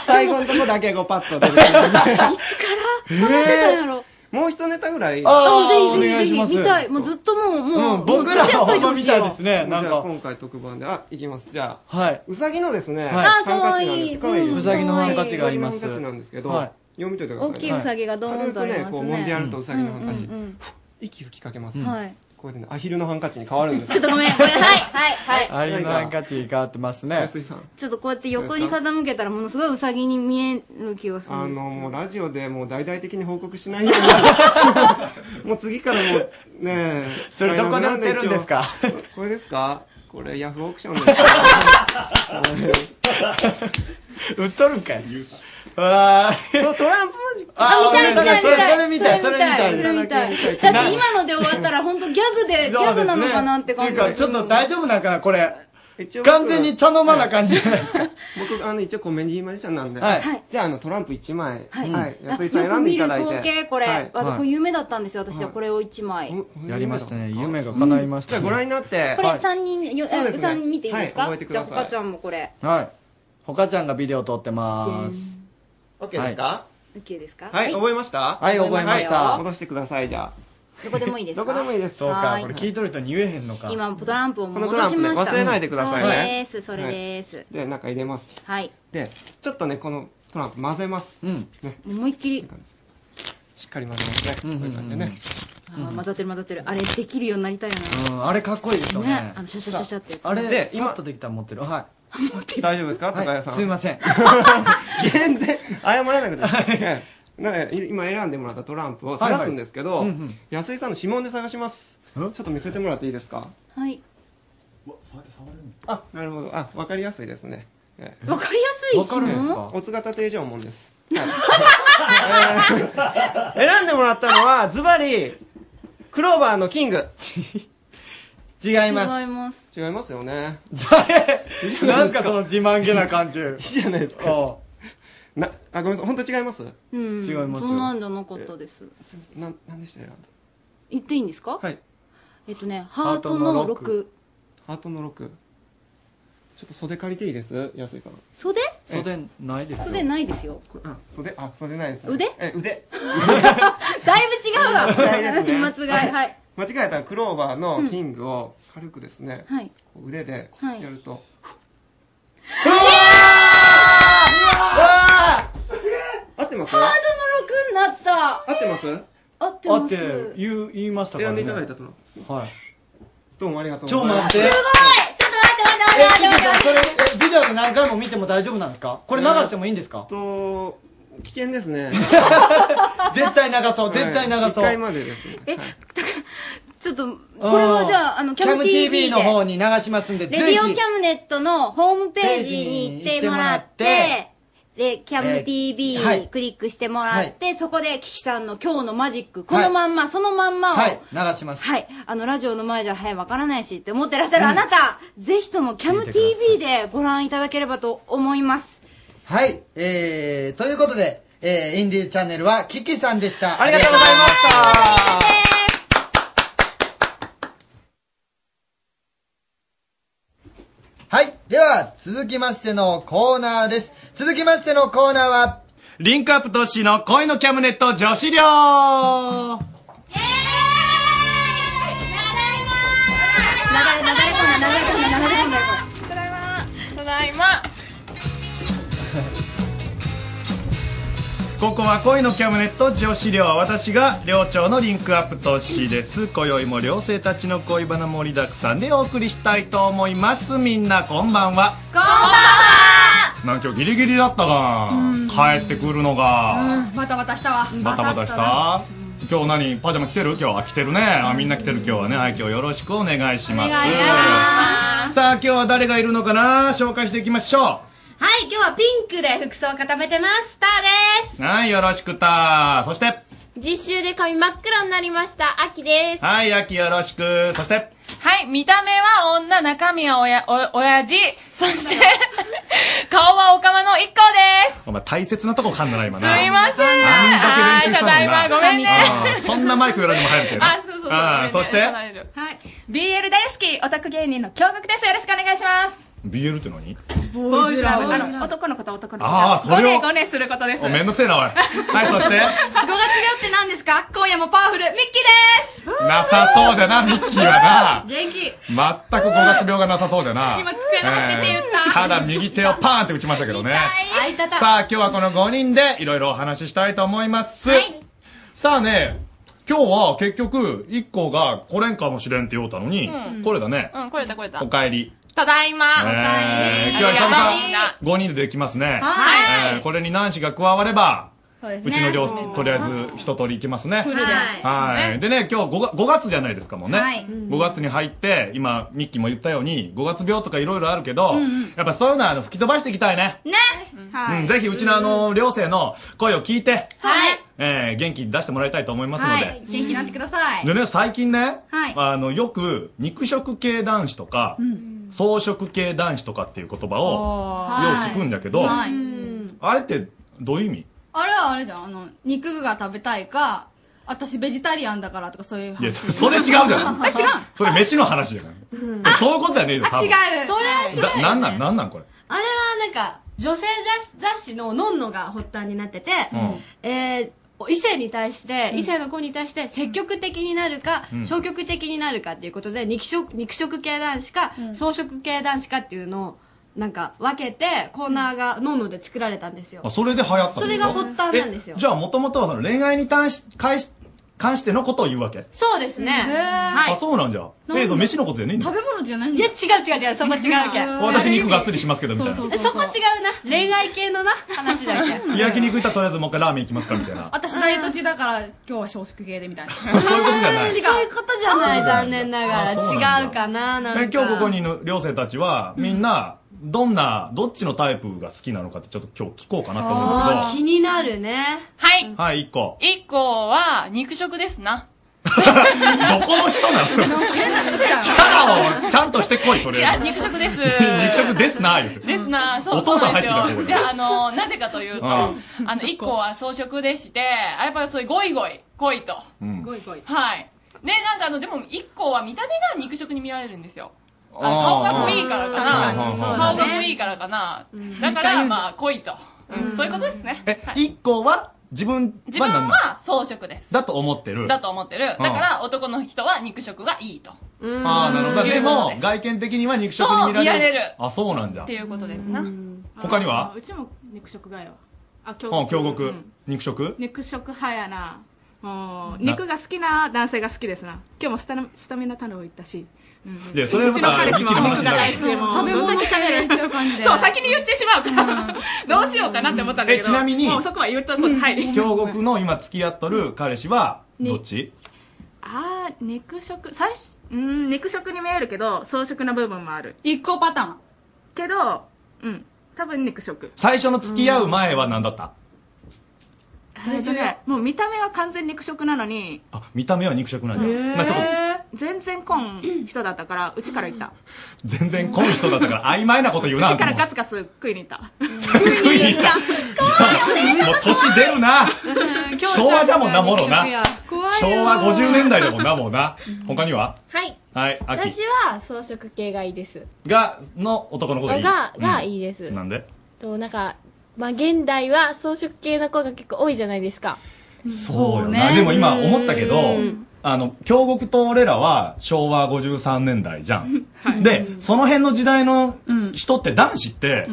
[SPEAKER 1] 最後のとこだけこうパッと出てくる
[SPEAKER 3] え曲がってたんやろ
[SPEAKER 1] もう一ネタぐらい。
[SPEAKER 3] あぜひぜひぜひ見たいもうずっともうもうもうずっとやっといてほしいわ
[SPEAKER 2] ね。
[SPEAKER 1] なんか今回特番で、あ、いきます。じゃあ、
[SPEAKER 2] はい。
[SPEAKER 1] うさぎのですね、
[SPEAKER 3] はいあ
[SPEAKER 1] ハンカチなんです。
[SPEAKER 3] かわい
[SPEAKER 1] 可
[SPEAKER 3] い
[SPEAKER 1] 愛
[SPEAKER 3] うさぎのハンカチがあります
[SPEAKER 1] うさぎのハンカチなんですけど、
[SPEAKER 2] はい
[SPEAKER 1] 読みといてください
[SPEAKER 3] 大
[SPEAKER 1] ね。
[SPEAKER 3] きいうさぎがドーンとあります
[SPEAKER 1] 軽く
[SPEAKER 3] ね
[SPEAKER 1] ね、こう揉んでやるとうさぎのハンカチ
[SPEAKER 3] うんうんうん。
[SPEAKER 1] 息吹きかけます。
[SPEAKER 3] はい
[SPEAKER 1] これでね、アヒルのハンカチに変わるんです
[SPEAKER 3] ちょっとごめんごめんはいはいはい
[SPEAKER 2] あれのハンカチ変わってますね。
[SPEAKER 3] ちょっとこうやって横に傾けたらものすごいうさぎに見える気がする
[SPEAKER 1] あ
[SPEAKER 3] んです
[SPEAKER 1] の、もうラジオでもう大々的に報告しないよ うに。もう次からもう、ねえ。
[SPEAKER 2] それどこで売ってるんですか
[SPEAKER 1] これですかこれヤフオークションですか
[SPEAKER 2] 売っとるんかいわあ
[SPEAKER 1] トランプマジック
[SPEAKER 2] あ
[SPEAKER 3] 見た
[SPEAKER 2] 見た
[SPEAKER 3] い見たい
[SPEAKER 2] いそれ見たい
[SPEAKER 3] それ見たい
[SPEAKER 2] そ
[SPEAKER 3] そ
[SPEAKER 2] れ
[SPEAKER 3] れ
[SPEAKER 2] 見
[SPEAKER 3] 見
[SPEAKER 2] た
[SPEAKER 3] た
[SPEAKER 2] い
[SPEAKER 3] いだって今ので終わったら本当ギャグ でギャグなのかなって感じ
[SPEAKER 2] そうですねていうか、ちょっと大丈夫なんかな、これ。完全に茶の間な感じじゃないです
[SPEAKER 1] か。僕、あの、一応コメディーマジシャンなんで。
[SPEAKER 2] はい
[SPEAKER 1] じゃあ、あの、トランプ1枚。
[SPEAKER 3] はい、
[SPEAKER 1] はい。
[SPEAKER 3] あ
[SPEAKER 1] 安井さん
[SPEAKER 3] よ
[SPEAKER 1] 選
[SPEAKER 3] く
[SPEAKER 1] んでい
[SPEAKER 3] 見
[SPEAKER 1] ただい
[SPEAKER 3] る
[SPEAKER 1] て。
[SPEAKER 3] 光景これ、
[SPEAKER 1] はい
[SPEAKER 3] あ
[SPEAKER 1] はい
[SPEAKER 3] これ夢だったんですよ私はこれを一枚、
[SPEAKER 2] やりましたね。夢が叶いましたね。
[SPEAKER 1] ご覧になって
[SPEAKER 3] これ三人よ、
[SPEAKER 1] そう
[SPEAKER 3] え
[SPEAKER 1] ですね
[SPEAKER 3] 三人見ていいです
[SPEAKER 1] は
[SPEAKER 3] か、
[SPEAKER 1] い覚えてく
[SPEAKER 3] じゃ
[SPEAKER 1] だ
[SPEAKER 3] あ
[SPEAKER 1] さい
[SPEAKER 3] ほかちゃんもこれ
[SPEAKER 2] はい。ほかちゃんがビデオ撮ってます。
[SPEAKER 1] OK ですか
[SPEAKER 3] OK ですか
[SPEAKER 1] はい、覚えました
[SPEAKER 2] はい覚えました
[SPEAKER 1] はい戻してください、じゃあ。
[SPEAKER 3] どこでもいいですかどこでもいいです
[SPEAKER 2] そうか
[SPEAKER 3] は、い
[SPEAKER 2] これ聞いとる人に言えへんのか。
[SPEAKER 3] 今トランプを
[SPEAKER 1] この
[SPEAKER 3] 戻
[SPEAKER 1] トラン
[SPEAKER 3] し
[SPEAKER 1] プね、
[SPEAKER 3] ました
[SPEAKER 1] 忘れないでくださいね。
[SPEAKER 3] そうですそれです、はい、
[SPEAKER 1] で、中入れます。で、ちょっとね、このトランプ混ぜます。ね、
[SPEAKER 3] 思いっきり
[SPEAKER 1] しっかり混ぜますね。こういう感じでね。
[SPEAKER 3] あー混ざってる混ざってるあれできるようになりたいよな
[SPEAKER 2] うん、あれかっこいいですよね
[SPEAKER 3] ね。あのシャシャシャシャってやつ
[SPEAKER 2] あれ、
[SPEAKER 1] で
[SPEAKER 2] で、今とできたら持ってる。はい。
[SPEAKER 1] 大丈夫ですか高谷さん。
[SPEAKER 2] すいません。
[SPEAKER 1] 全然謝らなくていいええなんでい今選んでもらったトランプを探すんですけど、
[SPEAKER 2] はいはいうんうん
[SPEAKER 1] 安井さんの指紋で探しますちょっと見せてもらっていいですか
[SPEAKER 3] はい。
[SPEAKER 1] あなるほどあわかりやすいですねわ、ええ
[SPEAKER 3] わかりやすいし
[SPEAKER 1] わかるんです
[SPEAKER 3] も
[SPEAKER 1] かおつがた定常門 です、はいえー選んでもらったのはズバリクローバーのキング違い
[SPEAKER 3] 違います。
[SPEAKER 1] 違いますよね誰
[SPEAKER 2] なんすかその自慢げな感じ。い
[SPEAKER 1] いじゃないですかなあごめんなさい本当違います
[SPEAKER 3] うん。そんなんじゃなかったです。
[SPEAKER 1] なんなんでしたよ
[SPEAKER 3] 言っていいんですか
[SPEAKER 1] はい。
[SPEAKER 3] えっとね、ハートの6。
[SPEAKER 1] ハートの6ちょっと袖借りていいです安井さん
[SPEAKER 3] 袖
[SPEAKER 1] 袖ないで
[SPEAKER 3] 袖ないですよ。
[SPEAKER 1] あ袖あ袖ないです
[SPEAKER 3] 腕
[SPEAKER 1] え腕
[SPEAKER 3] だいぶ違うわ。
[SPEAKER 1] 間違いですね
[SPEAKER 3] 間違い。はい。
[SPEAKER 1] 間違えたらクローバーのキングを軽くですね、
[SPEAKER 3] はい。
[SPEAKER 1] こう腕でやると、合ってます
[SPEAKER 3] ハードの6になった。
[SPEAKER 1] 合ってます
[SPEAKER 3] 合って
[SPEAKER 2] あ
[SPEAKER 3] ま
[SPEAKER 2] っ
[SPEAKER 3] す。
[SPEAKER 2] て言う言いましたからね。
[SPEAKER 1] 選んでいただいたとの。
[SPEAKER 2] はい。
[SPEAKER 1] どうもありがとう
[SPEAKER 2] ちょ待って。
[SPEAKER 3] す
[SPEAKER 2] え、キキさん、それ、え、ビデオ何回も見ても大丈夫なんですかこれ流してもいいんですか
[SPEAKER 1] と、危険ですね。
[SPEAKER 2] 絶対流そう、絶対流そう。
[SPEAKER 1] 一回までですね。
[SPEAKER 3] ちょっと、これはじゃあ、あの、キャム TV で。
[SPEAKER 2] の方に流しますんで、
[SPEAKER 3] レ
[SPEAKER 2] ぜ
[SPEAKER 3] ディオキ
[SPEAKER 2] ひ。
[SPEAKER 3] ャムネットのホームページに行ってもらって、で、キャ
[SPEAKER 2] え
[SPEAKER 3] ム
[SPEAKER 2] ー
[SPEAKER 3] TV
[SPEAKER 2] はい
[SPEAKER 3] クリックしてもらって、そこで、キキさんの今日のマジック、こ
[SPEAKER 2] は
[SPEAKER 3] の
[SPEAKER 2] い
[SPEAKER 3] まんま、そのまんまを、
[SPEAKER 2] はい、流します。
[SPEAKER 3] はい。あの、ラジオの前じゃ、はい、わからないしって思ってらっしゃるあなた、ぜひともキャム TV でご覧いただければと思います。
[SPEAKER 10] はい、えー、ということで、えー、インディーズチャンネルはキキさんでした。
[SPEAKER 1] ありがとうございました。
[SPEAKER 10] はい、では、続きましてのコーナーです。続きましてのコーナーは、
[SPEAKER 23] リンクアップ都市の恋のキャムネット女子寮は
[SPEAKER 24] 流れ流れ込んだ流れ込んだ流れ込んだただいまただいま
[SPEAKER 23] ここは恋のキャムネット女子寮私が寮長のリンクアップ都市です今宵も寮生たちの恋バナ盛りだくさんでお送りしたいと思いますみんなこんばんは
[SPEAKER 24] こんばんは
[SPEAKER 23] なんか今日ギリギリだったが
[SPEAKER 24] うん
[SPEAKER 23] 帰ってくるのが
[SPEAKER 24] うんバタバタしたわ
[SPEAKER 23] バタバタした今日何パジャマ着てる今日は着てるねあみんな着てる今日はねはい今日よろしくお願いしますさあ今日は誰がいるのかな紹介していきましょ
[SPEAKER 14] はい、今日はピンクで服装を固めてます。スターです。
[SPEAKER 23] うはいよろしくたそして
[SPEAKER 14] 実習で髪真っ黒になりました。秋です。
[SPEAKER 23] はい秋よろしくそして
[SPEAKER 19] はい、見た目は女、中身はおや、お、親父。そして、顔はおかまの一個です。
[SPEAKER 23] お前大切なとこ噛んだな今
[SPEAKER 19] す
[SPEAKER 23] ない
[SPEAKER 19] ません。
[SPEAKER 23] あんだけ練習したのにな
[SPEAKER 19] はいただいまごめんね
[SPEAKER 23] あーそんなマイク裏にも入るけど
[SPEAKER 19] あそうそうそう
[SPEAKER 23] あーそして
[SPEAKER 19] はい。
[SPEAKER 14] BL 大好き、オタク芸人の京極です。よろしくお願いします。
[SPEAKER 23] BL って何
[SPEAKER 19] ボーイズラブ
[SPEAKER 14] あの、男の子と男の子。
[SPEAKER 23] あーそれを
[SPEAKER 19] ごねごねすることです。
[SPEAKER 23] おめんどくせえなおいはいそして
[SPEAKER 19] 5月病って何ですか今夜もパワフル、ミッキーです
[SPEAKER 23] なさそうじゃなミッキーはな
[SPEAKER 19] 元気
[SPEAKER 23] 全く五月病がなさそうじゃな
[SPEAKER 19] 今机の捨てて言った
[SPEAKER 23] えーただ右手をパーンって打ちましたけどね
[SPEAKER 19] あいたた
[SPEAKER 23] さあ今日はこの5人でいろいろお話ししたいと思います、さあね今日は結局1個が来れんかもしれんって言おうたのに、
[SPEAKER 19] うん
[SPEAKER 23] これだね、
[SPEAKER 19] うん、これだこれだ
[SPEAKER 23] お。かえり
[SPEAKER 19] ただいま。
[SPEAKER 23] えー今日は久々5人でできますね、
[SPEAKER 19] はい
[SPEAKER 23] えーこれに男子が加われば
[SPEAKER 19] そうで
[SPEAKER 23] うちの寮、とりあえず一通り行きますね。
[SPEAKER 19] フルで
[SPEAKER 23] はい。でね、今日 5, 月5月じゃないですかもうね。
[SPEAKER 19] はい
[SPEAKER 23] 5月に入って、今、ミッキーも言ったように、5月病とかいろいろあるけど、
[SPEAKER 19] うんうん
[SPEAKER 23] やっぱそういうのはあの吹き飛ばしていきたいね。
[SPEAKER 19] ね
[SPEAKER 23] うん、ぜひうちのあの、寮生の声を聞いて、
[SPEAKER 19] はい。
[SPEAKER 23] えー、元気出してもらいたいと思いますので。
[SPEAKER 19] はい。元気になってください。
[SPEAKER 23] でね、最近ね、
[SPEAKER 19] はい
[SPEAKER 23] あの、よく、肉食系男子とか、草食系男子とかっていう言葉を、よ
[SPEAKER 19] はい
[SPEAKER 23] く聞くんだけど、
[SPEAKER 19] はい
[SPEAKER 23] あれってどういう意味
[SPEAKER 19] あれはあれじゃん。あの、肉が食べたいか、私ベジタリアンだからとかそうい
[SPEAKER 23] い
[SPEAKER 19] う
[SPEAKER 23] や、
[SPEAKER 19] 話。
[SPEAKER 23] そそれ違うじゃん。
[SPEAKER 19] え、違う
[SPEAKER 23] それ飯の話じゃない。
[SPEAKER 19] ん
[SPEAKER 23] そういうことじゃねえよ、
[SPEAKER 19] あ、
[SPEAKER 23] 多
[SPEAKER 19] 違
[SPEAKER 23] 分
[SPEAKER 19] う。
[SPEAKER 14] それは違うよ
[SPEAKER 23] だ、
[SPEAKER 14] ね
[SPEAKER 23] なんなん、なんなんこれ。
[SPEAKER 14] あれはなんか、女性雑誌のノンノが発端になってて、えー異性に対して、異性の子に対して積極的になるか、
[SPEAKER 23] うん
[SPEAKER 14] 消極的になるかっていうことで肉食肉食系男子か、草食系男子かっていうのをなんか分けてコーナーがノンノで作られたんですよ
[SPEAKER 23] あ、それで流行ったんだ
[SPEAKER 14] それが発端なんですよ
[SPEAKER 23] えじゃあ、もともとはその恋愛に対し、返し、関してのことを言うわけ。
[SPEAKER 14] そうですね。は
[SPEAKER 23] あ、そうなんじゃ。ええ、そう、飯のことじゃねえんだ。
[SPEAKER 14] べ物じゃないいや、違う違う違う、そこ違うけ。
[SPEAKER 23] 私肉がっつりしますけど、みたい
[SPEAKER 14] そ
[SPEAKER 23] な。
[SPEAKER 14] こ違うな。恋愛系のな、話だ け。
[SPEAKER 23] 焼肉行ったらとりあえずもう一回ラーメン行きますか、みたいな。
[SPEAKER 25] 私ダイエット中だから今日は小食系でみたいな
[SPEAKER 23] そういうことじゃない
[SPEAKER 25] 違う
[SPEAKER 14] そういうことじゃない、残念ながら。
[SPEAKER 23] あそうな
[SPEAKER 14] 違うかな、なんか。
[SPEAKER 23] え今日ここにいる寮生たちは、みんな、どんな、どっちのタイプが好きなのかってちょっと今日聞こうかなと思うん
[SPEAKER 14] あ
[SPEAKER 23] だ
[SPEAKER 14] ー
[SPEAKER 23] け
[SPEAKER 14] 気になるね。
[SPEAKER 24] はい。
[SPEAKER 23] ど。はい、一個。
[SPEAKER 24] 一個は、肉食ですな。
[SPEAKER 23] どこの人なの
[SPEAKER 24] 変な人来た
[SPEAKER 23] キャラをちゃんとしてこい、と
[SPEAKER 24] い
[SPEAKER 23] りあ
[SPEAKER 24] や、
[SPEAKER 23] えず。
[SPEAKER 24] 肉食です。
[SPEAKER 23] 肉食ですな、言うて。
[SPEAKER 24] ですな、そう
[SPEAKER 23] お父さん
[SPEAKER 24] そ
[SPEAKER 23] 入
[SPEAKER 24] うな
[SPEAKER 23] ってきたここ
[SPEAKER 24] ん
[SPEAKER 23] に
[SPEAKER 24] で、あの、なぜかというと、
[SPEAKER 23] うん
[SPEAKER 24] あの、一個は装飾でして、あやっぱりそういうゴイゴイ、恋と。
[SPEAKER 23] うん
[SPEAKER 24] ゴイゴイ。はい。で、なんかあの、でも一個は見た目が肉食に見られるんですよ。あ
[SPEAKER 23] あ
[SPEAKER 24] の
[SPEAKER 23] ー
[SPEAKER 24] 顔がかっこいいからか
[SPEAKER 23] うん
[SPEAKER 24] な。
[SPEAKER 23] 確かに
[SPEAKER 24] 顔がかっこいいからかな。だから、まあ、恋と。うん、そういうことですね。
[SPEAKER 23] え、一個は、自分
[SPEAKER 24] 自
[SPEAKER 23] は
[SPEAKER 24] 分
[SPEAKER 23] 何なの
[SPEAKER 24] は装飾です。
[SPEAKER 23] だと思ってる。
[SPEAKER 24] だと思ってる。だ
[SPEAKER 23] うん
[SPEAKER 24] から、男の人は肉食がいいと。
[SPEAKER 23] ああ、なるほど。でも、外見的には肉食に見られる。
[SPEAKER 24] そう見られる
[SPEAKER 23] あ、そうなんじゃ
[SPEAKER 24] って。いうことですな。
[SPEAKER 23] 他には
[SPEAKER 6] あうちも肉食がよあ京
[SPEAKER 23] うん、京極
[SPEAKER 6] うん。
[SPEAKER 23] 肉食
[SPEAKER 6] 肉食派やなもう
[SPEAKER 23] な
[SPEAKER 6] 肉が好きな男性が好きですな今日もスタミスタミナ太郎行ったし、うん
[SPEAKER 23] いやそれはまた
[SPEAKER 6] うちの彼氏も
[SPEAKER 23] 一気に話
[SPEAKER 6] 肉
[SPEAKER 23] になる
[SPEAKER 6] が大好きでもう
[SPEAKER 25] 食べ物系で言っちゃう感じで
[SPEAKER 6] そう先に言ってしまうから、どうしようかなって思ったんだけど、
[SPEAKER 23] えちなみに
[SPEAKER 6] もうそこは言っとこう、はい
[SPEAKER 23] 京極の今付き合っとる彼氏は、どっち
[SPEAKER 6] あー肉食最初うん肉食に見えるけど装飾の部分もある一個パターンけどうん多分肉食
[SPEAKER 23] 最初の付き合う前は何だった
[SPEAKER 6] それねもう見た目は完全肉食なのに
[SPEAKER 23] あ、見た目は肉食なんじゃ。まあちょっと、
[SPEAKER 6] と全然こん人だったからうちから行った
[SPEAKER 23] 全然この人だったから曖昧なこと言う
[SPEAKER 6] う
[SPEAKER 23] な
[SPEAKER 6] ち
[SPEAKER 23] と
[SPEAKER 6] か
[SPEAKER 23] 思
[SPEAKER 6] ら
[SPEAKER 23] って。
[SPEAKER 6] ガツガツ食いに行った
[SPEAKER 23] もう年出るな昭和じゃもんなもろな昭和50年代だもんな、もうな。他には
[SPEAKER 11] はい。
[SPEAKER 23] はい、秋
[SPEAKER 11] 私。は装飾系がいいです。
[SPEAKER 23] が、の男の子がいい。
[SPEAKER 11] が、が
[SPEAKER 23] うん
[SPEAKER 11] いいです。
[SPEAKER 23] なんで
[SPEAKER 11] と、なんか、まあ、現代は装飾系の子が結構多いじゃないですか。
[SPEAKER 23] そうよな。でも今思ったけど
[SPEAKER 11] うん、
[SPEAKER 23] あの、京極と俺らは昭和53年代じゃん。で、その辺の時代の人って男子って、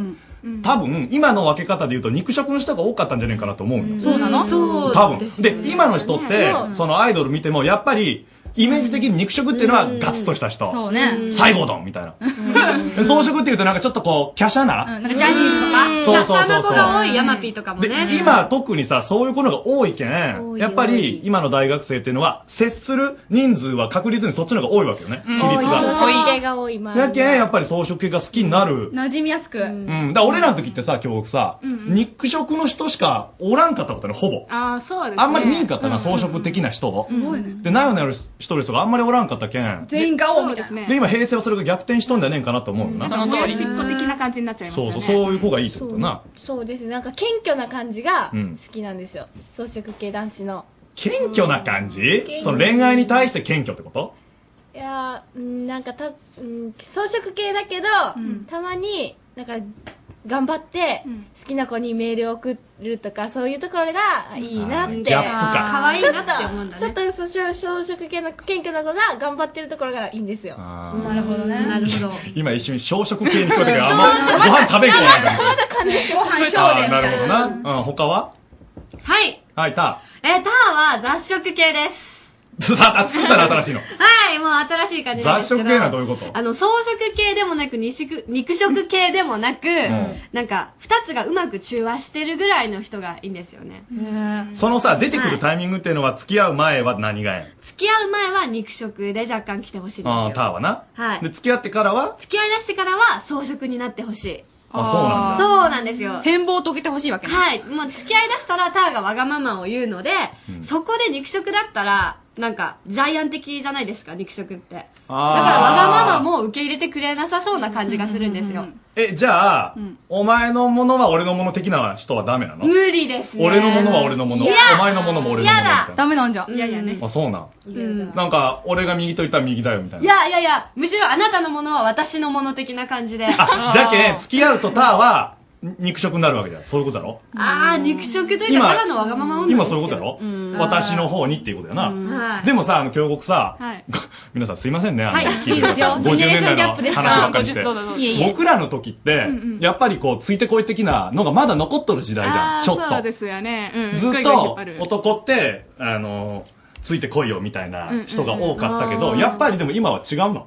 [SPEAKER 23] 多分、今の分け方で言うと肉食の人が多かったんじゃねえかなと思うよ。
[SPEAKER 6] そうなのそう
[SPEAKER 23] 多分。で、今の人って、そのアイドル見ても、やっぱり、イメージ的に肉食っていうのはガツッとした人。
[SPEAKER 6] そうね
[SPEAKER 23] 西郷どんみたいな。 装飾っていうとなんかちょっとこう、華奢な。
[SPEAKER 25] なんかジャニーズと
[SPEAKER 23] うん
[SPEAKER 25] か、
[SPEAKER 23] そうそ
[SPEAKER 25] キャッサ
[SPEAKER 23] うそうそう
[SPEAKER 25] ーの子が多いヤマピーとかも
[SPEAKER 23] で
[SPEAKER 25] ね。、
[SPEAKER 23] 今特にさ、そういう子のが多いけん、やっぱり今の大学生っていうのは、接する人数は確率にそっちの方が多いわけよね、比率
[SPEAKER 11] 装
[SPEAKER 23] が。
[SPEAKER 11] 飾系が多い、まあ。
[SPEAKER 23] やけん、やっぱり装飾系が好きになる。
[SPEAKER 25] 馴染みやすく。
[SPEAKER 23] うん。だから俺らの時ってさ、今日さ、
[SPEAKER 6] うんうん
[SPEAKER 23] 肉食の人しかおらんかったことね、ほぼ。
[SPEAKER 6] ああそうです、ね、
[SPEAKER 23] あんまり見んかったな、装飾的な人。で、なよなよしとる人があんまりおらんかったけん。
[SPEAKER 6] 全員が多いですね
[SPEAKER 23] で、今平成はそれが逆転しとんじゃねえんかなと思うよな。
[SPEAKER 6] なんかもやしっこ的な感じになっちゃいました
[SPEAKER 23] そう
[SPEAKER 6] ね
[SPEAKER 23] そう、そういう子がいいってことな。
[SPEAKER 11] そうですね。なんか謙虚な感じが
[SPEAKER 23] うん
[SPEAKER 11] 好きなんですよ。装飾系男子の。
[SPEAKER 23] 謙虚な感じ
[SPEAKER 11] 謙虚
[SPEAKER 23] その恋愛に対して謙虚ってこと
[SPEAKER 11] いやーうんなんかた、うん、装飾系だけど、たまになんか頑張って好きな子にメールを送るとかそういうところがいいなって
[SPEAKER 23] ギャップか
[SPEAKER 11] あー
[SPEAKER 23] 可愛いな
[SPEAKER 11] ちょっとちょっとそう装飾系の謙虚な子が頑張ってるところがいいんですよなるほどねなるほど
[SPEAKER 23] 今一瞬小食系に聞こえたけど、あんまご飯食べんこないから。
[SPEAKER 11] ご
[SPEAKER 23] あーなるほどな。うん、他は
[SPEAKER 14] はい。
[SPEAKER 23] はい、た。
[SPEAKER 14] えー、ターは雑食系です。
[SPEAKER 23] さあ、作ったら新しいの。
[SPEAKER 14] はい、もう新しい感じなんで
[SPEAKER 23] 雑
[SPEAKER 14] すけど。
[SPEAKER 23] 食系はどういうこと
[SPEAKER 14] あの、装飾系でもなく、肉食肉食系でもなく、
[SPEAKER 23] ん
[SPEAKER 14] なんか、二つがうまく中和してるぐらいの人がいいんですよね。
[SPEAKER 23] そのさ、出てくるタイミングっていうのは、付き合う前は何がやん
[SPEAKER 14] 付き合う前は肉食で若干来てほしいんです
[SPEAKER 23] あー
[SPEAKER 14] よ。
[SPEAKER 23] ターはな。
[SPEAKER 14] はい
[SPEAKER 23] で、付き合ってからは
[SPEAKER 14] 付き合い出してからは装飾になってほしい。
[SPEAKER 23] あそうなんだ
[SPEAKER 14] そうなんですよ。
[SPEAKER 25] 変貌を遂げてほしいわけね。
[SPEAKER 14] はい。もう付き合い出したらターがわがままを言うので、そこで肉食だったら、なんか、ジャイアン的じゃないですか、肉食って。だからわがままも受け入れてくれなさそうな感じがするんですよ。
[SPEAKER 23] え、じゃあ、お前のものは俺のもの的な人はダメなの
[SPEAKER 14] 無理ですね。
[SPEAKER 23] 俺のものは俺のもの。
[SPEAKER 14] いや
[SPEAKER 23] お前のものも俺のものみたい
[SPEAKER 14] やだ
[SPEAKER 23] な。
[SPEAKER 14] メなんじゃ。
[SPEAKER 6] いやいやね。
[SPEAKER 23] あ、そうなん。
[SPEAKER 14] うん
[SPEAKER 23] なんか、俺が右と言ったら右だよ、みたい
[SPEAKER 14] い
[SPEAKER 23] な。
[SPEAKER 14] やいやいや、むしろあなたのものは私のもの的な感じで。
[SPEAKER 23] じゃけん、付き合うとターは、肉食になるわけじゃん。そういうことだろ
[SPEAKER 14] あー、肉食という
[SPEAKER 23] 今
[SPEAKER 14] か、ただのわがまま女ですよ
[SPEAKER 23] 今そういうことだろ私の方にっていうことだよ
[SPEAKER 14] は
[SPEAKER 23] な。
[SPEAKER 14] い
[SPEAKER 23] でもさ、あの、京極さ、
[SPEAKER 14] はい。
[SPEAKER 23] 皆さんすいませんね、あの
[SPEAKER 14] はい
[SPEAKER 23] 聞て
[SPEAKER 14] いいですよ
[SPEAKER 23] 50年代
[SPEAKER 14] ジェネレーションギャ
[SPEAKER 23] の
[SPEAKER 14] ップで
[SPEAKER 23] 話
[SPEAKER 14] すか
[SPEAKER 23] ばっかりして
[SPEAKER 14] どうぞどうぞいえいえ
[SPEAKER 23] 僕らの時って
[SPEAKER 6] うんうん
[SPEAKER 23] やっぱりこうついてこい的なのがまだ残っとる時代じゃ
[SPEAKER 6] あ
[SPEAKER 23] ん
[SPEAKER 6] あ
[SPEAKER 23] ちょっ
[SPEAKER 6] そう
[SPEAKER 23] と
[SPEAKER 6] ですよね、うん、
[SPEAKER 23] ず
[SPEAKER 6] グ
[SPEAKER 23] っ
[SPEAKER 6] イグイ引
[SPEAKER 23] と
[SPEAKER 6] ぱる
[SPEAKER 23] 男ってあのついてこいよみたいな人が多かったけ
[SPEAKER 14] うんうん
[SPEAKER 23] ど、
[SPEAKER 14] うん
[SPEAKER 23] やっぱりでも今は違うの。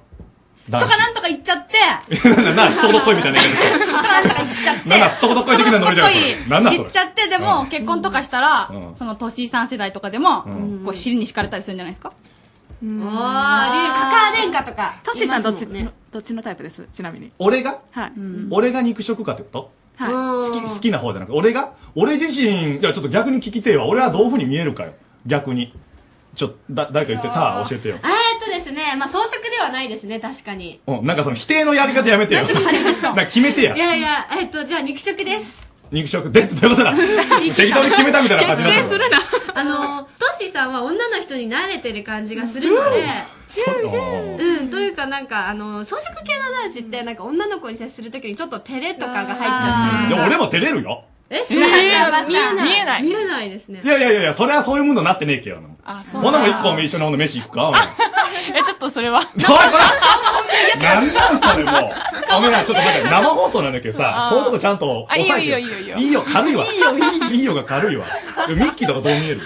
[SPEAKER 23] 男子。
[SPEAKER 14] なんとか言っちゃって、
[SPEAKER 23] なんだ、ストードっぽいみたいな言い方してなんだ、ストードっぽい的なノリじゃん。これなんだそ
[SPEAKER 13] 言
[SPEAKER 23] れ
[SPEAKER 13] っち。ゃって、でも、結婚とかしたら、
[SPEAKER 23] うん
[SPEAKER 13] その、年さん世代とかでも、
[SPEAKER 23] うん
[SPEAKER 13] こう、尻に敷かれたりするんじゃないですか
[SPEAKER 14] おー、リュール、カカア殿下とか。
[SPEAKER 6] トッシーさんどっち、
[SPEAKER 14] いますもね
[SPEAKER 6] どっちのタイプですちなみに。
[SPEAKER 23] 俺が
[SPEAKER 6] はい。
[SPEAKER 23] 俺が肉食かってこと
[SPEAKER 6] はい
[SPEAKER 23] 好き好きな方じゃなくて俺が俺自身いやちょっと逆に聞きてえわ俺はどういうふうに見えるかよ逆にちょっとだ誰か言ってたあ教えてよ
[SPEAKER 14] え、ーっとですね、まあ装飾ではないですね、確かに。
[SPEAKER 23] うん、なんかその否定のやり方やめてよ なんか決めて
[SPEAKER 14] い
[SPEAKER 23] や
[SPEAKER 14] やいや、えーっと、じゃあ肉食です。
[SPEAKER 23] 肉食ですという ことだ適当に決めたみたいな感じだった
[SPEAKER 14] するな。あの、トッシーさんは女の人に慣れてる感じがするので、うん、というかなんか、あの、装飾系の男子って、なんか女の子に接するときにちょっと照れとかが入っちゃ
[SPEAKER 23] で
[SPEAKER 14] って
[SPEAKER 23] も俺も照れるよ
[SPEAKER 14] え、そう
[SPEAKER 23] えー
[SPEAKER 14] なんだ
[SPEAKER 13] 見えない
[SPEAKER 14] 見えない。見えないですね。
[SPEAKER 23] いやいやいやいやそれはそういうものになってねえけよ
[SPEAKER 14] あ、
[SPEAKER 23] ほなも一個も一緒にほんで飯行くかお前
[SPEAKER 24] え、ちょっとそれは。
[SPEAKER 23] なんなんそれもうごめんなちょっと待って生放送なんだけどさ
[SPEAKER 24] あー
[SPEAKER 23] そういうとこちゃんと抑えて
[SPEAKER 24] あいいよいいよいいよ
[SPEAKER 23] いいよ軽いわ
[SPEAKER 13] いいよいいよ
[SPEAKER 23] いいよが軽いわでもミッキーとかどう見える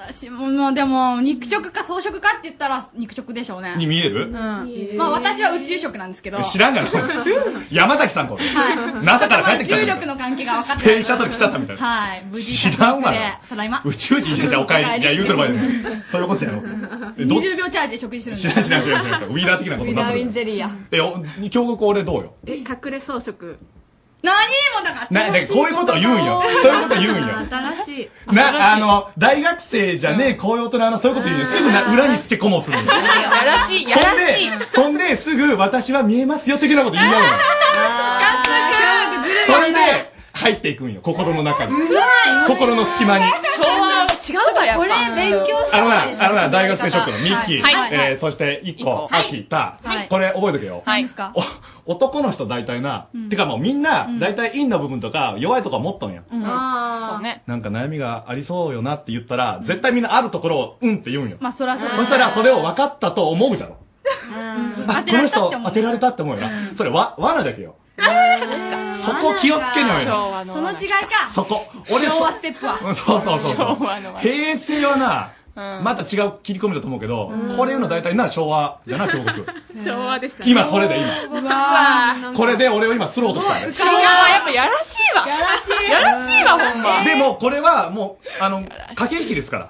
[SPEAKER 13] 私も、もうでも、肉食か草食かって言ったら、肉食でしょうね。
[SPEAKER 23] に見え
[SPEAKER 13] う
[SPEAKER 23] る
[SPEAKER 13] ん。まあ、私は宇宙食なんですけど。
[SPEAKER 23] 知らんがな山崎さんこれNASA から帰ってきた
[SPEAKER 13] 重
[SPEAKER 23] んだ
[SPEAKER 13] 力の関係が分かっ
[SPEAKER 23] ス
[SPEAKER 13] て
[SPEAKER 23] ペースシャトル来ちゃったみたいな
[SPEAKER 13] はい。無事
[SPEAKER 23] 知らんわ
[SPEAKER 13] で、ただいま。
[SPEAKER 23] 宇宙人じゃじゃお帰りい
[SPEAKER 13] お帰り
[SPEAKER 23] や言うてる場合じゃないそういうことやろえどっ
[SPEAKER 13] 20秒チャージで食事するん
[SPEAKER 23] 知
[SPEAKER 13] で
[SPEAKER 23] らん知らん知らん知らんウィーラー的なことになってる
[SPEAKER 13] ゼリア。
[SPEAKER 23] えお京極俺どうよ
[SPEAKER 6] え、隠れ装飾。
[SPEAKER 13] 何もだから
[SPEAKER 23] ななこういうことを言うんよそういうこと言うんよ
[SPEAKER 14] 新しい。
[SPEAKER 23] な、あの、大学生じゃねえ、こういう大人のそういうこと言うのすぐな、裏につけ込もうするのよ。
[SPEAKER 24] やらしい、やらしい。
[SPEAKER 23] ほんで、ほんで、すぐ、私は見えますよ、的なこと言い合うのよ。それで、入っていくんよ、心の中に。心の隙間に。
[SPEAKER 24] 昭和は違うわ、やっぱ。
[SPEAKER 14] これ勉強
[SPEAKER 23] あのな、あのな、大学生諸君のミッキー、
[SPEAKER 24] はいはい
[SPEAKER 23] えー、そして、一個、
[SPEAKER 24] はい
[SPEAKER 23] 秋田、
[SPEAKER 24] はい
[SPEAKER 23] これ覚えとけよ。
[SPEAKER 24] はい。
[SPEAKER 23] お男の人大体な、てかもうみんな、大体陰の部分とか、弱いとこは持っとんや。
[SPEAKER 14] あ
[SPEAKER 24] そうね。
[SPEAKER 23] なんか悩みがありそうよなって言ったら、絶対みんなあるところを、うんって言うんよ。
[SPEAKER 13] まあ、そらそう
[SPEAKER 23] そしたらそれを分かったと思うじゃろ。あ、この人当てられたって思うよな。それわ、罠だけよ。そこ気をつけなよ
[SPEAKER 13] その違いか。
[SPEAKER 23] そこ。俺
[SPEAKER 13] 昭
[SPEAKER 23] そ
[SPEAKER 13] 和、ステップは。
[SPEAKER 23] うんそうそうそうそう
[SPEAKER 13] 昭和の。
[SPEAKER 23] 平成はな、
[SPEAKER 13] うん
[SPEAKER 23] また違う切り込みだと思うけど、これ言うの大体な、昭和じゃ な、京極。
[SPEAKER 6] 昭和でした
[SPEAKER 23] 今それで今。
[SPEAKER 6] う
[SPEAKER 24] わー
[SPEAKER 23] これで俺を今釣ろうとしたね
[SPEAKER 24] 昭和はやっぱやらしいわ。
[SPEAKER 13] やらしい
[SPEAKER 24] やらしいわ、ほんま。
[SPEAKER 23] でも、これはもう、あの、駆け引きですから。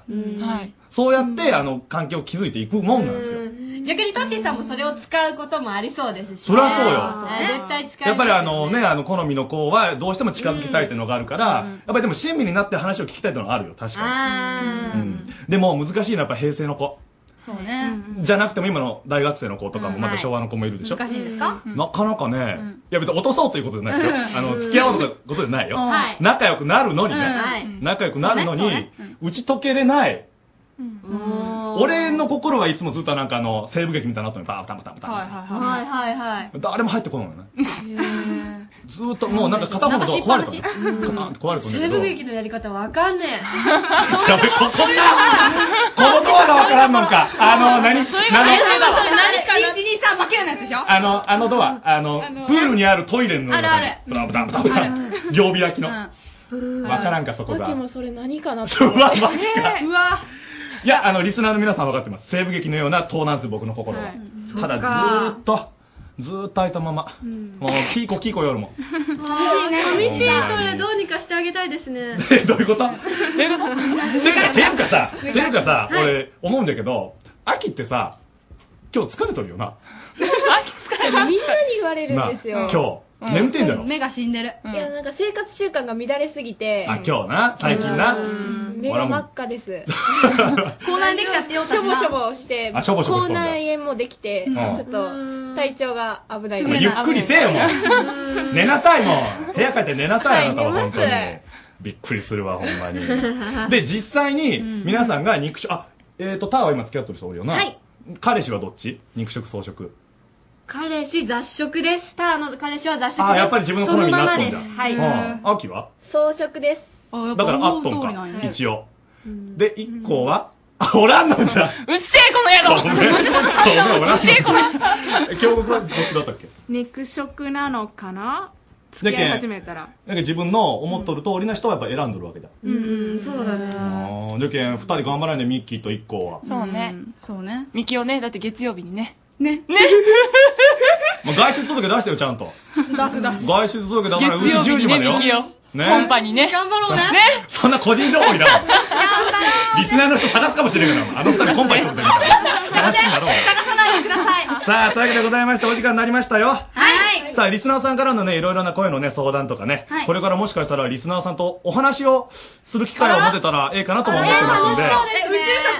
[SPEAKER 24] はい。
[SPEAKER 23] そうやって、あの、関係を築いていくもんなんですよ。
[SPEAKER 14] 逆にトッシーさんもそれを使うこともありそうですし。
[SPEAKER 23] そりゃそうよ
[SPEAKER 14] ね絶対使え
[SPEAKER 23] やっぱりあのね、あの、好みの子はどうしても近づきたいっていうのがあるから、やっぱりでも親身になって話を聞きたいっていうのはあるよ、確か
[SPEAKER 14] あ
[SPEAKER 23] に。うん。でも難しいのはやっぱ平成の子。
[SPEAKER 13] そうね。
[SPEAKER 23] じゃなくても今の大学生の子とかもま
[SPEAKER 13] はい
[SPEAKER 23] た昭和の子もいるでしょ。
[SPEAKER 13] 難しいですか
[SPEAKER 23] なかなかね、いや別に落とそうということじゃないですよ。あの、付き合おうとかことじゃないよ
[SPEAKER 13] はい。
[SPEAKER 23] 仲良くなるのにね
[SPEAKER 13] はい。
[SPEAKER 23] 仲良くなるの
[SPEAKER 13] そうね
[SPEAKER 23] に、打ち解けれない。
[SPEAKER 14] 俺
[SPEAKER 23] 俺の心はいつもずっとなんかあの、西部劇みたいになったのにバータンバタンバタン。
[SPEAKER 14] はいはいはい。
[SPEAKER 23] 誰も入ってこないのね。ずーっともうなんか片方のドア壊れたの。カタンって壊れたんだ
[SPEAKER 14] 西
[SPEAKER 23] けど。
[SPEAKER 14] 部劇のやり方わかんねえ。
[SPEAKER 23] やべ、こ、こん な、このドアがわからんのか。あの、何、
[SPEAKER 13] それ
[SPEAKER 23] あ
[SPEAKER 13] が
[SPEAKER 23] の
[SPEAKER 13] ね、それが1、2、3、負けるのやつでしょ
[SPEAKER 23] あの、あのドア、あの、プールにあるトイレの中に。
[SPEAKER 13] あるある
[SPEAKER 23] ブタブタブタブタ。両開きの。わからんか、そこが。
[SPEAKER 24] 秋
[SPEAKER 23] い
[SPEAKER 24] もそれ何かなって。
[SPEAKER 23] うわマジか
[SPEAKER 24] ねえ。
[SPEAKER 13] うわ
[SPEAKER 23] や、あの、リスナーの皆さん分かってます。西部劇のような盗難する僕の心は。ただ、ずーっと、ずーっと開いたまま。もう、キーコキーコ夜も。
[SPEAKER 14] 寂
[SPEAKER 13] しいね
[SPEAKER 14] 寂しい、それどうにかしてあげたいですね。
[SPEAKER 23] え、どういうこと
[SPEAKER 14] ということ
[SPEAKER 23] てか、ていうかさ、ていうかさ、
[SPEAKER 14] はい
[SPEAKER 23] 俺、思うんだけど、秋ってさ、今日疲れとるよな。
[SPEAKER 24] みんなに言われるん
[SPEAKER 23] な、
[SPEAKER 24] ですよ。
[SPEAKER 23] 今日。眠てんだろ。
[SPEAKER 13] 目が死んでる。
[SPEAKER 24] いや、なんか生活習慣が乱れすぎて。
[SPEAKER 23] あ、今日な、最近な。
[SPEAKER 24] うん目が真っ赤 です。
[SPEAKER 13] 口内炎できたってよ
[SPEAKER 24] しょぼしょぼして、
[SPEAKER 23] あしょぼしょぼし
[SPEAKER 24] 口
[SPEAKER 23] とんだ
[SPEAKER 24] 内炎もできて、
[SPEAKER 23] うん
[SPEAKER 24] ちょっと体調が危ない
[SPEAKER 23] もうゆっくりせえよ、もう。寝なさい、もう。部屋帰って寝なさい、あ
[SPEAKER 24] はい
[SPEAKER 23] なたは、
[SPEAKER 24] 寝ま
[SPEAKER 23] 本
[SPEAKER 24] す
[SPEAKER 23] 当に。びっくりするわ、ほんまに。で、実際に、皆さんが肉食、あ、えっと、ターは今付き合ってる人おるよな。彼氏はどっち肉食、草食。
[SPEAKER 14] 彼氏雑食です。ターの彼氏は雑食です。
[SPEAKER 23] あ、やっぱり自分の好みになっとんじ
[SPEAKER 14] その
[SPEAKER 23] ゃ
[SPEAKER 14] ままです。
[SPEAKER 23] ん。
[SPEAKER 14] はい。
[SPEAKER 23] うん秋は
[SPEAKER 24] 装飾です。
[SPEAKER 23] だからあっとんか、一応。で、一個は、あ、おらんのじゃん。
[SPEAKER 24] うっせえ、この野郎
[SPEAKER 23] ごめん
[SPEAKER 24] なんでそんなこと言うの
[SPEAKER 23] ごめんごめん
[SPEAKER 24] うっせえ、この
[SPEAKER 23] え京極はどっちだったっけ
[SPEAKER 6] 肉食なのかな
[SPEAKER 17] 付き合い始めたら
[SPEAKER 23] なんか自分の思っとる通りな人はやっぱ選んどるわけだ。
[SPEAKER 17] うんうんそうだね
[SPEAKER 23] あーじゃけん、二人頑張らんね、ミッキーと一行は。
[SPEAKER 24] そうね。そうね。ミキオね、だって月曜日にね。
[SPEAKER 13] ね。
[SPEAKER 24] ね。
[SPEAKER 23] もう外出届出してよ、ちゃんと。
[SPEAKER 13] 出す出す。
[SPEAKER 23] 外出届だから、うち
[SPEAKER 24] 月曜
[SPEAKER 23] 10
[SPEAKER 24] 日
[SPEAKER 23] 時
[SPEAKER 24] に
[SPEAKER 23] ま
[SPEAKER 24] ね
[SPEAKER 23] でよ。
[SPEAKER 24] ミキオコンパにね。
[SPEAKER 13] 頑張ろうね。
[SPEAKER 24] ね。
[SPEAKER 23] そんな個人情報いらんわ。リスナーの人探すかもしれんけど、あの二人コンパ行っとったみたいな。話になろう。
[SPEAKER 13] 探さないでください。
[SPEAKER 23] さあ、というわけでございまして、お時間になりましたよ。
[SPEAKER 13] はい。
[SPEAKER 23] さあ、リスナーさんからのね、いろいろな声のね、相談とかね、
[SPEAKER 13] はい
[SPEAKER 23] これからもしかしたらリスナーさんとお話をする機会を持てたらええかなとも思ってますんで。
[SPEAKER 13] え、宇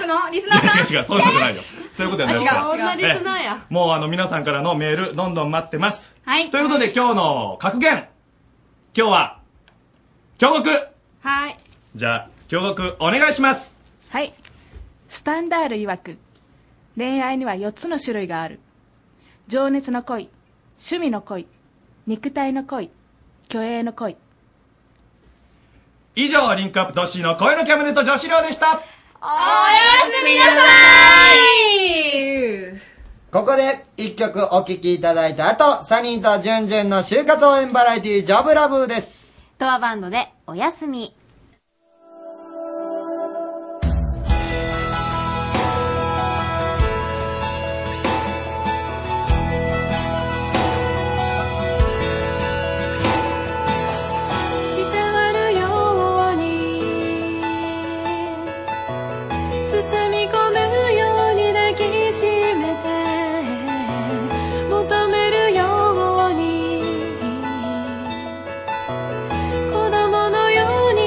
[SPEAKER 13] 宙食のリスナーさん
[SPEAKER 23] 違う違う、そういうことないよ。そういうことじゃないですから。
[SPEAKER 13] あ違う違う
[SPEAKER 23] え
[SPEAKER 13] そんな
[SPEAKER 23] え
[SPEAKER 13] リスナーや
[SPEAKER 23] もうあの、皆さんからのメール、どんどん待ってます。
[SPEAKER 13] はい。
[SPEAKER 23] ということで、今日の格言。今日は、京極
[SPEAKER 6] はい
[SPEAKER 23] じゃあ、京極お願いします。
[SPEAKER 6] はいスタンダール曰く恋愛には4つの種類がある情熱の恋趣味の恋肉体の恋虚栄の恋
[SPEAKER 23] 以上、リンクアップ都市の声のキャムネット女子寮でした。
[SPEAKER 13] おやすみなさい
[SPEAKER 2] ここで一曲お聴きいただいた後、サニーとジュンジュンの就活応援バラエティジョブラブです。
[SPEAKER 16] トアバンドでおやすみ。
[SPEAKER 8] 伝わるように包み込むように抱きしめて求めるように子供のように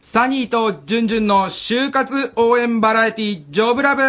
[SPEAKER 4] サニーとジュンジュンの就活応援バラエティジョブラブ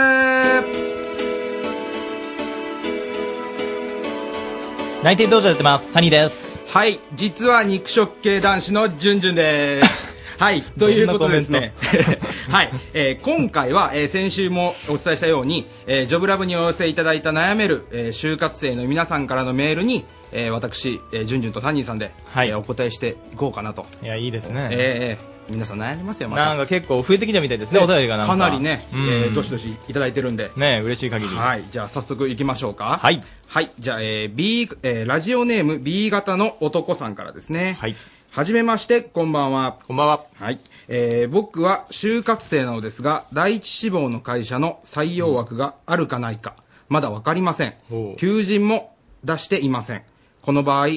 [SPEAKER 26] 内定道場やってます。サニーです。
[SPEAKER 4] はい、実は肉食系男子のジュンジュンです。 はい、 ということですね。 はい、えー今回は、えー先週もお伝えしたように、えージョブラブにお寄せいただいた悩める、えー就活生の皆さんからのメールに、えー私、えー、ジュンジュンとサニーさんで、えーお答えしていこうかなと。
[SPEAKER 26] いや、いいです
[SPEAKER 4] えー
[SPEAKER 26] ね。
[SPEAKER 4] えー皆さん悩んでますよ、また。
[SPEAKER 26] なんか結構増えてきたみたいですね、お便りがなんか。
[SPEAKER 4] かなりね、えーどしど
[SPEAKER 26] し。
[SPEAKER 4] しいただいてるんで。
[SPEAKER 26] ね嬉しい限り。
[SPEAKER 4] はい。じゃあ、早速行きましょうか。はい。はい。じゃあ、えー、B、えーラジオネーム B 型の男さんからですね。はい。はじめまして、こんばんは。こんばんは。はい。えー僕は就活生なのですが、第一志望の会社の採用枠があるかないか、まだわかりません。求人も出していません。この場合、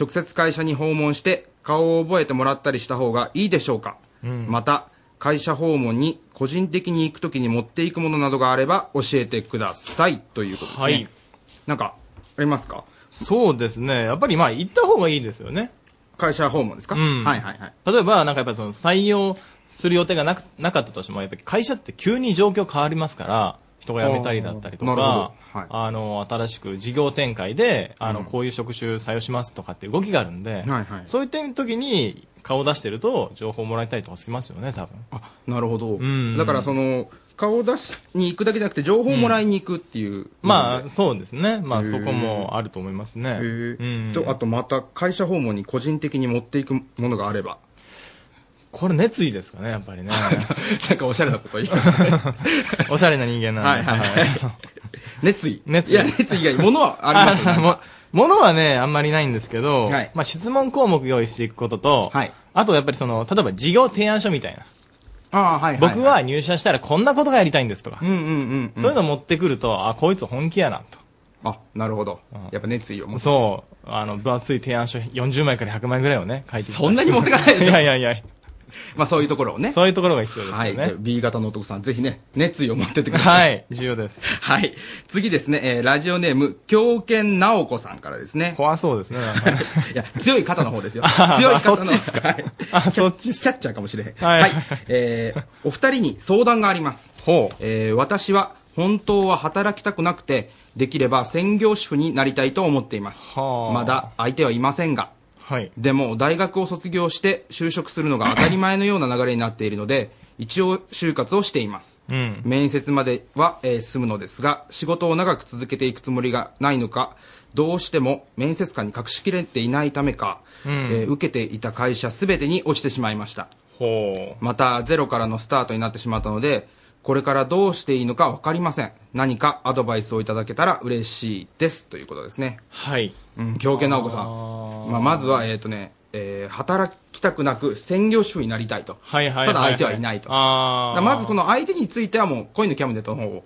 [SPEAKER 4] 直接会社に訪問して、顔を覚えてもらったりした方がいいでしょうか、
[SPEAKER 26] うん
[SPEAKER 4] また、会社訪問に個人的に行くときに持っていくものなどがあれば教えてください。ということですね。
[SPEAKER 26] はい
[SPEAKER 4] なんか、ありますか
[SPEAKER 26] そうですね。やっぱりまあ、行った方がいいですよね。
[SPEAKER 4] 会社訪問ですか
[SPEAKER 26] うん。
[SPEAKER 4] はいはいはい。
[SPEAKER 26] 例えば、なんかやっぱりその採用する予定がなくなかったとしても、やっぱり会社って急に状況変わりますから、人が辞めたりだったりと
[SPEAKER 4] あーな
[SPEAKER 26] か、
[SPEAKER 4] る
[SPEAKER 26] あの、新しく事業展開で、あの、こういう職種採用しますとかっていう動きがあるんで、
[SPEAKER 4] はいはい
[SPEAKER 26] そういった時に顔を出してると、情報もらえたりとかしますよね、多分。
[SPEAKER 4] なるほど。
[SPEAKER 26] ん
[SPEAKER 4] だからその、顔を出しに行くだけじゃなくて、情報をもらいに行くっていう。
[SPEAKER 26] まあ、そうですね。ま
[SPEAKER 4] へ
[SPEAKER 26] あ、
[SPEAKER 4] ー
[SPEAKER 26] そこもあると思いますね。うん
[SPEAKER 4] と、あとまた、会社訪問に個人的に持っていくものがあれば。
[SPEAKER 26] これ熱意ですかね、やっぱりね。
[SPEAKER 4] なんかおしゃれなこと言いましたね。
[SPEAKER 26] おしゃれな人間なんで。
[SPEAKER 4] はいは いはい熱意。
[SPEAKER 26] 熱意。
[SPEAKER 4] いや熱意以外物はありますよ ね
[SPEAKER 26] も物はね、あんまりないんですけど、まあ質問項目用意していくことと、あとやっぱりその、例えば事業提案書みたいな。
[SPEAKER 4] ああ、はい
[SPEAKER 26] 僕は入社したらこんなことがやりたいんですとか、
[SPEAKER 4] うんうんうん、
[SPEAKER 26] そういうの持ってくると、あ、こいつ本気やなと。
[SPEAKER 4] あ、なるほど。やっぱ熱意を持
[SPEAKER 26] つ。そう。あの、分厚い提案書40枚から100枚ぐらいをね、書いてきた
[SPEAKER 4] そんなに持ってかないでし ょ
[SPEAKER 26] いやいやいや。
[SPEAKER 4] まあそういうところをね。
[SPEAKER 26] そういうところが必要ですよね。
[SPEAKER 4] はい。B 型の男さん、ぜひね、熱意を持ってってくださ。
[SPEAKER 26] はいい。重要です。
[SPEAKER 4] はい。次ですね、えーラジオネーム、狂犬直子さんからですね。
[SPEAKER 26] 怖そうですね。。
[SPEAKER 4] いや、強い方の方ですよ 強い方の。
[SPEAKER 26] そっちっすか
[SPEAKER 4] はい。そっちキャッチャーかもしれへん。
[SPEAKER 26] はい
[SPEAKER 4] はい。えーお二人に相談があります。えー私は、本当は働きたくなくて、できれば専業主婦になりたいと思っています。
[SPEAKER 26] はあ
[SPEAKER 4] まだ相手はいませんが。
[SPEAKER 26] はい。
[SPEAKER 4] でも大学を卒業して就職するのが当たり前のような流れになっているので、一応就活をしています。
[SPEAKER 26] うん。
[SPEAKER 4] 面接までは、えー進むのですが、仕事を長く続けていくつもりがないのか、どうしても面接官に隠しきれていないためか、
[SPEAKER 26] うん
[SPEAKER 4] えー受けていた会社すべてに落ちてしまいました。
[SPEAKER 26] ほ
[SPEAKER 4] またゼロからのスタートになってしまったので、これからどうしていいのかわかりません。何かアドバイスをいただけたら嬉しいです。ということですね。
[SPEAKER 26] はい。
[SPEAKER 4] うん、狂犬直子さん。まあ、まずは、えっ、とね、えー働きたくなく専業主婦になりたいと。
[SPEAKER 26] はいはいはいはい
[SPEAKER 4] ただ相手はいないと。
[SPEAKER 26] あー
[SPEAKER 4] まずこの相手についてはもう、恋のキャムネットの方を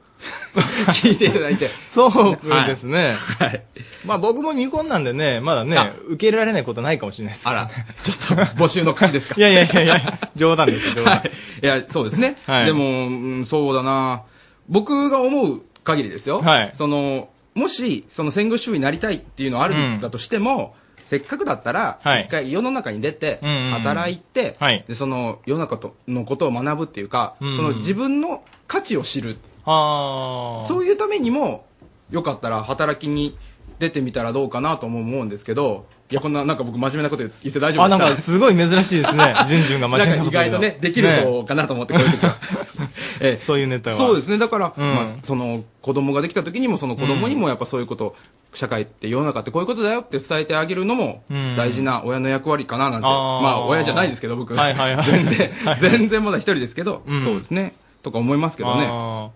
[SPEAKER 4] 聞いていただいて。
[SPEAKER 26] そうです
[SPEAKER 4] ね。
[SPEAKER 26] ね。まあ僕も未婚なんでね、まだね、受け入れられないことないかもしれないです。あら、
[SPEAKER 4] ちょっと募集の 口ですか
[SPEAKER 26] いやいやいやいや、冗談ですよ、冗談。
[SPEAKER 4] いや、そうですね。
[SPEAKER 26] はい
[SPEAKER 4] でも、うんそうだな僕が思う限りですよ。その、もし、その戦後主婦になりたいっていうのはあるんだとしても、せっかくだったら、一回世の中に出て、
[SPEAKER 26] うんうんうん
[SPEAKER 4] 働いて、でその世の中とのことを学ぶっていうか、
[SPEAKER 26] うんうん
[SPEAKER 4] その自分の価値を知る。そういうためにも、よかったら働きに出てみたらどうかなとも思うんですけど、いや、こんな、なんか僕真面目なこと言って大丈夫
[SPEAKER 26] あ、
[SPEAKER 4] で
[SPEAKER 26] な
[SPEAKER 4] す
[SPEAKER 16] ん
[SPEAKER 4] か
[SPEAKER 16] か
[SPEAKER 26] すごい珍しいです ねジュンジュンが真面目なこと言うの
[SPEAKER 4] んか意外とね、できる方かなと思って、こういう時は。 え
[SPEAKER 26] そういうネタは。
[SPEAKER 4] そうですね。だから、
[SPEAKER 26] うん
[SPEAKER 4] まあ、その、子供ができた時にも、その子供にもやっぱそういうこと、社会って世の中ってこういうことだよって伝えてあげるのも
[SPEAKER 26] うん、
[SPEAKER 4] 大事な親の役割かななんて。
[SPEAKER 26] あー
[SPEAKER 4] まあ、親じゃないですけど、僕。
[SPEAKER 26] はいはいはい
[SPEAKER 4] 全然
[SPEAKER 26] はい、
[SPEAKER 4] 全然まだ一人ですけど、
[SPEAKER 26] うん
[SPEAKER 4] そうですね。とか思いますけどね。
[SPEAKER 26] あ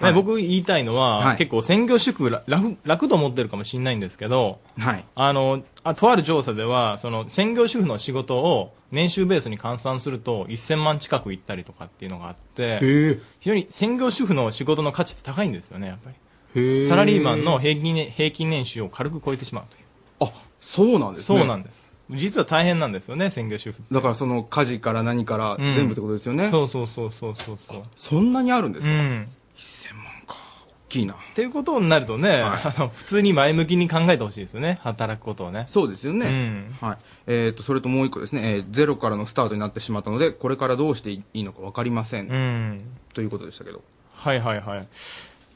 [SPEAKER 26] ーね僕言いたいのは、結構専業主婦ら楽楽と思ってるかもしれないんですけど、あのあとある調査ではその専業主婦の仕事を年収ベースに換算すると1000万近くいったりとかっていうのがあって、非常に専業主婦の仕事の価値って高いんですよねやっぱりサラリーマンの平均ね平均年収を軽く超えてしまうという
[SPEAKER 4] そうなんですね。
[SPEAKER 26] そうなんです実は大変なんですよね専業主婦
[SPEAKER 4] だからその家事から何から
[SPEAKER 26] うん
[SPEAKER 4] 全部ってことですよね。
[SPEAKER 26] そうそうそうそうそうそう
[SPEAKER 4] そんなにあるんですか、
[SPEAKER 26] うん
[SPEAKER 4] ?1000 万か。きいな。
[SPEAKER 26] っていうことになるとね、あの普通に前向きに考えてほしいですよね。働くことをね。
[SPEAKER 4] そうですよね。はい。えっ、と、それともう一個ですね、えーゼロからのスタートになってしまったので、これからどうしていいのか分かりません。
[SPEAKER 26] うん
[SPEAKER 4] ということでしたけど。
[SPEAKER 26] はいはいはい。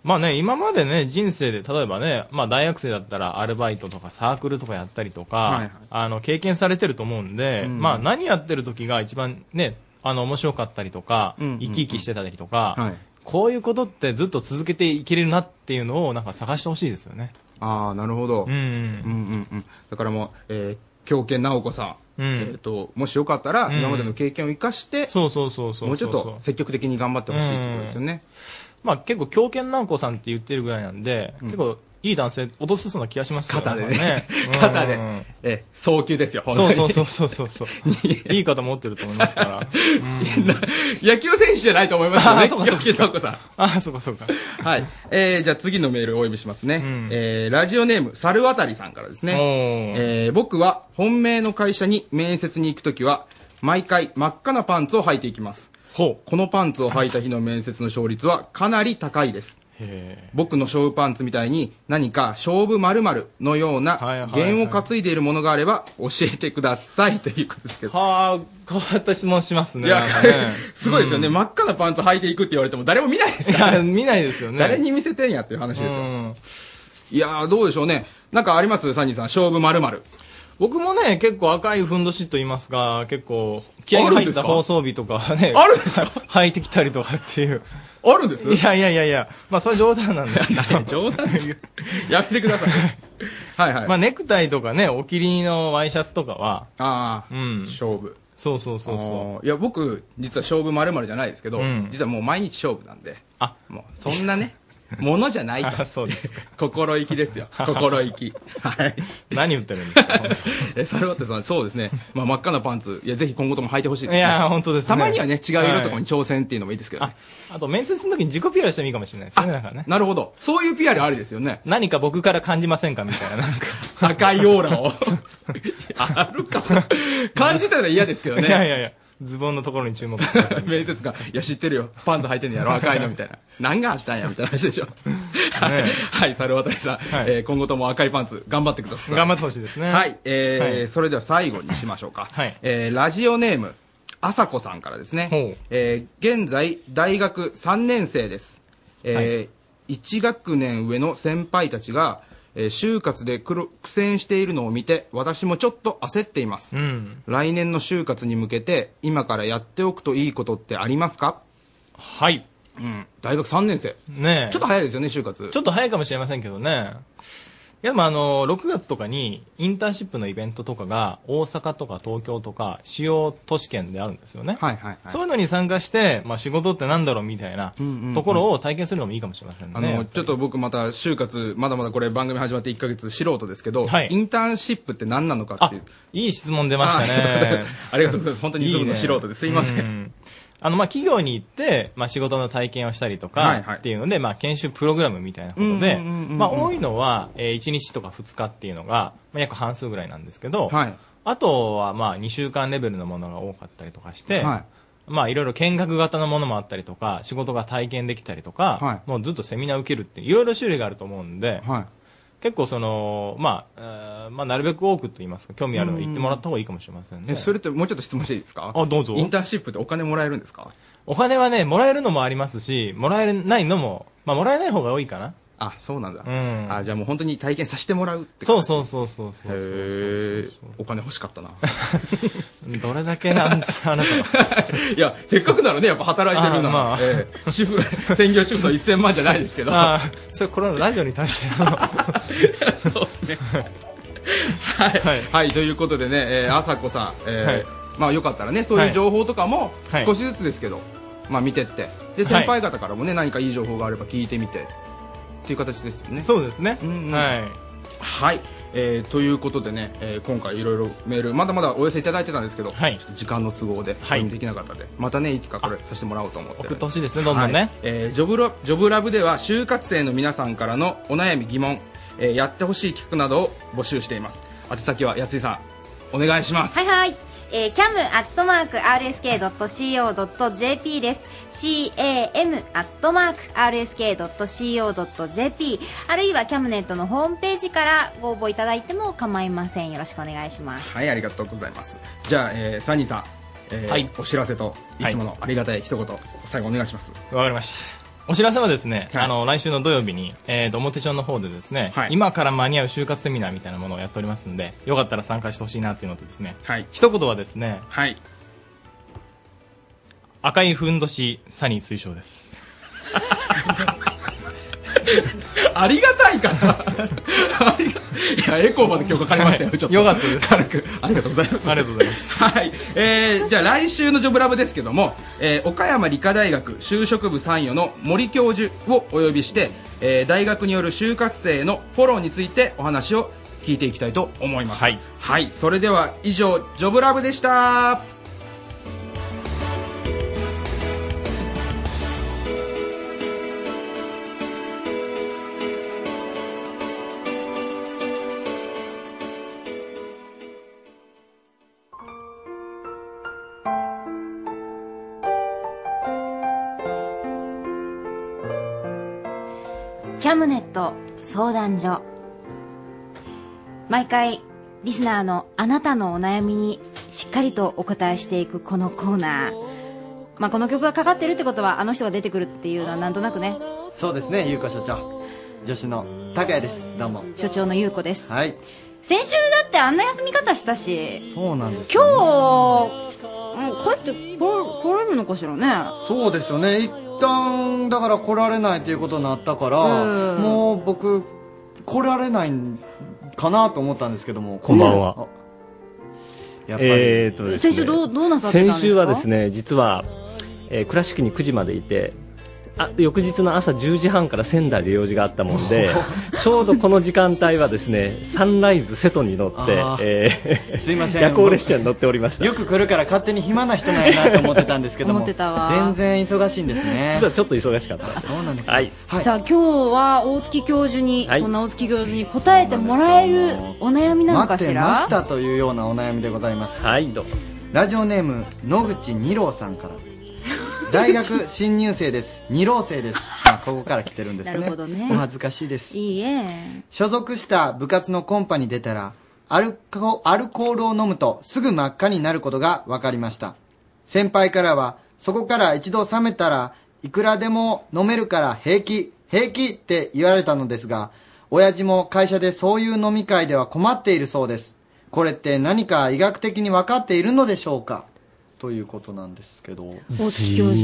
[SPEAKER 26] まあね、今までね、人生で、例えばね、まあ大学生だったらアルバイトとかサークルとかやったりとか、
[SPEAKER 4] はいはい
[SPEAKER 26] あの、経験されてると思うんで、
[SPEAKER 4] うん
[SPEAKER 26] まあ何やってる時が一番ね、あの、面白かったりとか、
[SPEAKER 4] うんうんうん
[SPEAKER 26] 生き生きしてたりとか、
[SPEAKER 4] はい
[SPEAKER 26] こういうことってずっと続けていけれるなっていうのをなんか探してほしいですよね。
[SPEAKER 4] ああ、なるほど。うん
[SPEAKER 26] うん
[SPEAKER 4] うんうん。だからもう、えー、狂犬直子さん。
[SPEAKER 26] うん
[SPEAKER 4] えっ、と、もしよかったら、
[SPEAKER 26] うん
[SPEAKER 4] 今までの経験を生かして、
[SPEAKER 26] そうそうそうそう。
[SPEAKER 4] もうちょっと積極的に頑張ってほしいってことですよね。
[SPEAKER 26] まあ結構、狂犬南子さんって言ってるぐらいなんで、結構、いい男性落とせそうな気がしますけど
[SPEAKER 4] 肩でね
[SPEAKER 26] うん
[SPEAKER 4] 肩でえ、早急ですよ、本当に
[SPEAKER 26] そうそうそうそう そうそう。いい方持ってると思いますから。
[SPEAKER 4] 野球選手じゃないと思いますよ
[SPEAKER 26] あ
[SPEAKER 4] ね。
[SPEAKER 26] ーそうかそうか
[SPEAKER 4] 狂犬直子さん。
[SPEAKER 26] あ、そうかそうか。
[SPEAKER 4] はい。えー、じゃあ次のメールをお呼びしますね。えー、ラジオネーム、猿渡さんからですね。えー、僕は本命の会社に面接に行くときは、毎回真っ赤なパンツを履いていきます。
[SPEAKER 26] ほ
[SPEAKER 4] う。このパンツを履いた日の面接の勝率はかなり高いです。
[SPEAKER 26] へ
[SPEAKER 4] 僕の勝負パンツみたいに何か勝負〇〇のような
[SPEAKER 26] はい
[SPEAKER 4] 弦を担いでいるものがあれば教えてくださいということですけど。
[SPEAKER 26] はあ、変わった質問しますね。
[SPEAKER 4] いや
[SPEAKER 26] なんかね
[SPEAKER 4] すごいですよね、
[SPEAKER 26] うん
[SPEAKER 4] 真っ赤なパンツ履いていくって言われても誰も見ないですから、
[SPEAKER 26] いや見ないですよね
[SPEAKER 4] 誰に見せてんやっていう話ですよ。
[SPEAKER 26] うん
[SPEAKER 4] いやー、どうでしょうね。なんかありますサニーさん、勝負〇〇。
[SPEAKER 26] 僕もね、結構赤いふんどしと言いますが、結構、気合が
[SPEAKER 4] あるん
[SPEAKER 26] 入
[SPEAKER 4] で
[SPEAKER 26] っ
[SPEAKER 4] すか
[SPEAKER 26] た放送日とかね、
[SPEAKER 4] あるん
[SPEAKER 26] ですか履いてきたりとかっていう。
[SPEAKER 4] あるんです
[SPEAKER 26] いやいやいやいや、まあそれ冗談なんですけど。
[SPEAKER 4] 冗談やめてくださ い。はいはい。
[SPEAKER 26] まあネクタイとかね、お気に入りのワイシャツとかは、
[SPEAKER 4] ああ、
[SPEAKER 26] うん。
[SPEAKER 4] 勝負。
[SPEAKER 26] そうそうそうそう。
[SPEAKER 4] う。いや、僕、実は勝負〇〇じゃないですけど、
[SPEAKER 26] うん
[SPEAKER 4] 実はもう毎日勝負なんで、
[SPEAKER 26] あ、
[SPEAKER 4] もうそんなね、ものじゃないと。
[SPEAKER 26] そうです
[SPEAKER 4] か。心意気で すよ。心意気。はい。
[SPEAKER 26] 何言ってるんですか本
[SPEAKER 4] え、サルバッテさん、そうですね。まあ、真っ赤なパンツ、いや、ぜひ今後とも履いてほしいです、ね。
[SPEAKER 26] いや本当ですね
[SPEAKER 4] たまにはね、違う色とかに挑戦っていうのもいいですけどね。
[SPEAKER 26] あと面接の時に自己 PR してもいいかもしれないですね、なんかね。
[SPEAKER 4] なるほど。そういう PR ありですよね。
[SPEAKER 26] 何か僕から感じませんかみたいな、なんか。
[SPEAKER 4] 赤いオー ラを。あるかも。感じたら嫌ですけどね。
[SPEAKER 26] いやいやいや、ズボンのところに注目して。
[SPEAKER 4] 面接官、いや、知ってるよ。パンツ履いてんのやろ、赤いの、みたいな。何があったんや、みたいな話でしょ。はい はい、猿渡さん、えー今後とも赤いパンツ、頑張ってください。
[SPEAKER 26] 頑張ってほしいですね。
[SPEAKER 4] はい、えー
[SPEAKER 26] はい
[SPEAKER 4] それでは最後にしましょうか。
[SPEAKER 26] はい
[SPEAKER 4] えーラジオネーム、あさこさんからですね。えー現在、大学3年生です。え1学年上の先輩たちが、えー就活で苦労苦戦しているのを見て、私もちょっと焦っています。
[SPEAKER 26] うん。
[SPEAKER 4] 来年の就活に向けて今からやっておくといいことってありますか
[SPEAKER 26] はい、
[SPEAKER 4] うん、大学3年生
[SPEAKER 26] ねえ
[SPEAKER 4] ちょっと早いですよね就活
[SPEAKER 26] ちょっと早いかもしれませんけどね。いや、まあ、あの、6月とかにインターンシップのイベントとかが大阪とか東京とか主要都市圏であるんですよね。
[SPEAKER 4] はいはいはい
[SPEAKER 26] そういうのに参加して、まあ、仕事ってなんだろうみたいな
[SPEAKER 4] うんうん
[SPEAKER 26] ところを体験するのもいいかもしれませんね。
[SPEAKER 4] あの、ちょっと僕また就活まだまだこれ番組始まって1ヶ月素人ですけど、インターンシップって何なのかっていう
[SPEAKER 26] いい質問出ました
[SPEAKER 4] あありがとうござい
[SPEAKER 26] ね
[SPEAKER 4] ま。すありがとうございます本当にズブの素人ですいません
[SPEAKER 26] うあの、まあ、企業に行って、まあ、仕事の体験をしたりと
[SPEAKER 4] はい
[SPEAKER 26] か
[SPEAKER 4] はい、
[SPEAKER 26] っていうので、まあ、研修プログラムみたいなことで、
[SPEAKER 4] うんうんうんうんうん
[SPEAKER 26] まあ、多いのは、えー1日とか2日っていうのが、まあ、約半数ぐらいなんですけど、
[SPEAKER 4] はい
[SPEAKER 26] あとは、まあ、2週間レベルのものが多かったりとかして、
[SPEAKER 4] はい
[SPEAKER 26] まあ、いろいろ見学型のものもあったりとか、仕事が体験できたりとか、もうずっとセミナー受けるって、いろいろ種類があると思うんで、結構その、まあ、えーまあ、なるべく多くと言いますか、興味あるのは言ってもらった方がいいかもしれませんね。
[SPEAKER 4] えそれってもうちょっと質問していいですか
[SPEAKER 26] あ、どうぞ。
[SPEAKER 4] インターンシップってお金もらえるんですか
[SPEAKER 26] お金はね、もらえるのもありますし、もらえないのも、まあ、もらえない方が多いかな。
[SPEAKER 4] あそうなんだ、
[SPEAKER 26] うん
[SPEAKER 4] あじゃあもう本当に体験させてもらうって
[SPEAKER 26] そうそうそうそうそうそう
[SPEAKER 4] へえお金欲しかったな
[SPEAKER 26] どれだけなんだあなた
[SPEAKER 4] いやせっかくならねやっぱ働いてるなら、
[SPEAKER 26] あまあ
[SPEAKER 4] ええ主婦専業主婦の1000万じゃないですけど
[SPEAKER 26] ああそれこれラジオに対してあの
[SPEAKER 4] そうです ねはい、 はいということでね、えー、朝子さん、え
[SPEAKER 26] はい
[SPEAKER 4] ーまあよかったらねそういう情報とかも
[SPEAKER 26] はい
[SPEAKER 4] 少しずつですけど、まあ見てってで先輩方からもね、何かいい情報があれば聞いてみてっていう形ですよね
[SPEAKER 26] そうですね、はい
[SPEAKER 4] はいえーということでね、えー今回いろいろメールまだまだお寄せいただいてたんですけど、ちょっと時間の都合で読みできなかったんで、またねいつかこれさせてもらおうと思ってる
[SPEAKER 26] 送ってほしいですねどんどんね、
[SPEAKER 4] はいえージョブラジョブラブでは就活生の皆さんからのお悩み疑問、えーやってほしい企画などを募集しています宛先は安井さんお願いします
[SPEAKER 9] はいはい。えー、cam.rsk.co.jp です。
[SPEAKER 16] cam.rsk.co.jp あるいはキャムネットのホームページからご応募いただいても構いませんよろしくお願いします
[SPEAKER 4] はい、ありがとうございます。じゃあ、えーサニーさん、えーお知らせと、いつものありがたい一言、最後お願いします。
[SPEAKER 26] わかりました。お知らせはですね、あの来週の土曜日に、えーと表町の方でですね、今から間に合う就活セミナーみたいなものをやっておりますのでよかったら参加してほしいなっていうのとですね、一言はですね、赤いふんどしサニー推奨です
[SPEAKER 4] ありが たいかないや、エコーまで今日かかりましたよ、ちょっと。よかったです。軽く。ありがとうございます。
[SPEAKER 26] ありがとうございます。
[SPEAKER 4] はい。えー、じゃあ来週のジョブラブですけども、えー、岡山理科大学就職部参与の森教授をお呼びして、えー、大学による就活生のフォローについてお話を聞いていきたいと思います。はい。はい。それでは以上、ジョブラブでした。
[SPEAKER 16] キャムネット相談所毎回リスナーのあなたのお悩みにしっかりとお答えしていくこのコーナー
[SPEAKER 10] まあ、この曲がかかってるってことはあの人が出てくるっていうのはなんとなくね
[SPEAKER 2] そうですね、ゆうこ所長。女子の高谷です。どうも。
[SPEAKER 10] 所長の優子です。
[SPEAKER 2] はい。
[SPEAKER 10] 先週だってあんな休み方したし
[SPEAKER 2] そうなんです。
[SPEAKER 10] 今日もう帰ってこ来られるのかしらね
[SPEAKER 2] そうですよね。一旦、だから来られないということになったから、
[SPEAKER 10] うん
[SPEAKER 2] もう僕、来られないんかなと思ったんですけども。
[SPEAKER 9] こんばんは
[SPEAKER 2] あ。
[SPEAKER 9] やっぱりえーっとですね
[SPEAKER 10] 先週どうどうなさってたんですか
[SPEAKER 9] 先週はですね実は、えー倉敷に9時までいてあ翌日の朝10時半から仙台で用事があったもんでちょうどこの時間帯はですねサンライズ瀬戸に乗って
[SPEAKER 2] あー、
[SPEAKER 9] えー
[SPEAKER 2] すいません
[SPEAKER 9] 夜行列車に乗っておりました
[SPEAKER 2] よく来るから勝手に暇な人なんやなと思ってたんですけども。
[SPEAKER 10] 思ってたわ
[SPEAKER 2] 全然忙しいんですね。
[SPEAKER 9] 実はちょっと忙しかったそうなんですはい
[SPEAKER 10] さあ今日は大月教授に、
[SPEAKER 2] はい
[SPEAKER 10] そんな大月教授に答えてもらえるお悩みなのか
[SPEAKER 2] 待っ
[SPEAKER 10] してら
[SPEAKER 2] ましたというようなお悩みでございます
[SPEAKER 9] はいどう
[SPEAKER 2] ラジオネーム野口二郎さんから大学新入生です二郎生 です、まあ、ここから来てるんですね
[SPEAKER 10] なるほどね
[SPEAKER 2] お恥ずかしいです
[SPEAKER 10] いいえ
[SPEAKER 2] 所属した部活のコンパに出たらアルコアルコールを飲むとすぐ真っ赤になることが分かりました先輩からはそこから一度冷めたらいくらでも飲めるから平気平気って言われたのですが親父も会社でそういう飲み会では困っているそうですこれって何か医学的に分かっているのでしょうかということなんですけど
[SPEAKER 10] 大月教授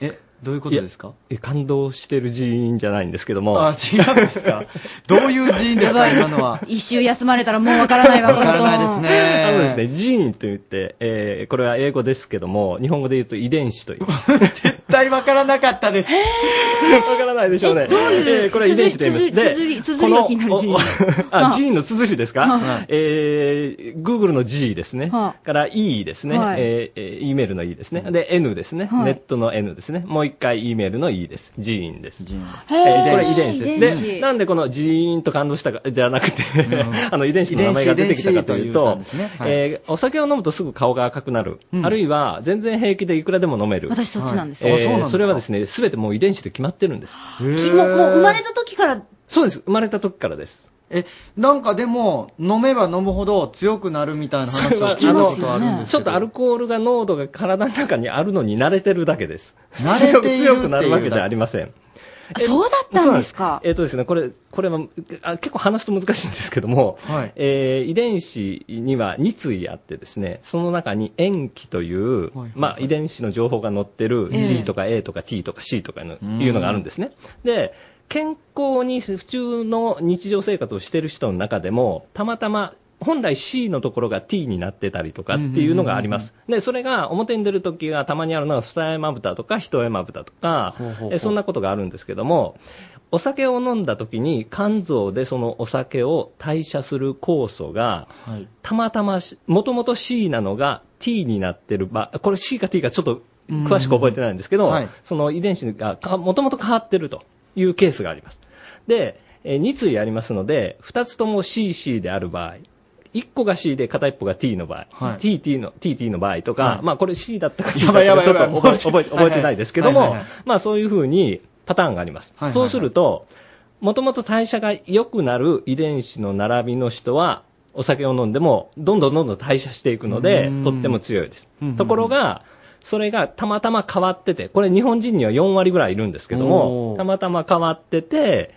[SPEAKER 2] えどういうことですか
[SPEAKER 9] え感動してる寺院じゃないんですけども
[SPEAKER 2] あ違うんですかどういう寺院です か今の は
[SPEAKER 10] 一周休まれたらもうわからないわこの
[SPEAKER 2] からないですね
[SPEAKER 9] あのですね、ジーンと言って、えーこれは英語ですけども、日本語で言うと遺伝子と言います。
[SPEAKER 2] 絶対わからなかったです。
[SPEAKER 9] わからないでしょう
[SPEAKER 10] え
[SPEAKER 9] ね。
[SPEAKER 10] どういう
[SPEAKER 9] えーこれ遺伝子と言います。
[SPEAKER 10] 綴り綴り綴り綴りが気になる
[SPEAKER 9] このおお
[SPEAKER 10] は
[SPEAKER 9] あ
[SPEAKER 10] あ、
[SPEAKER 9] ジーンの綴りです
[SPEAKER 10] は
[SPEAKER 9] か
[SPEAKER 10] い
[SPEAKER 9] えー、Google の G ですね。
[SPEAKER 10] は
[SPEAKER 9] から E ですね。
[SPEAKER 10] はい
[SPEAKER 9] えーえー、E メールの E ですね。で、N ですね。
[SPEAKER 10] はい
[SPEAKER 9] ネットの N ですね。もう一回 E メールの E です。ジーンです。
[SPEAKER 8] へ
[SPEAKER 9] え
[SPEAKER 8] ー
[SPEAKER 9] ーこれ遺伝子
[SPEAKER 8] 遺
[SPEAKER 9] で
[SPEAKER 8] 伝子
[SPEAKER 9] す。で、なんでこのジーンと感動したか、じゃなくて、 あの遺伝子の名前が出てきたかというと、
[SPEAKER 2] 遺伝子遺伝子と言ったんですねはい
[SPEAKER 9] えーお酒を飲むとすぐ顔が赤くなる、
[SPEAKER 2] うん
[SPEAKER 9] あるいは全然平気でいくらでも飲める
[SPEAKER 10] 私そっちなんです
[SPEAKER 9] えー
[SPEAKER 10] あそうなんですか
[SPEAKER 9] それはですねすべてもう遺伝子で決まってるんです
[SPEAKER 10] きもうもう生まれた時から
[SPEAKER 9] そうです生まれた時からです
[SPEAKER 2] えなんかでも飲めば飲むほど強くなるみたいな話を聞いたことあるんです
[SPEAKER 9] ちょっとアルコールが濃度が体の中にあるのに慣れてるだけです
[SPEAKER 2] 慣れているっていう
[SPEAKER 9] 強く強くなるわけじゃありません
[SPEAKER 10] そうだったんですか
[SPEAKER 9] えっ、とですね、これ、これは、あ結構話すと難しいんですけども、えー遺伝子には2対あってですね、その中に塩基という、まあ遺伝子の情報が載ってる
[SPEAKER 26] ええ
[SPEAKER 9] G とか A とか T とか C とかの、いうのがあるんですね。で、健康に普通の日常生活をしてる人の中でも、たまたま本来 C のところが T になってたりとかっていうのがあります。で、それが表に出るときがたまにあるのが二重まぶたとか一重まぶたとか、
[SPEAKER 2] ほう
[SPEAKER 9] えそんなことがあるんですけども、お酒を飲んだ時に肝臓でそのお酒を代謝する酵素が、たまたまし、もともと C なのが T になってる場合、これ C か T かちょっと詳しく覚えてないんですけど、その遺伝子がかもともと変わってるというケースがあります。で、え2対ありますので、2つとも CC である場合、1 1個が C で片一方が T の場合、TT の TT の場合とか、まあこれ C だったか T だ
[SPEAKER 2] やばいやばい
[SPEAKER 9] ちょっと
[SPEAKER 2] やばい
[SPEAKER 9] 覚え覚え覚えてないですけど
[SPEAKER 2] はいはい
[SPEAKER 9] も
[SPEAKER 2] はいはい、
[SPEAKER 9] まあそういうふうにパターンがあります。
[SPEAKER 2] はいはいはい
[SPEAKER 9] そうすると、もともと代謝が良くなる遺伝子の並びの人は、お酒を飲んでも、どんどんどんどん代謝していくので
[SPEAKER 27] うーん、
[SPEAKER 9] とっても強いです
[SPEAKER 27] うんうんうん。
[SPEAKER 9] ところが、それがたまたま変わってて、これ日本人には4割ぐらいいるんですけども
[SPEAKER 27] お、ー
[SPEAKER 9] たまたま変わってて、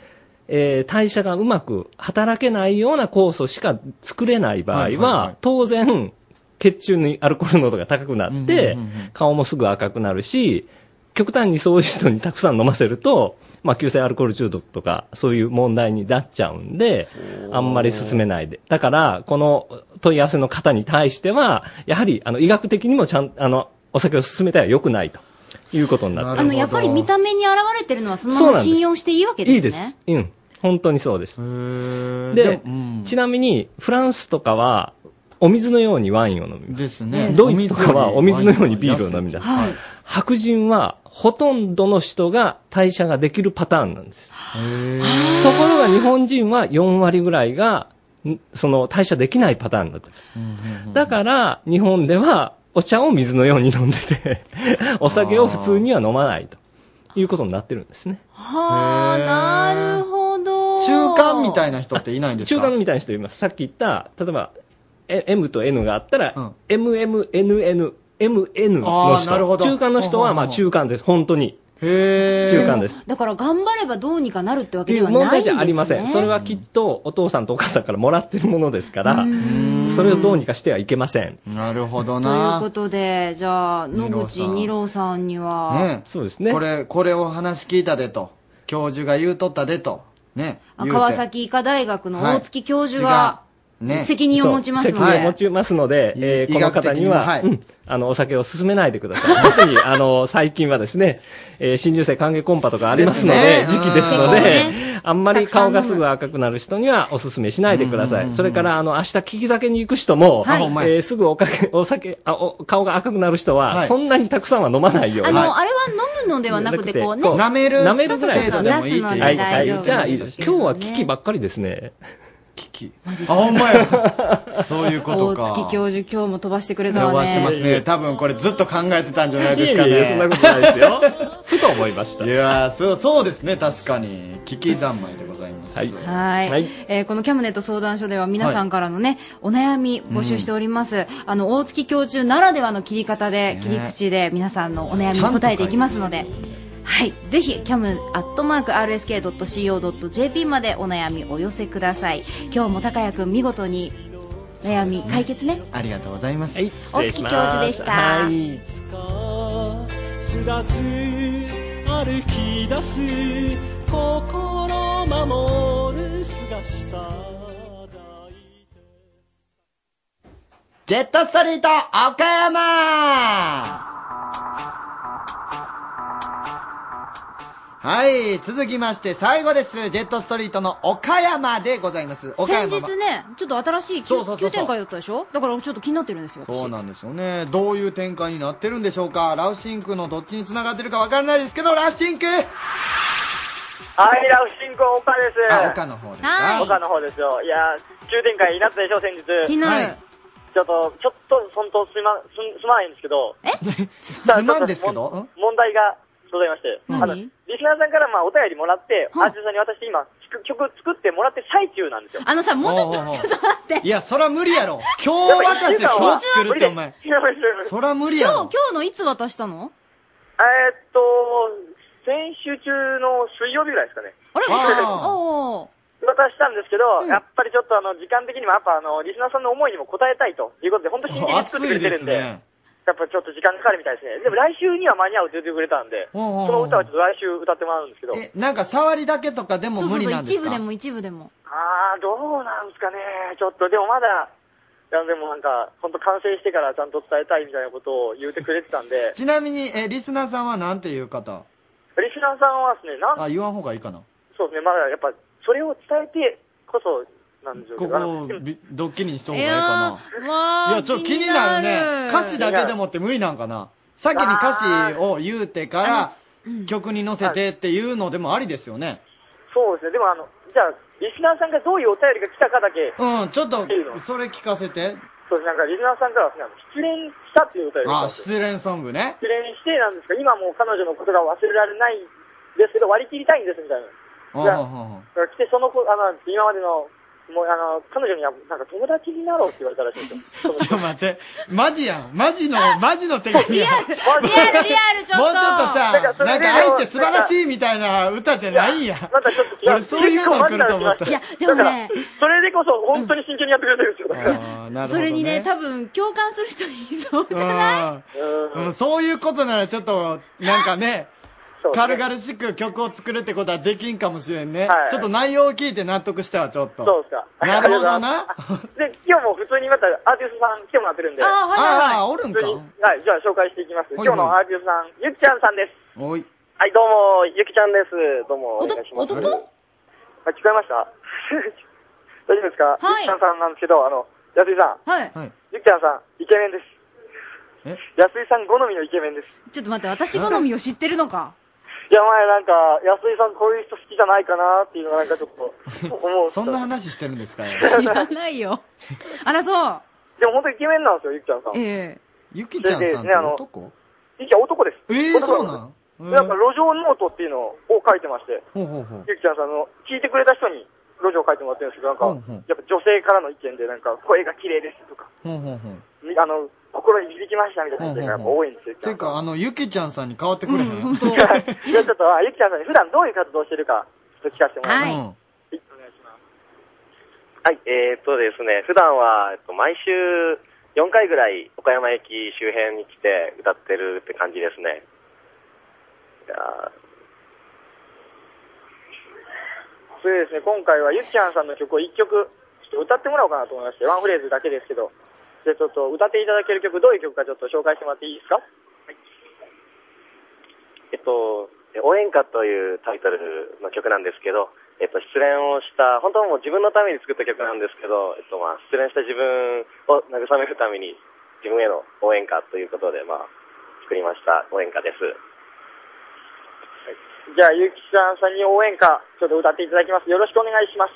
[SPEAKER 9] えー代謝がうまく働けないような酵素しか作れない場合は、
[SPEAKER 27] はいはいはい
[SPEAKER 9] 当然、血中にアルコール濃度が高くなって、
[SPEAKER 27] うんうんうん
[SPEAKER 9] 顔もすぐ赤くなるし、極端にそういう人にたくさん飲ませると、まあ、急性アルコール中毒とか、そういう問題になっちゃうんで、あんまり進めないで。だから、この問い合わせの方に対しては、やはり、あの、医学的にもちゃん、あの、お酒を進めては良くないということになって
[SPEAKER 3] あの、やっぱり見た目に現れてるのはそのま
[SPEAKER 9] そう
[SPEAKER 3] ま
[SPEAKER 9] なんです
[SPEAKER 3] 信用していいわけですね。
[SPEAKER 9] いいです。うん。本当にそうです。で、ちなみに、フランスとかは、お水のようにワインを飲みます。です
[SPEAKER 2] ね
[SPEAKER 9] ドイツとかはお
[SPEAKER 2] お水
[SPEAKER 9] 水
[SPEAKER 2] よ
[SPEAKER 9] の
[SPEAKER 2] り
[SPEAKER 9] ようにビールを飲みます。
[SPEAKER 2] はい
[SPEAKER 9] 白人は、ほとんどの人が代謝ができるパターンなんです。ところが日本人は4割ぐらいが、んその代謝できないパターンになってます。だから、日本では、お茶を水のように飲んでて、お酒を普通には飲まないということになってるんですね。
[SPEAKER 3] はあ、なるほど。
[SPEAKER 9] 中間みた
[SPEAKER 2] いな人っていないん
[SPEAKER 9] ですか中間みたいな人います。さっき言った、例えば、え M と N があったら、MMNN、MN の
[SPEAKER 2] あー
[SPEAKER 9] 人。
[SPEAKER 2] なるほど
[SPEAKER 9] 中間の人は、まあ中間です。本当に。中間です。
[SPEAKER 3] だから頑張ればどうにかなるってわ
[SPEAKER 9] っ
[SPEAKER 3] け
[SPEAKER 9] て
[SPEAKER 3] で
[SPEAKER 9] いう
[SPEAKER 3] はないん
[SPEAKER 9] 問
[SPEAKER 3] ですね。
[SPEAKER 9] 題じゃありません。それはきっとお父さんとお母さんからもらってるものですから、それをどうにかしてはいけません。
[SPEAKER 2] なるほど
[SPEAKER 3] ということで、じゃあ、野口二郎さんには、
[SPEAKER 2] ね
[SPEAKER 9] そうですね
[SPEAKER 2] これこれを話聞いたでと教授が言うとったでとね
[SPEAKER 3] あ
[SPEAKER 2] 言うて
[SPEAKER 3] 川崎医科大学の大月教授
[SPEAKER 2] は
[SPEAKER 3] が、責任を持ちますの
[SPEAKER 9] そう責任を持
[SPEAKER 3] で、
[SPEAKER 9] ちますので、えー
[SPEAKER 2] 医
[SPEAKER 9] この
[SPEAKER 2] 学的
[SPEAKER 9] 方
[SPEAKER 2] に
[SPEAKER 9] に
[SPEAKER 2] も
[SPEAKER 9] は、
[SPEAKER 2] はい
[SPEAKER 9] うんあの、お酒を勧めないでください。特 に、あの、最近はですね、えー新入生歓迎コンパとかありますので、
[SPEAKER 27] ですね
[SPEAKER 9] 時期ですので、
[SPEAKER 27] うん
[SPEAKER 9] あんまり顔がすぐ赤くなる人にはお勧めしないでください。それから、あの、明日聞き酒に行く人も、
[SPEAKER 3] はい
[SPEAKER 9] えーすぐおかけ、お酒あお、顔が赤くなる人は、
[SPEAKER 3] はい
[SPEAKER 9] そんなにたくさんは飲まないよう
[SPEAKER 3] あ
[SPEAKER 9] に。
[SPEAKER 3] の、あれは飲むのではなくて、こうね、
[SPEAKER 9] 舐めるぐらいですね。
[SPEAKER 3] 出すので
[SPEAKER 9] は
[SPEAKER 3] 大
[SPEAKER 9] い、は
[SPEAKER 3] 丈夫
[SPEAKER 9] い。じゃあ、いいです。今日は危機ばっかりですね。
[SPEAKER 2] あほんまやそういうこと
[SPEAKER 3] 大月
[SPEAKER 2] か
[SPEAKER 3] 教授、今日も飛ばしてくれた
[SPEAKER 2] 飛
[SPEAKER 3] わ
[SPEAKER 2] ばして
[SPEAKER 3] ね。
[SPEAKER 2] ますね多分これずっと考えてたんじゃないですか
[SPEAKER 9] いえい
[SPEAKER 2] ね
[SPEAKER 9] えそんなことないで すよふと思いました
[SPEAKER 2] いやーそうそうですね確かに危機三昧でございます
[SPEAKER 3] はい、えーこのキャムネット相談所では皆さんからのね、お悩み募集しております、あの大月教授ならではの切り方で、切り口で皆さんのお悩みに答えていきますのではいぜひキャムアットマーク RSK.CO.JP までお悩みお寄せください今日も高谷君見事に悩み解決ね
[SPEAKER 2] ありがとうございます、
[SPEAKER 3] 大月教授でした、
[SPEAKER 8] いつかすらず歩き出す心守るすがしさ
[SPEAKER 2] ジェットストリート岡山はい、続きまして最後です。ジェットストリートの岡山でございます。岡
[SPEAKER 3] 先
[SPEAKER 2] 山
[SPEAKER 3] 日ねちょっと新しい
[SPEAKER 2] そうそ
[SPEAKER 3] 急
[SPEAKER 2] うそうそう
[SPEAKER 3] 急展開だったでしょだからちょっと気になってるんですよ私
[SPEAKER 2] そうなんですよね。どういう展開になってるんでしょうかラウシンクのどっちに繋がってるかわからないですけど、ラウシンク
[SPEAKER 28] はい、ラフシンク岡です。
[SPEAKER 2] あ岡の方ですかはい
[SPEAKER 28] 岡の方ですよ。いや、急展開になったでしょ、先日。
[SPEAKER 2] 気にな
[SPEAKER 28] は
[SPEAKER 2] る
[SPEAKER 28] いちょっと、ちょっと、本当すま、す、すまないんですけど。えすまんですけど問題がございまして。あの、リスナーさんからまあお便りもらって、アーティストに私今、曲曲作ってもらってる最中なんですよ。
[SPEAKER 3] あのさ、もうちょっ
[SPEAKER 2] と、ちょっと待って。いや、そら無理やろ。今日渡せ、
[SPEAKER 28] やっぱ
[SPEAKER 2] 今日作るってお前。そら無理やろ
[SPEAKER 3] 今日今。日のいつ渡したの
[SPEAKER 28] えーっと、先週中の水曜日ぐらいですかね。
[SPEAKER 3] あれおー
[SPEAKER 28] 渡したんですけど、やっぱりちょっとあの、時間的にもやっぱあの、リスナーさんの思いにも応えたいということで、本当真剣に作ってくれてるんで、
[SPEAKER 2] ね。
[SPEAKER 28] やっぱちょっと時間かかるみたいですね。でも来週には間に合うって言ってくれたんで、
[SPEAKER 2] おうおうおう
[SPEAKER 28] その歌はちょっと来週歌ってもらうんですけど。
[SPEAKER 2] なんか触りだけとかでも
[SPEAKER 3] そ
[SPEAKER 2] 無
[SPEAKER 3] うそ
[SPEAKER 2] 理
[SPEAKER 3] うそう
[SPEAKER 2] なんです
[SPEAKER 3] 一
[SPEAKER 2] か
[SPEAKER 3] 部でも一部でも
[SPEAKER 28] あー、どうなんですかね。ちょっとでもまだ、いやでもなんか、本当完成してからちゃんと伝えたいみたいなことを言ってくれてたんで、
[SPEAKER 2] ちなみに、え、リスナーさんはなんていう方
[SPEAKER 28] リスナーさんはですね、なん
[SPEAKER 2] あ、言わん方がいいかな。
[SPEAKER 28] そうですね、まだやっぱ、それを伝えてこそなんですよ
[SPEAKER 2] こ
[SPEAKER 28] ね。
[SPEAKER 2] こ
[SPEAKER 28] あの
[SPEAKER 2] をびドッキリにした方
[SPEAKER 28] い
[SPEAKER 2] がいいか
[SPEAKER 3] わ
[SPEAKER 2] な。いや、ちょっと気になるね。歌詞だけでもって無理なんかな。先に歌詞を言うてから、曲に乗せてっていうのでもありですよね。
[SPEAKER 28] そうですね。でもあの、じゃあ、リスナーさんからどういうお便りが来たかだけ。
[SPEAKER 2] うん、ちょっと
[SPEAKER 28] っていうの、
[SPEAKER 2] それ聞かせて。
[SPEAKER 28] そうです。なんか、リスナーさんからはなんか失恋したっていうお便り
[SPEAKER 2] あ
[SPEAKER 28] が来たん
[SPEAKER 2] あ、
[SPEAKER 28] です
[SPEAKER 2] 失恋ソングね。
[SPEAKER 28] 失恋してなんですか今もう彼女のことが忘れられないですけど、割り切りたいんですみたいな。
[SPEAKER 2] うん
[SPEAKER 28] じゃあ
[SPEAKER 2] うんうん
[SPEAKER 28] だから来て、その子、あの、今までの、もう、あの、彼女には、なんか友達になろうって言われたらしいんですよ。
[SPEAKER 2] ちょっと待って。マジやん。マジの、マジの手紙
[SPEAKER 28] リ
[SPEAKER 2] やん。
[SPEAKER 28] アルリアルリアルちょっと
[SPEAKER 2] も
[SPEAKER 28] なん
[SPEAKER 2] うちょっと
[SPEAKER 28] か
[SPEAKER 2] さ、
[SPEAKER 28] それで
[SPEAKER 2] なんか愛って素晴らしいみたいな歌じゃないんや。
[SPEAKER 28] またちょっと
[SPEAKER 2] 俺そういうの来ると 思った。
[SPEAKER 28] いや、でもね。それでこそ、本当に真剣にやってくれてるんですよ。だから
[SPEAKER 2] なるほど
[SPEAKER 3] それにね、多分共感する人いそうじゃない
[SPEAKER 2] うんうんそういうことならちょっと、なんかね、軽々しく曲を作るってことはできんかもしれんね。
[SPEAKER 28] はい
[SPEAKER 2] ちょっと内容を聞いて納得したわ、ちょっ と。
[SPEAKER 28] そうですか。
[SPEAKER 2] なるほどな。
[SPEAKER 28] で、今日も普通にまたアーティストさん来てもらってるんで。
[SPEAKER 2] あはいはいはいあーおるんか
[SPEAKER 28] 普通にはい、じゃあ紹介していきます。
[SPEAKER 2] はいはい
[SPEAKER 28] 今日のアーティストさん、ゆきちゃんさんです。
[SPEAKER 2] おい。
[SPEAKER 28] はい、どうも、ゆきちゃんです。どうも、お願いします。男あ、聞こえました 大丈夫ですか
[SPEAKER 29] は
[SPEAKER 28] ゆき
[SPEAKER 29] い
[SPEAKER 28] ちゃんさんなんですけど、あの、安井さん。
[SPEAKER 3] はい
[SPEAKER 2] はい。
[SPEAKER 28] ゆきちゃんさん、イケメンです。
[SPEAKER 2] え
[SPEAKER 28] 安井さん好みのイケメンです。
[SPEAKER 3] ちょっと待って、私好みを知ってるのか。
[SPEAKER 28] いや、前なんか、安井さんこういう人好きじゃないかなっていうのがなんかちょっと、 思う。
[SPEAKER 2] そんな話してるんですか
[SPEAKER 3] 知らな いよ。あら、そう。
[SPEAKER 28] でも本当イケメンなんですよ、ゆきちゃんさん。
[SPEAKER 3] え
[SPEAKER 2] ゆきちゃんさんって男
[SPEAKER 28] ゆきちゃん男です。
[SPEAKER 2] ええ、そうなの
[SPEAKER 28] でなんか路上ノートっていうのを書いてまして、
[SPEAKER 2] ほうほうほう。
[SPEAKER 28] ゆきちゃんさんの、聞いてくれた人に路上書いてもらってるんですけど、なんか、
[SPEAKER 2] うんうん
[SPEAKER 28] やっぱ女性からの意見で、なんか、声が綺麗ですとか、
[SPEAKER 2] ほうほうほう。
[SPEAKER 28] みあの、心に響きましたみたいな意見がやっぱ多いんですよ。
[SPEAKER 2] ていうか、あの、ゆきちゃんさんに変わってくれへん。うん、
[SPEAKER 28] じゃあちょっと、あゆきちゃんさんに普段どういう活動してるか、ちょっと聞かせてもらいます。
[SPEAKER 27] はい、えーっとですね、普段は、えっと、毎週4回ぐらい岡山駅周辺に来て歌ってるって感じですね。いや
[SPEAKER 28] そうですね、今回はゆきちゃんさんの曲を1曲、ちょっと歌ってもらおうかなと思いまして、ワンフレーズだけですけど、じゃあちょっと歌っていただける曲、どういう曲かちょっと紹介してもらっていいですか
[SPEAKER 27] ーえっと、応援歌というタイトルの曲なんですけど、えっと、失恋をした、本当はもう自分のために作った曲なんですけど、えっと、まあ、失恋した自分を慰めるために、自分への応援歌ということで、まあ、作りました応援歌です。
[SPEAKER 28] じゃあ、ゆきちゃんさんに応援歌、ちょっと歌っていただきます。よろしくお願いします。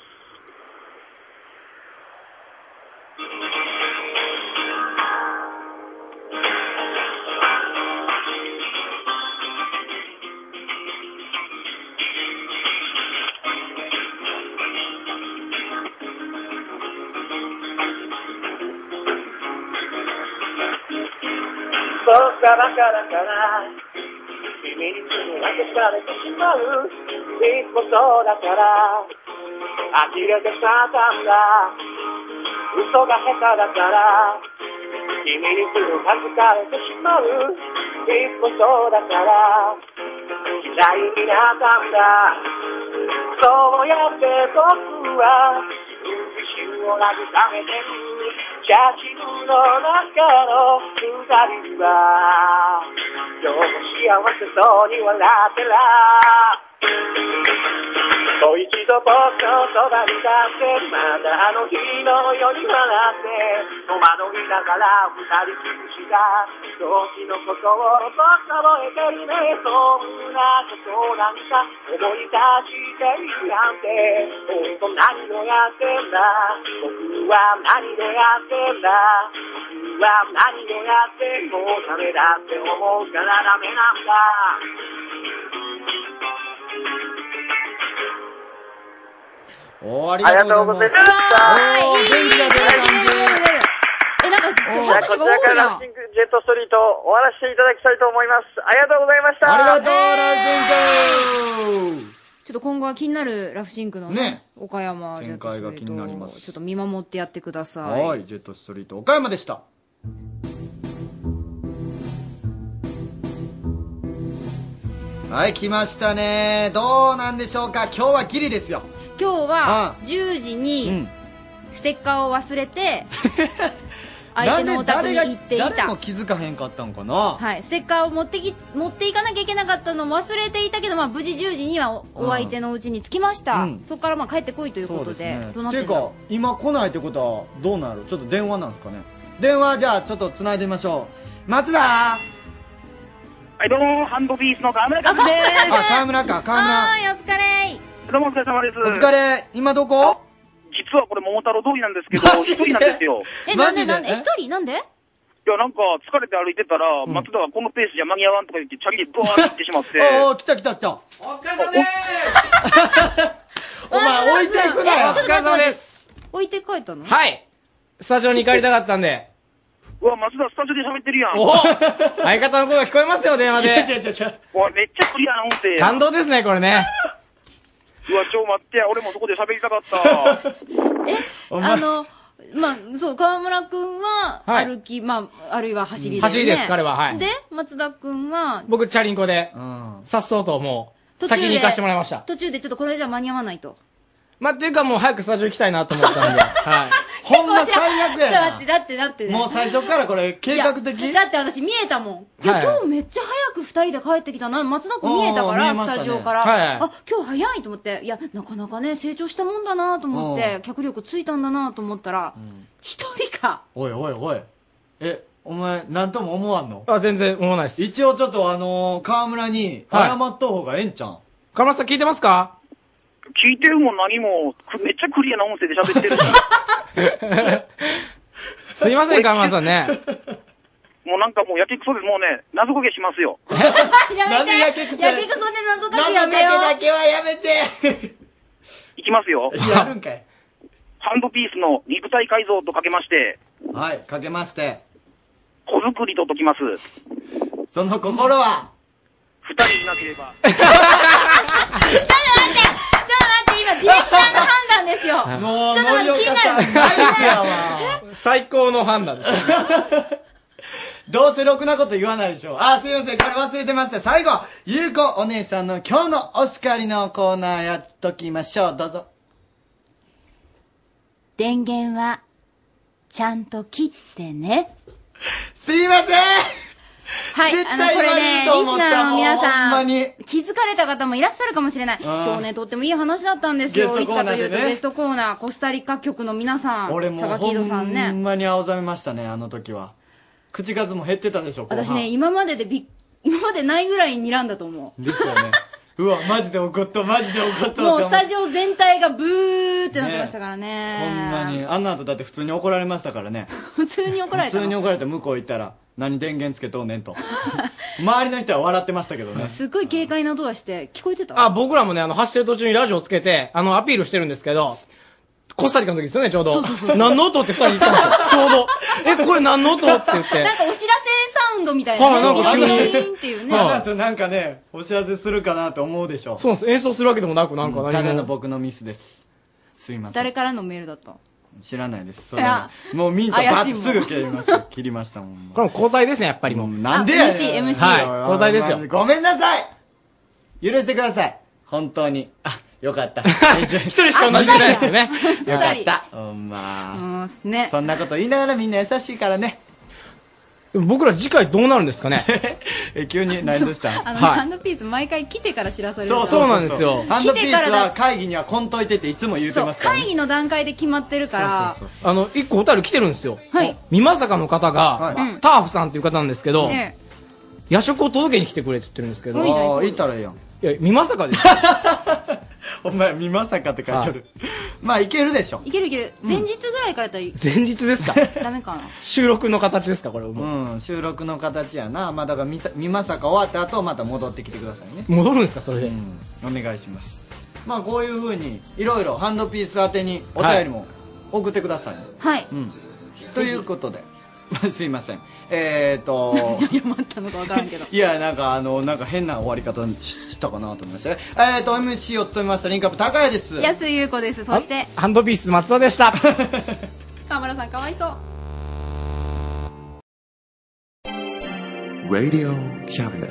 [SPEAKER 29] バカバカだから君にすぐ分けされてしまういつもそうだから呆れてたたんだ嘘が下手だから君にすぐ恥ずかれてしまういつもそうだから嫌いになったんだそうやって僕は自分を慰めてる写真の中の二人はどうも幸せそうに笑ってらもう一度僕のそばに立ってまだあの日のように笑って戸惑いながら二人尽くした同期のことを僕覚えてるねそんなことなんか思い出しているなんて本当何をやってんだ僕は何をやってんだ僕は何をやってもうダメだって思うからダメなんだ
[SPEAKER 2] おーありがとうございます。おー元気が出る感じ。
[SPEAKER 3] え、なんか、
[SPEAKER 28] じゃあこちらからラッシングジェットストリート終わらせていただきたいと思います。ありがとうございました。
[SPEAKER 2] ありがとう、ランキング
[SPEAKER 3] ちょっと今後は気になるラフシンクのね、岡山じ
[SPEAKER 2] 展
[SPEAKER 3] ゃ
[SPEAKER 2] 開が気になります。
[SPEAKER 3] ちょっと見守ってやってください。
[SPEAKER 2] はい、ジェットストリート岡山でした。はい、来ましたね。どうなんでしょうか。今日はギリですよ。
[SPEAKER 3] 今日は
[SPEAKER 2] あ
[SPEAKER 3] 10時
[SPEAKER 2] う
[SPEAKER 3] に
[SPEAKER 2] ん
[SPEAKER 3] ステッカーを忘れ て、相手のお宅に行ってい
[SPEAKER 2] なんで誰が誰
[SPEAKER 3] た
[SPEAKER 2] も。気づかへんかったんかな。
[SPEAKER 3] はい、ステッカーを持ってき、持っていかなきゃいけなかったのを忘れていたけど、まあ無事10時にはおお相手のうちに着きました。そこからまあ帰ってこいという
[SPEAKER 2] そ
[SPEAKER 3] こ
[SPEAKER 2] う
[SPEAKER 3] と
[SPEAKER 2] です
[SPEAKER 3] で
[SPEAKER 2] ね。。
[SPEAKER 3] どうなっ
[SPEAKER 2] って
[SPEAKER 3] て
[SPEAKER 2] い
[SPEAKER 3] ん
[SPEAKER 2] う
[SPEAKER 3] だろう
[SPEAKER 2] か、今来ないってことはどうなるちょっと電話なんですかね。電話じゃあちょっと繋いでみましょう。松田あ、
[SPEAKER 5] はい、どうも、ハンドピースの川村和樹です。
[SPEAKER 2] 川村か、川村。
[SPEAKER 3] はい、お疲れ
[SPEAKER 5] どうもお疲れ様です。
[SPEAKER 2] お疲れ、今どこ
[SPEAKER 5] 実はこれ桃太郎通りなんですけど、一人なんですよ。
[SPEAKER 14] え、なんでなんでえ、一人なんで
[SPEAKER 5] いや、なんか疲れて歩いてたら、松田はこのペースじゃ間に合わんとか言って、チャリでブワーって行ってしまって。
[SPEAKER 2] おお、来た来た来た。
[SPEAKER 5] お疲れ様です
[SPEAKER 2] お前置いていくなよ
[SPEAKER 14] えちょっと待って。
[SPEAKER 26] お疲れ様です
[SPEAKER 14] 置いて帰ったの
[SPEAKER 26] はい。スタジオに帰りたかったんで。
[SPEAKER 5] うわ、松田スタジオで喋ってるやん。
[SPEAKER 26] おお相方の声が聞こえますよ、電話で。
[SPEAKER 5] いやおいめっちゃクリアな音声。
[SPEAKER 26] 感動ですね、これね。
[SPEAKER 5] うわ、ちょ、待ってや、俺もそこで喋りたかった。
[SPEAKER 26] お前
[SPEAKER 3] あの、まあ、そう、河村くんは、
[SPEAKER 26] はい
[SPEAKER 3] 歩き、まあ、あるいは走り
[SPEAKER 26] 走りです彼ははい
[SPEAKER 3] で、松田くんは、
[SPEAKER 26] 僕、チャリンコで、さっそうともう、
[SPEAKER 3] 途中
[SPEAKER 26] 先
[SPEAKER 3] で
[SPEAKER 26] に行かしてもらいました。
[SPEAKER 3] 途中でちょっとこれじゃ間に合わないと。
[SPEAKER 26] まあ、っていうかもう早くスタジオ行きたいなと思ったん で。はい。
[SPEAKER 2] ほんま最悪や
[SPEAKER 3] ちょっと待っ
[SPEAKER 2] な。
[SPEAKER 3] て、だって、だってね。
[SPEAKER 2] もう最初からこれ計画的
[SPEAKER 3] いやだって私見えたもん。い
[SPEAKER 2] は
[SPEAKER 3] や、
[SPEAKER 2] い
[SPEAKER 3] 今日めっちゃ早く二人で帰ってきたな。松田くん見えたか
[SPEAKER 2] おー見え
[SPEAKER 3] ら、
[SPEAKER 2] ました
[SPEAKER 3] ス
[SPEAKER 2] ね
[SPEAKER 3] タジオから。
[SPEAKER 2] はい
[SPEAKER 3] あ、今日早いと思って。いや、なかなかね、成長したもんだなと思っ
[SPEAKER 2] お
[SPEAKER 3] て、脚力ついたんだなと思ったら、一人か。
[SPEAKER 2] おいおいおい。え、お前、なんとも思わんの
[SPEAKER 26] あ、全然思わないです。
[SPEAKER 2] 一応ちょっとあのー、河村に謝っとう方がええんちゃん。
[SPEAKER 26] 河村さん聞いてますか
[SPEAKER 5] 聞いてるも何も、くめっちゃクリアな音声で喋ってるし。
[SPEAKER 26] すいません、河村さんね。
[SPEAKER 5] もうなんかもうやけくそです。もうね、謎かけします よ。
[SPEAKER 2] なんでやけくそや
[SPEAKER 3] けくそで謎
[SPEAKER 2] かけやめよう謎かけだけはやめて
[SPEAKER 5] いきますよ。
[SPEAKER 2] やるんかい。
[SPEAKER 5] ハンドピースの肉体改造とかけまして、
[SPEAKER 2] はい、かけまして。
[SPEAKER 5] 子作りと解きます。
[SPEAKER 2] その心は
[SPEAKER 5] 二人いなければ。
[SPEAKER 3] 今、ディレクターの判断ですよ。
[SPEAKER 26] もう
[SPEAKER 3] ちょっと待って、気になる。
[SPEAKER 26] 最高の判断です。
[SPEAKER 2] どうせろくなこと言わないでしょ。あ、すいません。これ忘れてました。最後、ゆうこお姉さんの今日のお叱りのコーナーやっときましょう。どうぞ。
[SPEAKER 14] 電源は、ちゃんと切ってね。
[SPEAKER 2] すいません
[SPEAKER 3] はい、
[SPEAKER 14] 絶
[SPEAKER 3] あ
[SPEAKER 14] 対
[SPEAKER 3] の、これね、
[SPEAKER 14] 言われると
[SPEAKER 3] リ
[SPEAKER 14] 思
[SPEAKER 3] ス
[SPEAKER 14] った
[SPEAKER 3] ナーの皆
[SPEAKER 14] ほ
[SPEAKER 3] さ
[SPEAKER 14] んま
[SPEAKER 3] ん、気づかれた方もいらっしゃるかもしれない。
[SPEAKER 2] ん
[SPEAKER 3] 今日ね、とってもいい話だったんですよ。
[SPEAKER 2] ゲス
[SPEAKER 3] いつ
[SPEAKER 2] トコー
[SPEAKER 3] か
[SPEAKER 2] ナ
[SPEAKER 3] と
[SPEAKER 2] ーでね
[SPEAKER 3] いうと、ゲストコーナー、コスタリカ局の皆さん、
[SPEAKER 2] 俺もう
[SPEAKER 3] 高
[SPEAKER 2] ほ
[SPEAKER 3] 木戸さんね。
[SPEAKER 2] んまに青ざめましたね、あの時は。口数も減ってたでしょ、後半
[SPEAKER 3] 私ね、。今まででびっ今までないぐらい睨んだと思う。
[SPEAKER 2] ですよ ね。うわ、マジで怒った、マジで怒ったって
[SPEAKER 3] も
[SPEAKER 2] 思
[SPEAKER 3] う
[SPEAKER 2] っ
[SPEAKER 3] スタジオ全体がブーってなってましたから
[SPEAKER 2] ほんま
[SPEAKER 3] ね。
[SPEAKER 2] に。あの後だって普通に怒られましたからね。
[SPEAKER 3] 普通に怒られ
[SPEAKER 2] 普
[SPEAKER 3] た
[SPEAKER 2] 通に
[SPEAKER 3] の。
[SPEAKER 2] 怒られて向こう行ったら、何電源つけとんねん と。周りの人は笑ってましたけどね。
[SPEAKER 3] すっごい軽快な音がして、聞こえてた
[SPEAKER 26] あ、僕らもね、あの、走ってる途中にラジオつけて、あの、アピールしてるんですけど、コスタリカの時ですよね、ちょうど。何の音って二人言ったんですよ。ちょうど。え、これ何の音って言って。
[SPEAKER 3] なんかお知らせサウンドみたい
[SPEAKER 2] は
[SPEAKER 3] な。
[SPEAKER 2] いなんか急に
[SPEAKER 3] ピーンっていうね。
[SPEAKER 2] あとなんかね、お知らせするかなと思うでしょ。そう
[SPEAKER 26] です。演奏するわけでもなく、なんか
[SPEAKER 2] ただの僕のミスです。すいません。
[SPEAKER 3] 誰からのメールだった
[SPEAKER 2] 知らないです。そ
[SPEAKER 3] い
[SPEAKER 2] れ
[SPEAKER 3] や
[SPEAKER 2] もうミントバ
[SPEAKER 3] 怪
[SPEAKER 2] ッ
[SPEAKER 3] しい
[SPEAKER 2] て
[SPEAKER 3] もん
[SPEAKER 2] すぐ切りました。切りましたもん。
[SPEAKER 26] これも交代ですね、やっぱりもう。
[SPEAKER 2] なんでやねん
[SPEAKER 3] MC MC
[SPEAKER 26] はい交代ですよ
[SPEAKER 2] ごめんなさい許してください。本当に。あ、よか った。一
[SPEAKER 26] 人しか同じじゃないですよね。
[SPEAKER 2] よかった。ほんま。
[SPEAKER 3] うん、ね。
[SPEAKER 2] そんなこと言いながらみんな優しいからね。
[SPEAKER 26] 僕ら次回どうなるんですかね
[SPEAKER 2] え、急に何でした
[SPEAKER 3] あの、
[SPEAKER 26] はい
[SPEAKER 3] ハンドピース毎回来てから知らされる
[SPEAKER 2] そう
[SPEAKER 3] から
[SPEAKER 2] そうハンドピース
[SPEAKER 3] 来てから
[SPEAKER 2] は
[SPEAKER 3] だ
[SPEAKER 2] 会議にはこんといてっていつも言うてますからね。
[SPEAKER 3] 会議の段階で決まってるから、
[SPEAKER 26] あの、一個お便り来てるんですよ。
[SPEAKER 3] はい。
[SPEAKER 26] 美まさかの方が、
[SPEAKER 3] はい
[SPEAKER 26] ターフさんっていう方なんですけど、
[SPEAKER 3] ええ
[SPEAKER 26] 夜食を届けに来てくれって言ってるんですけど。
[SPEAKER 2] うんじゃあ行こう
[SPEAKER 26] い
[SPEAKER 2] たらええやん。
[SPEAKER 26] いや、美まさかです。
[SPEAKER 2] お前、美まさかって書いてある。まあ、いけるでしょ。
[SPEAKER 3] いけるいける。前日ぐらいからやったら
[SPEAKER 26] 前日で すか
[SPEAKER 3] ダメかな。
[SPEAKER 26] 収録の形ですか、これ。
[SPEAKER 2] うん、収録の形やな。まあ、だからみさ、美まさか終わった後、また戻ってきてくださいね。
[SPEAKER 26] 戻るんですか、それで。
[SPEAKER 2] お願いします。まあ、こういうふうに、いろいろハンドピース宛てにお便りも送ってくださいね。
[SPEAKER 3] はい。
[SPEAKER 2] うん。ということで、 すいません。えーと、
[SPEAKER 3] ったのかわからんけど。
[SPEAKER 2] いや、なんか、あの、なんか変な終わり方ししたかなと思いましたね。えーと、MC を務めました、リンカップ高谷です。
[SPEAKER 3] 安井優子です。そして、
[SPEAKER 26] ハンドピース松田で した。
[SPEAKER 3] 河村さんかわいそう。
[SPEAKER 15] Radio Cabinet.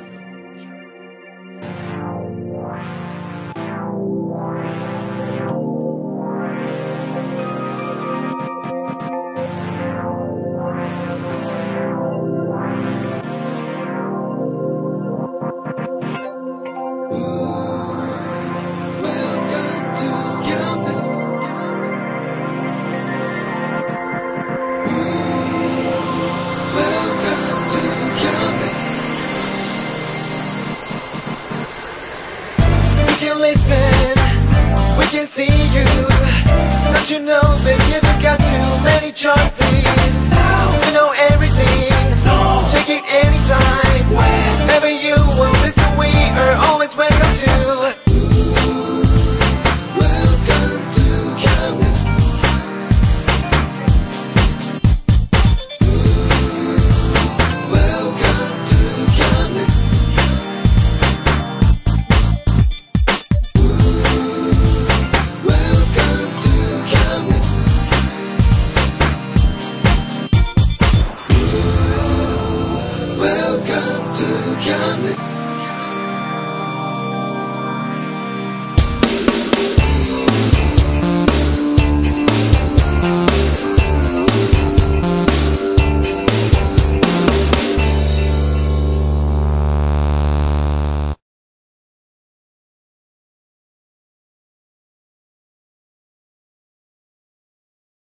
[SPEAKER 8] you know, babe, you could got too many choices.